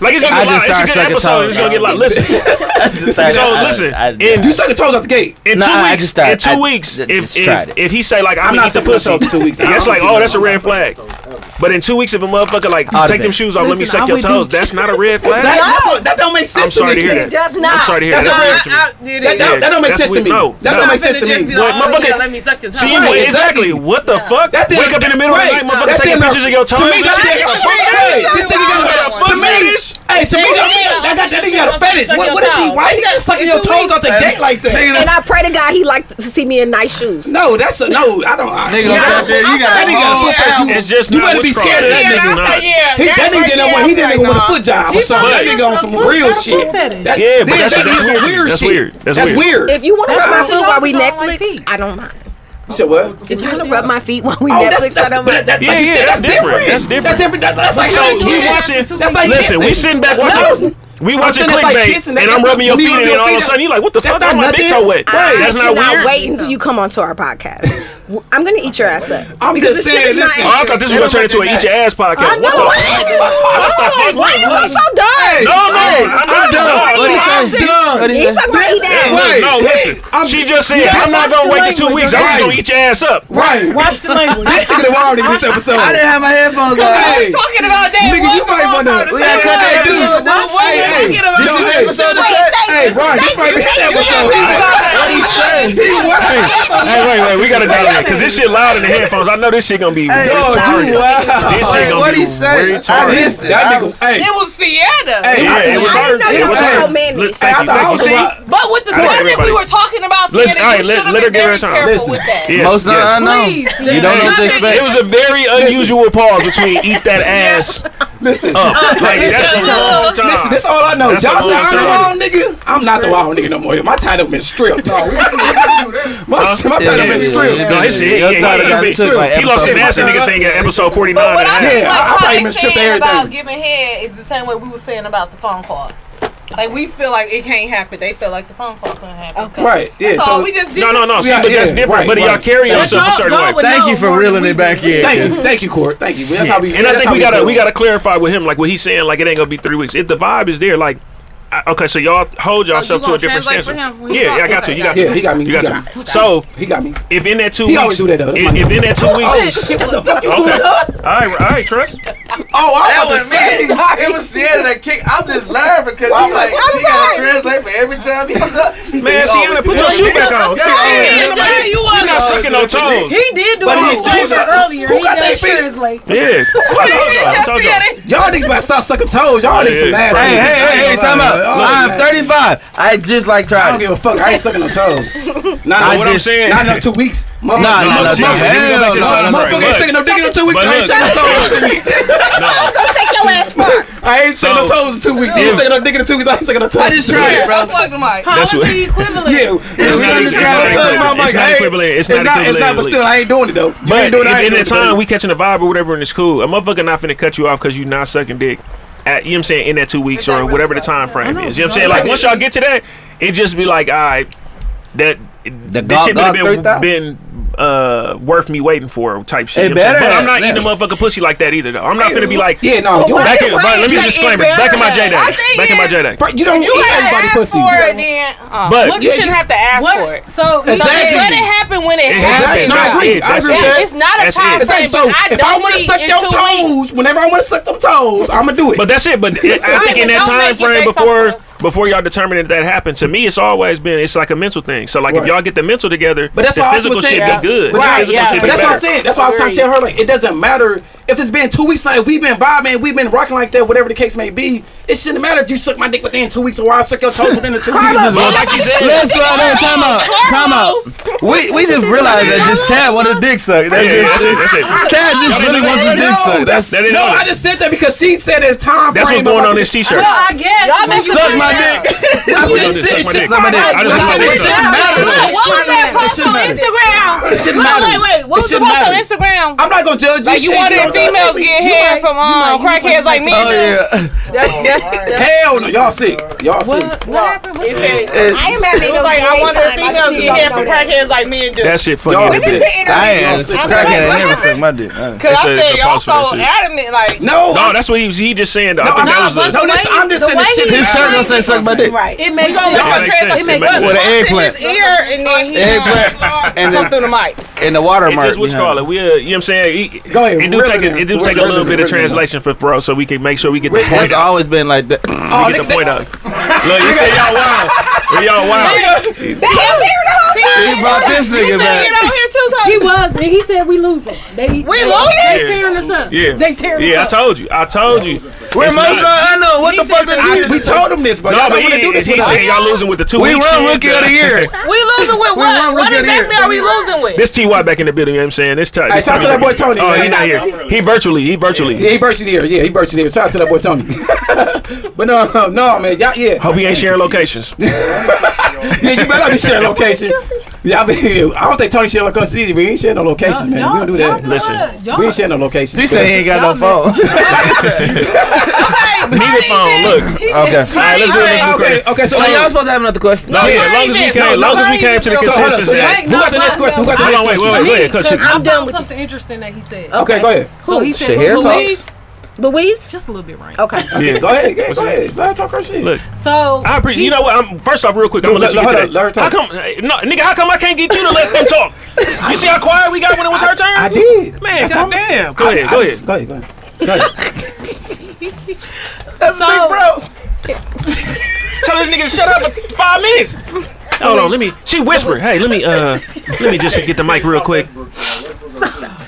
B: like it's gonna get loud.
J: I just
B: It's a
J: started
B: good
J: sucking
B: episode.
J: toes,
B: It's gonna get
J: bro.
B: loud. Listen, so
J: I-
B: listen,
J: I-
B: in-
H: You sucking toes out the gate.
B: in
J: Nah,
B: two
J: I
B: weeks,
J: just started-
B: in two
J: I
B: weeks,
J: ju-
B: if
J: just tried
B: if,
J: it.
B: if he say like I'm
H: I'm
B: gonna
H: not
B: eat the
H: sucking your
B: pussy,
H: toes in two weeks. I
B: that's
H: don't
B: like
H: think
B: oh
H: I'm
B: that's a red flag. But in two weeks, if a motherfucker like
J: Out of
B: take them
J: it.
B: shoes off, let me suck
K: Listen, I
B: your
K: would do-
B: toes. That's not a red flag.
H: Exactly. That's what- That don't make
B: I'm
H: sense to me.
B: sorry to hear that.
C: It does not.
B: I'm sorry to hear
H: That's
B: that.
H: a
B: That's
H: red-
B: weird to me.
G: It
H: That,
G: is.
H: that, that don't make
B: That's
H: sense to
B: weird.
H: me.
B: No,
H: that
B: no.
H: don't
G: I'm
H: make sense
G: finna
H: to
G: just
H: me.
G: be like,
B: What,
G: oh,
B: motherfucker?
G: yeah, Let me suck your
B: See,
G: toes.
H: Right,
B: exactly.
H: exactly.
B: What the fuck?
H: That's the-
B: Wake up in the middle of the
H: Right.
B: night, motherfucker,
H: That's
B: taking
H: the-
B: pictures of your toes.
H: To me,
B: and
H: that
B: shit.
H: nigga,
G: Fuck
H: hey,
G: that.
H: this nigga got a,
G: Fuck
H: to me, hey, to me, that nigga, that, got, that nigga got a fetish. What, what is he? Why is he just sucking your toes out the gate like that?
C: And I pray to God he liked to see me in nice shoes.
H: No, that's a, no. I don't. I,
J: Nigga,
H: Yeah.
J: that's- you got
H: that nigga got a foot fetish. You,
B: It's just
H: you
B: not
H: better be
B: what's
H: scared of
B: wrong.
H: that
B: Yeah,
H: nigga.
B: not.
H: He, that nigga didn't want. He didn't even want a foot job or something. That
B: probably
H: nigga on some real shit. That-
B: Yeah, but that's-
H: that
B: that's
H: nigga's
B: weird.
H: some weird
B: That's
H: shit.
B: weird. That's
H: That's
B: weird.
H: weird.
C: If you want to rub my
K: That's
C: feet
K: why
C: while we
K: I don't
C: Netflix,
K: like feet.
C: I don't mind.
H: You said what?
C: If you want to rub my feet while we
H: Oh,
C: Netflix, I don't mind.
B: Yeah,
H: you
B: yeah,
H: said,
B: that's different. That's different.
H: That's different. That- That's like
B: So
H: having
B: we
H: kids.
B: watching.
H: That's like
B: listen, we
H: kissing.
B: sitting back watching.
H: No.
B: We
H: I'm
B: watching
H: saying it's like
B: clickbait,
H: kissing.
B: and
H: That's
B: I'm
H: not-
B: rubbing your
H: when
B: feet,
H: you
B: and
H: rub
B: then
H: your
B: all of a
H: feet,
B: sudden you're like, "What the
H: that's
B: fuck? Why
H: not
B: my big
H: nothing.
B: toe wet?"
H: Right.
B: That's not
C: cannot
B: weird.
C: wait until you come onto our podcast. W- I'm gonna eat your ass up.
H: I'm
C: Because
H: just
C: the shit
H: saying,
C: is not
H: listen.
B: Oh, I thought this was gonna turn into an eat your ass podcast. What the fuck?
C: Why you look so dark?
B: No, no,
H: Hey,
B: I'm
H: I'm
B: not
H: done.
B: done.
H: I'm done.
C: He talking about eat ass.
B: Look, No, listen. she just said,
C: Yeah,
B: I'm not
C: watch
B: going to wait
C: the
B: the two
C: language,
B: weeks. I'm just
C: right.
B: going to eat your ass up.
H: Right.
C: Watch the language.
H: This nigga done wrong in this episode.
J: I didn't have my headphones on.
H: Hey.
G: talking about that.
H: Nigga, you might wanna.
J: We gotta cut that
H: Hey, dude.
J: episode. What- what
H: Hey,
J: you
H: hey,
J: talking about?
H: this
J: This
H: is
J: is
H: episode.
J: episode of that.
H: Hey, Ron, this might be his episode.
J: Hey,
H: He wait.
B: Hey, wait, wait. We got to dial it because this shit loud in the headphones. I know this shit going to be
H: Hey,
J: yo,
B: retarded.
J: you wild.
B: This shit
J: Hey,
B: going
J: what'd
B: to be
J: he say? I missed
B: retarded.
J: it. That nigga-
G: It was Sienna.
B: Hey, yeah, it was
G: I
B: her.
G: didn't know
B: It
G: you
B: was
G: were
B: her.
G: so
B: Look,
G: manly.
B: thank you, thank you. See?
G: But with the
B: All right,
G: subject
B: everybody.
G: we were talking about, Sienna,
B: Listen, all right,
G: you should
B: let,
G: have
B: let her
G: been
B: give her
G: very
B: her
G: careful
B: time.
G: with that.
B: Yes,
J: Most
B: yes.
J: unknown.
G: Please,
J: You don't know what to expect.
B: It was a very unusual pause between eat that ass.
H: Listen,
B: up. Like,
H: Uh,
B: Oh,
H: Listen.
B: that's a long time.
H: Listen, that's all I know.
B: That's a
H: Y'all say
B: long
H: I'm the
B: time.
H: wild nigga. I'm not the wild nigga no more. My title been stripped. my my title been stripped.
B: No, his shit. Yeah, yeah,
J: Your title
B: yeah,
J: got
B: he-
J: took, like,
B: He lost
J: episode
B: his ass in
J: forty.
B: nigga thing at episode 49.
G: But what I
B: and a half.
G: think like
H: I- I
G: Connie
H: even stripped
G: saying about
H: everything.
G: giving head is the same way we were saying about the phone call. Like we feel like it can't happen. They feel like the phone call couldn't happen.
H: Right, yeah,
G: That's
H: so-
G: all we just did.
B: No, no, no. See,
H: Yeah,
B: but that's
H: yeah,
B: different.
H: right,
B: but y'all
H: right.
B: carry
H: But
B: yourself a
H: y'all-
B: certain way.
H: y'all would Thank know you for more reeling than
B: it back in.
H: Thank you, thank you, Court. Thank you. That's how we.
B: and I
H: that's
B: think
H: how
B: we gotta
H: feel.
B: we gotta clarify with him like what he's saying like it ain't gonna be three weeks. If the vibe is there, like I, okay, so y'all hold yourself to
G: gonna
B: a different
G: translate
B: stance.
G: for him when he
B: Yeah,
G: talks?
B: yeah, I got
G: Okay,
B: you. You got
H: yeah,
B: you.
H: he got me,
B: You
H: he
B: got
H: got
B: you. So
H: He got me.
B: if in that two
H: He
B: weeks,
H: always do that, though. That's
B: If, if
H: my-
B: in that two
H: Oh,
B: weeks,
H: shit, what the fuck you
B: okay.
H: doing up?
B: All right, all right, trust.
J: Oh,
H: I
J: I
H: was
J: was saying it was Sienna that kick. I'm just laughing because
H: I'm
J: he like
H: like, I'm
J: he got to
H: sorry.
J: translate for every time he comes up. He
B: Man,
J: said, "Oh,
B: Sienna, put your
J: yeah,
B: shoe
J: yeah,
B: back on.
J: yeah,
B: Sienna,
J: yeah,
B: nobody-
J: yeah,
B: you
J: yeah,
B: not
J: yeah.
B: sucking no toes.
M: He did do a
H: But he-
M: whole
H: who's
M: flavor
H: that-
M: earlier.
H: who
M: He
H: got
M: done
H: that fit?
M: translate.
B: Yeah. I told y'all.
H: Y'all niggas about to stop sucking toes. Y'all niggas some ass.
J: Hey, hey, hey, hey, time out. I'm 35. I just like
H: I
J: tried.
H: don't
J: it.
H: give a fuck. I ain't sucking no toes.
B: But
H: Nah,
B: what I'm saying-
H: Not no two weeks.
J: Nah,
H: Motherfucker-
J: nah, nah, nah.
H: motherfucker-
J: Hell no.
H: Motherfucker ain't
B: But-
H: sucking no dick in no two weeks.
B: but
H: I ain't
B: look-
H: sucking no toes in two weeks.
C: I was gonna take your ass back.
H: I ain't sucking no
B: So-
H: toes in two weeks. You ain't sucking no dick in two weeks. I ain't sucking no toes.
J: I just tried it, bro.
G: Unplug the mic.
B: That's what.
M: equivalent.
H: Yeah,
B: It's
H: it's
B: not-
H: not
B: it's not equivalent. It's not equivalent. It's not
H: It's not, but
B: equivalent.
H: still, I ain't doing it though. You
B: But
H: ain't doing it. I
B: if
H: ain't
B: in
H: doing
B: that
H: it,
B: time
H: though.
B: we catching a vibe or whatever, and it's cool. A motherfucker not finna cut you off because you not sucking dick. At, you know what I'm saying in that two weeks or whatever the time frame is. You know what I'm saying. Like once y'all get to that, it just be like, all right, that this
J: God-
B: shit
J: God
B: would have
J: 3000?
B: been been uh, worth me waiting for type shit.
J: It
B: you know what I'm saying?
J: better
B: But I'm
J: have,
B: not eating a
J: yeah.
B: motherfucker pussy like that either. Though I'm not finna be like,
H: Yeah, no. you
B: Back in,
G: Why
B: but
G: you
B: let me
G: say
B: disclaimer.
G: it better
B: Back in my
G: have?
B: J
G: I
B: day.
G: think
B: Back in my
G: it-
B: J day.
H: First, You don't eat
G: You gotta
H: everybody
G: ask
H: pussy.
G: for it then. Uh,
B: But-
G: you shouldn't have to ask
K: What-
G: for it.
K: So
G: So
H: Exactly.
G: let it happen when it,
B: It
G: happens.
B: happened.
H: No, I agree. I
B: That's
H: agree
B: it.
H: with that.
G: It's not a
B: That's
G: time
B: it.
H: It's like,
G: frame.
H: so
G: but I
H: if
G: don't
H: I want to
G: eat
H: suck
G: in
H: your
G: two
H: toes,
G: weeks.
H: whenever I want to suck them toes, I'm gonna do it.
B: But that's it. But it, I
G: Right,
B: think in
G: but
B: that
G: don't
B: time
G: make it
B: frame
G: based off
B: before
G: of-
B: before y'all determined that that happened, to me it's always been it's like a mental thing. So like if
H: Right.
B: y'all get the mental together,
H: But that's
B: the
H: why I was
B: physical shit
H: saying-
B: be good.
H: But,
B: the
G: Right,
B: physical
G: yeah.
B: shit
H: but
B: be
H: that's what I'm
B: better.
H: saying. That's why I was trying to tell her like it doesn't matter if it's been two weeks. Like we've been vibing, we've been rocking like that, whatever the case may be. It shouldn't matter if you suck my dick within two weeks or I suck your toes within the two weeks.
J: Carlos,
H: It's
B: But
H: one-
B: like you said,
J: Let's try that. Time out. Time out. We we just realized that just Tad wanted a dick suck. That's
B: Yeah, that's it. That's
J: it.
B: it.
J: Tad just
B: Y'all
J: really
B: did
J: wants
B: that
J: a dick
B: already?
J: suck. That's
B: That is
H: No,
B: honest.
H: I just said that because she said at the time.
B: That's what's
H: frame,
B: going
H: I'm
B: on in
H: like-
B: this t-shirt.
K: Well, I guess.
G: Y'all
K: when
G: make
K: you
G: suck
K: turn
J: my
K: around-
H: I
B: Y'all
H: said,
B: just
H: shit,
B: suck my
H: it shouldn't
B: dick.
H: matter.
B: I just
H: I
B: want
H: said,
B: to
H: it
B: suck.
H: shouldn't matter.
G: Look, what was that
H: It
G: post
H: shouldn't
G: on
H: matter.
G: Instagram?
H: It shouldn't
G: Wait,
H: matter.
G: wait, wait. What
H: It
G: was the
H: shouldn't
G: post on
H: matter.
G: Instagram?
H: I'm not gonna judge you.
G: Like you
H: shit.
G: wanted
H: don't judge
G: females
H: me.
G: get
K: You
G: hair
K: might-
G: from
K: you might-
G: um
K: you might
G: crackheads like
K: take
G: me.
K: that.
J: Oh yeah.
G: That's that's that's
H: Hell no, y'all sick. Y'all sick. Eh,
K: What, what happened? What's
G: It
K: that?
G: said-
C: I
J: It-
C: am having
G: It
C: no
G: was like, I
C: great
G: wonder if
C: time. I
G: females
C: should
G: get hair
C: know
G: from
C: that.
G: crackheads like me and do.
B: That shit
H: Y'all
B: funny. as
H: said-
B: a
C: This is
B: bitch.
C: the interview.
J: I ain't.
C: I'm
J: Crackhead
C: like,
J: ain't
C: what
J: never
C: happened?
J: sucked my dick. Uh.
G: Because I
B: It's a- it's
G: said
B: a
G: y'all
B: post for
G: so
B: that shit.
G: adamant, like
H: No,
B: No, that's what he was. He just saying. that. I
H: No,
B: think
H: no,
B: that was
H: but
B: the.
H: no, listen, I'm just saying the shit.
J: His shirt gonna say suck my dick.
C: Right.
K: It makes
G: gonna
K: sense.
B: That makes
G: let you
B: sense.
G: translate
K: It
B: It
K: makes
B: makes
K: sense.
J: With
B: sense.
J: an eggplant.
G: his ear and then he
J: Eggplant.
G: um,
J: And
G: come
J: then-
G: through the mic.
J: And the water
B: It
J: mark.
B: just what you
J: behind
B: call it. We, uh, you know what I'm saying. It,
H: Go ahead,
B: It do
H: reel
B: take
H: it in.
B: a, it do
H: Reel
B: take a
H: it
B: little
H: in,
B: bit of
H: reel it in.
B: translation for for us, so we can make sure we get the
H: Wait,
B: point.
J: That's
B: out.
J: always been like that.
H: Oh,
B: We get
H: nigga,
B: the point out. Look, you say y'all wild. Y'all wild.
H: nigga,
C: Damn, we were the whole time.
J: He brought this nigga
G: Say it
J: back.
G: out here too,
K: He
G: Tony.
K: was, and he said we losing. They, we they,
G: losing?
K: They
B: Yeah.
K: tearing us up.
B: Yeah.
K: They tearing
B: Yeah, I
K: us up.
B: told you. I told you.
J: We're
B: It's
J: most
B: not-
J: I know what the fuck
H: I-
J: is
H: we told him this, but
B: No,
H: y'all
B: but
H: don't want
B: he,
H: to do this
B: he
H: with
B: said
H: us.
B: y'all losing with the two
J: We
B: weeks.
J: run
B: shit.
J: rookie of the year.
G: We losing with what?
J: won
G: What
J: rookie of the
G: exactly
J: year.
G: are we losing with?
B: This Ty back in the building. You know what I'm saying? This Ty.
H: Hey,
B: this
H: shout out to
B: Ty-
H: that boy Tony,
B: Oh,
H: man.
B: he not here. He virtually. He virtually.
H: Yeah, he burst you there. Yeah, he burst you there. Shout out to that boy Tony. but no, no, no, man, y'all, yeah,
B: Hope he ain't sharing locations.
H: yeah, you better not be sharing location. Yeah, I mean, I don't think Tony sharing location either. We ain't sharing no location, man. we don't do that.
B: Listen.
H: we ain't sharing no location.
J: You say he ain't got no phone.
B: Neither phone. Look.
J: Okay.
B: All right, let's do this. real
H: okay,
B: quick.
H: okay, so,
J: So y'all supposed to have another question.
B: No, yeah. Long as we
G: Sorry,
B: came,
G: man.
B: long as we came to the
G: So,
H: so hold on,
B: consensus
H: so y'all,
B: that.
H: who got the next question? Who got the
B: Hold
H: next
B: on, wait,
H: question?
B: wait, wait, 'cause
K: Because
B: she-
K: I found something interesting that he said.
H: Okay, go ahead.
K: So he said,
J: Shahir
K: when
J: talks.
K: Louise,
C: Louise?
K: Just a little bit right.
C: Okay.
B: Yeah.
H: Go ahead, go ahead, go ahead. Start talk her shit.
B: Look,
K: So
B: I appreciate. You know what? I'm first off real quick. I'm
H: No,
B: gonna let,
H: let-
B: you
H: hold
B: get
H: on,
B: to
H: let her
B: that. How
H: talk.
B: come, hey, no, nigga? How come I can't get you to let them talk? You see how quiet we got when it was her turn?
H: I did.
B: Man,
H: That's what
B: goddamn.
H: I'm-
B: Go
H: I-
B: ahead,
H: I
B: go
H: just-
B: ahead.
H: Go ahead, go ahead. Go ahead.
B: That's
K: so, big bro.
B: Tell this nigga to shut up for five minutes. Hold on, let me. She whispered. Hey, let me. Uh, let me just get the mic real quick.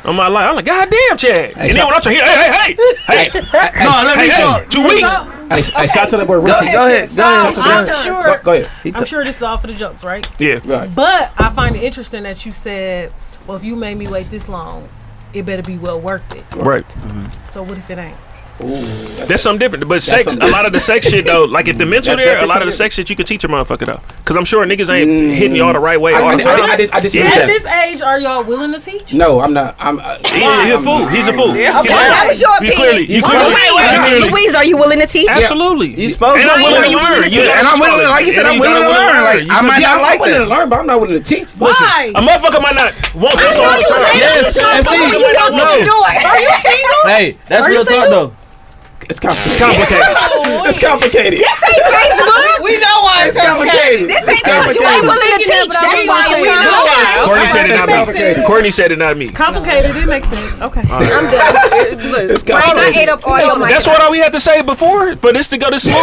B: On my life, I'm like, goddamn, Chad. and then when I'm trying, hey, hey, hey, hey,
H: hey,
B: no,
H: hey,
B: let me
H: hey,
B: talk. Two weeks.
H: Hey, hey, shout out to that boy Rissy.
K: So,
H: Shout out to
K: I'm
H: that boy.
K: sure.
H: Go, go ahead.
K: I'm sure this is all for the jokes, right?
B: Yeah.
H: Right.
K: But I find it interesting that you said, "Well, if you made me wait this long, it better be well worth it."
B: Right.
K: So what if it ain't?
B: That's something different. But
K: That's
B: sex,
K: something
B: a lot of the sex shit though, like if the mental
H: That's
B: there, a
H: definitely
B: lot of the sex shit you can teach a motherfucker though, because I'm sure niggas ain't hitting y'all the right way
H: I-
B: all
H: I-
B: the
H: I-
B: time.
H: I dis- I disagree
B: Yeah.
H: with
K: At this age, are y'all willing to teach?
H: No, I'm not. I'm. Uh,
B: He- He's a fool. He's a fool.
C: Okay, that was your
B: You
C: opinion.
B: clearly, you
C: Louise,
B: clearly, you clearly-
C: Louise, are you willing to teach?
B: Absolutely.
J: You
H: supposed
B: and
H: to.
B: I'm willing to
H: You
B: learn.
H: willing to
B: Yeah,
H: teach.
B: and I'm willing, like you said, I'm willing to learn. Like I might
H: yeah,
B: not
H: I'm
B: like
H: willing
B: that.
H: to learn, but I'm not willing to teach.
B: Listen, a motherfucker might not want this all the time.
H: Yes, and see,
K: Are you single?
J: Hey, that's
K: Are you
J: real talk
K: single?
J: though.
H: It's complicated.
B: It's complicated.
H: it's complicated.
C: This ain't Facebook.
K: We know why
H: It's complicated.
C: This
H: It's
C: ain't what you ain't
H: complicated.
C: willing to teach. That's why it's complicated.
B: Courtney said it,
H: That's
B: not me.
H: complicated.
B: Courtney said it, not me.
K: Complicated. It makes sense. Okay.
C: I'm done. Brian, I ate up all your mic.
B: That's what all we had to say before for this to go this smooth.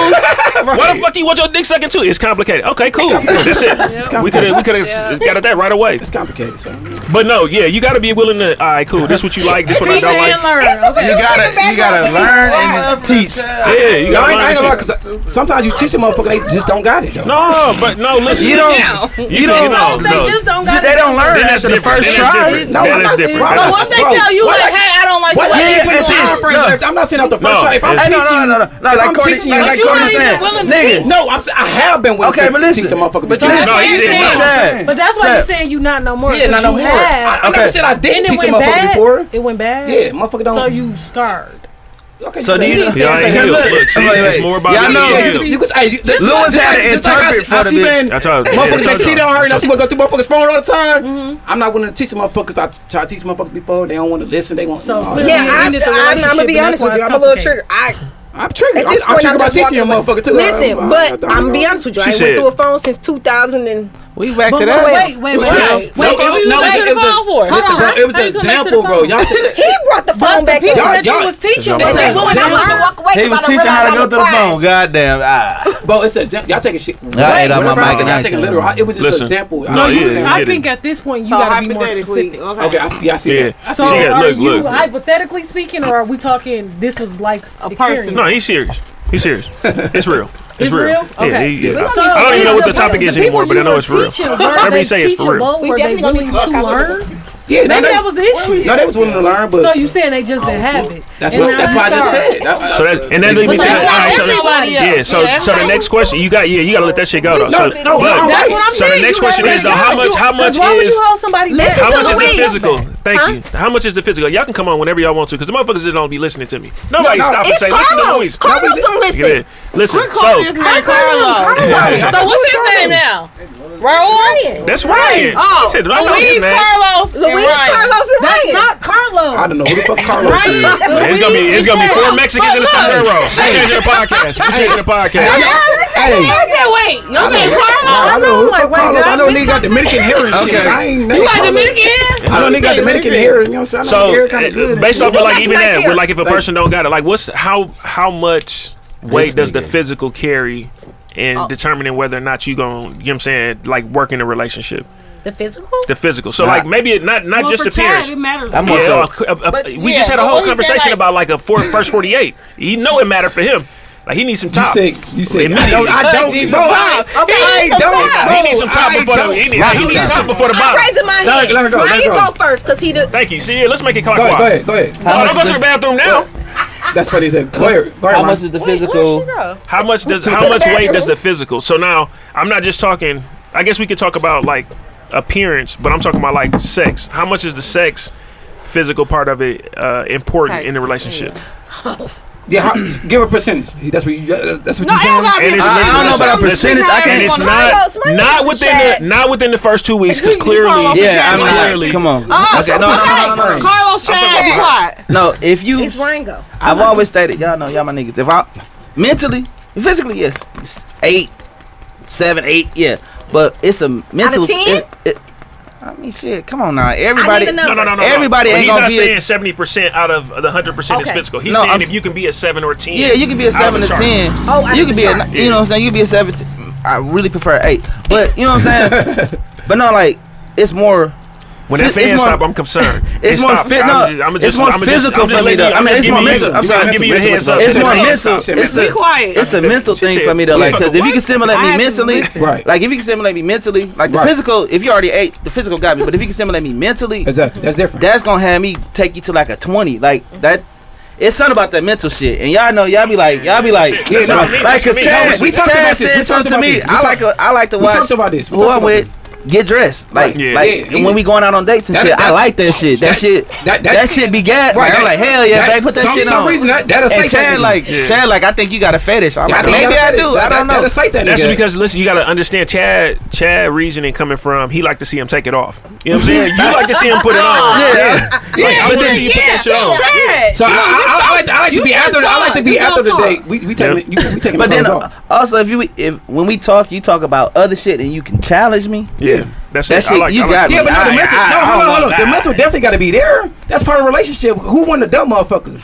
B: What the fuck you want your dick sucking too? It's complicated. Okay, cool. That's it. We could have we could have got at that right away.
H: It's complicated, so.
B: But no, yeah, you gotta be willing to. All right, cool. This what you like. This what I
K: Teach
B: don't
K: and
B: like.
K: learn. Okay.
J: You gotta, you gotta learn and teach.
B: Yeah, you
H: No,
B: gotta
H: I ain't, I ain't
B: learn.
H: gonna lie,
B: shit.
H: 'cause sometimes you teach a motherfucker, they just don't got it. Though.
B: No, but no, listen.
J: You don't-
B: You,
J: you
B: don't. know,
J: don't-
K: They
B: no.
K: just don't got.
J: They don't learn
B: Then that's
J: after the
B: different.
J: first
B: Then that's
J: try.
B: different.
H: No,
B: Then
H: I'm
B: that's
H: not-
B: different.
H: bro,
B: Then that's
H: what
G: If they
H: Bro,
G: tell you,
H: what?
G: like, hey, I don't like
H: What
G: the way
H: yeah,
G: you do
H: it's
G: it.
H: time frame.
J: No.
H: If I'm not saying out the first
B: No,
H: try. If I'm
B: it's-
H: teaching,
J: No, no, no, no, no. Like,
H: if
J: like
H: I'm
J: Courtney,
H: teaching,
J: like,
H: like
J: like Courtney
K: ain't
J: said,
K: even willing to
J: nigga,
H: no, I'm, si have been willing
J: Okay,
H: to
J: but listen.
H: teach a motherfucker.
K: But
H: before.
K: that's
B: No,
K: why
B: he
K: you
B: didn't.
K: saying.
J: Chad.
K: But that's why
J: Chad.
K: you're saying you not no more.
H: Yeah, not no
K: you
H: more. I,
K: Have,
H: I never
J: Okay.
H: said I
K: and
H: didn't
K: it
H: teach a
K: went
H: motherfucker
K: bad.
H: before.
K: It went bad.
H: Yeah, motherfucker don't.
K: So you scarred.
H: okay,
J: So do
H: say
J: you-
H: that.
B: Y'all
H: Say
B: ain't
H: that.
B: healed.
H: Look,
B: Look, see,
J: Wait,
B: it's
J: wait.
B: more about
J: Y'all
B: being
J: know-
H: Yeah, you
B: healed.
H: can- you can say you- just
J: Lewis
H: like-
J: had an
H: just like I
J: interpret
H: see-
J: for
H: I
J: the
H: see
J: bitch.
H: men-
B: That's how- yeah,
H: Motherfuckers
B: that's
H: that cheat
B: how-
H: on her and I
B: that's
H: see what go through motherfuckers' phone all the time. I'm not willing to teach motherfuckers. I t- try to teach motherfuckers before they don't want to listen. They want.
K: So
H: no,
K: clearly-
C: Yeah,
K: You
C: I'm,
K: ended the
C: I'm, I'm gonna
K: relationship,
C: be
K: and
C: honest
K: that's why
C: with you.
K: it's
C: I'm a little
K: complicated.
C: trigger. I
H: I'm triggered.
C: at
H: I'm,
C: this
H: I'm
C: point
H: triggered
C: I'm
H: by
C: just
H: teaching your
C: walking away.
H: motherfucker too.
C: Listen,
H: I'm-
C: but
H: I- I-
C: I'm gonna be honest with you. I
B: She
C: ain't
B: said-
C: went through a phone since 2000 and
J: we back
K: But
J: to
K: wait,
J: that.
K: wait, wait, wait, wait.
H: No,
K: wait.
H: it- no, it was a- Listen, bro, it was an example, bro. Y'all said.
C: he brought the
K: But
C: phone
K: the
C: back
K: people
H: Y'all-
C: up.
K: that you
H: y'all-
K: was teaching was
J: Y'all-
K: like, well, when I wanted to walk
C: away
J: He was teaching how to go through the phone. Goddamn. Ah.
H: Bro, it's an example. Y'all take a shit. Wait,
J: I ate out my
H: whatever I
J: mic
H: said,
J: and
H: y'all
J: I
H: take it
J: can't.
H: literal. I- It was just
B: Listen.
H: an example.
B: No,
H: I-
B: you-
H: saying-
B: you-
K: I
B: Get
K: think
B: it.
K: at this point you gotta be more specific.
H: Okay, I see. I see
B: Yeah.
H: that. I see
K: So
B: Yeah,
K: are
B: look,
K: you
B: look.
K: hypothetically speaking, or are we talking this was life a person?
B: No, he's serious. He's serious. It's real. It's,
K: It's real?
B: Yeah,
K: Okay.
B: he- yeah.
K: So
B: I don't even know what the
K: is
B: topic is
K: people
B: anymore,
K: you
B: but I know
K: were
B: it's real.
K: teaching, were
B: Whatever
K: they
B: you say is for real.
K: teachable? Were they willing to learn?
H: Yeah, no,
K: Maybe
H: they-
K: that was the issue.
H: No, they was willing to learn,
K: So
H: but
K: you saying they just didn't have it?
H: that's
K: And
H: what.
K: now
H: That's
K: they
H: why I just
K: scarred.
H: said. uh, I- I-
B: So that and that leads me to
K: But that's
B: all right,
K: not
B: so
K: everybody
B: yeah, so so the next question you got yeah you gotta let that shit go though. so,
H: No, no,
B: look,
H: no,
K: That's what I'm
B: so the
K: saying.
B: next
K: You let
B: question
K: it
B: is
K: go.
B: uh, how much how much
K: Why would
B: is
K: you hold somebody?
C: Listen
K: back?
B: how
C: to
B: much is the
C: Louise.
B: physical? Thank
C: Huh?
B: you. How much is the physical? Y'all can come on whenever y'all want to, because the motherfuckers just don't be listening to me. Nobody
H: No, no,
B: stop and
C: It's
B: say, listen to
C: Carlos.
B: Louise.
C: Carlos don't
B: Yeah,
C: listen.
B: Listen,
G: We're calling his
B: so
G: name Carlo.
H: Right.
G: So what's his name now? Raul?
B: that's Ryan.
G: Oh,
B: I said, I know
G: Louise,
B: his name.
G: Carlos, and
C: Louise,
G: Ryan.
C: Carlos, and
K: That's
C: Ryan.
K: not
H: I
K: Carlos.
H: don't know who the fuck Carlos is.
B: It's gonna be it's gonna be four
G: But
B: Mexicans in a
G: look.
B: sombrero. We changing the podcast. We changing the podcast.
G: I
H: Hey,
G: said, wait, your
H: I
G: name
H: know- I
G: Carlos?
H: know who the
K: Like,
H: fuck
K: wait,
H: Carlos.
K: did I
H: I know
K: miss
H: nigga got Dominican hair and shit.
B: Okay.
H: I ain't know
G: You got
H: Carlos.
G: Dominican?
H: I know nigga got
G: Say Dominican.
H: Dominican hair. You know what I'm saying? I know
B: So eh,
H: hair kind of good. and
B: based
H: shit.
B: off of like
C: That's
B: even
C: nice
B: that,
C: hair.
B: we're like if a person don't got it, like what's how how much weight does the physical carry in determining whether or not you gonna you know what I'm saying like work in a relationship
C: The physical?
B: the physical. So like maybe it not not
K: Well,
B: just
K: for
B: the
K: Chad,
B: parents.
K: it matters.
J: I'm
B: Yeah,
J: more so.
B: a- a- a-
G: But,
B: we
G: yeah,
B: just had a
G: but
B: whole
G: what he said,
B: conversation
G: like-
B: about like a four, first 48. You know it matter for him. Like he needs some
H: You
B: top.
H: said, you said, I don't, I
B: He
H: don't, bro, I, I
C: He needs some
H: don't,
C: time.
H: bro,
B: he needs some top
H: I
B: before the
H: don't.
B: he need, he needs top before the
C: I'm
B: bottom.
C: raising my hand.
H: Let her- let her go, let her
C: Ryan,
H: go.
C: go first, cause he the.
B: Thank you. See, let's make it
H: Go
B: clockwise.
H: ahead, go ahead, go ahead.
B: Oh, don't go to the bathroom now.
H: That's what he said. Go ahead, go
J: How much
H: ahead,
J: is the
H: Ron.
J: physical?
B: How much does how
C: the
B: much weight
C: bathroom.
B: does the physical? So now I'm not just talking. I guess we could talk about like appearance, but I'm talking about like sex. How much is the sex physical part of it uh, important in the relationship?
H: Yeah, how, give a percentage. That's what you. That's what
C: No,
H: you
C: it
H: saying.
C: don't gotta be And it's- a percentage. I don't know about a percentage. I can't-
B: And it's
C: Come on,
B: not
C: Carlos, my
B: not
C: niggas is
B: within
C: Chad.
B: the not within the first two weeks because
C: You
B: clearly,
C: Carlos Yeah, is I'm Chad. not-
B: clearly,
J: come on.
C: Oh,
J: Okay, no, no, no, no, no.
G: Carlos Chad, you hot.
J: No, if you,
C: It's Rango.
J: I've always stated, y'all know, y'all my niggas. If I mentally, physically, yes, it's eight, seven, eight, yeah, but it's a mental.
C: 10?
J: it- it- I mean, shit. Come on now, everybody.
B: No, no, no, no.
J: Everybody
B: no. But
J: ain't
B: he's
J: gonna
B: not
J: be.
B: saying seventy percent out of the hundred percent is
J: Okay.
B: physical. He's
J: No,
B: saying
J: I'm-
B: if you can be a seven or a ten.
J: Yeah, you could be a
B: out of
J: seven
B: the
J: to
B: chart.
J: ten.
B: Oh,
J: you could be a, you know what I'm saying. You could be a seventeen. I really prefer eight, but you know what I'm saying. but no, like it's more.
B: When that
J: phys-
B: fan
J: it's more-
B: stop, I'm concerned.
J: It's
B: It
J: more
B: stop.
J: fit.
B: I'm
J: No,
B: ju- I'm
J: it's
B: just-
J: more
B: I'm just-
J: physical
B: I'm just
J: for me
B: letting
J: though.
B: you-
J: I
B: I'm
J: mean,
B: just
J: it's more
B: giving you-
J: mental.
B: I'm
J: I'm
B: just
J: sorry,
B: giving you a heads up.
J: It's
B: Be
J: more
B: quiet.
J: mental.
B: Be
J: It's a
B: quiet.
J: it's a mental
B: She
J: thing
B: said,
J: for me though.
B: we
J: Like,
B: fucking
J: cause if you can
B: listen.
J: stimulate
B: I
J: me
B: had to
J: mentally,
B: listen.
H: Right.
J: like if you can stimulate me mentally, like the
H: Right.
J: physical. If you already ate, the physical got me. But if you can stimulate me mentally,
H: exactly, that's different.
J: That's gonna have me take you to like a twenty. Like that. It's something about that mental shit, and y'all know y'all be like y'all be like
H: Yeah,
J: yeah,
H: no,
J: no, like
H: that's what
J: cause
H: I mean.
J: Chad,
H: We talked
J: Chad
H: about this. We
J: said
H: talked
J: something to
H: about
J: me.
H: this. We
J: I
H: talked-
J: like a, I like to
H: we
J: watch
H: talked about this. We
J: who
H: talked
J: I'm
H: about
J: with get dressed, like
H: Yeah.
J: like
H: Yeah.
J: and when we going out on dates and
H: That-
J: shit. I
H: that-
J: like that shit. That,
H: that-
J: shit that,
H: that- that-
J: shit be gas.
H: Right,
J: Like, I'm
H: that-
J: like hell yeah,
H: that-
J: babe, put that
H: some-
J: shit
H: some
J: on.
H: reason that- that'll
J: and
H: say
J: Chad
H: something.
J: like
H: Yeah.
J: Chad like I think you got a fetish. I'm
H: I
J: like
H: think I
J: maybe
H: got a
J: I do.
H: fetish.
J: I
H: That-
J: don't
H: that-
J: know.
H: that'll say that
B: That's because listen, you gotta understand Chad Chad reasoning coming from he like to see him take it off. You know what I'm saying? You like to see him put it on.
H: Yeah.
B: Like,
H: Yeah.
B: I
H: But
B: wanna
H: then-
B: see you put that shit
H: yeah,
B: on.
H: Chad. So I- I- I like to- I like to be after- I like to be after the date. We- we taking it- you- we taking
J: But
H: the
J: then
H: clothes
J: uh, also if you if when we talk, you talk about other shit and you can challenge me.
B: Yeah, that's
J: that shit. you got me.
H: Yeah, but no, the
J: I-
H: mental.
J: I-
H: no,
J: I
H: hold on,
J: don't
H: hold on.
J: know.
H: The mental definitely got to be there. That's part of the relationship. Who won the dumb motherfucker?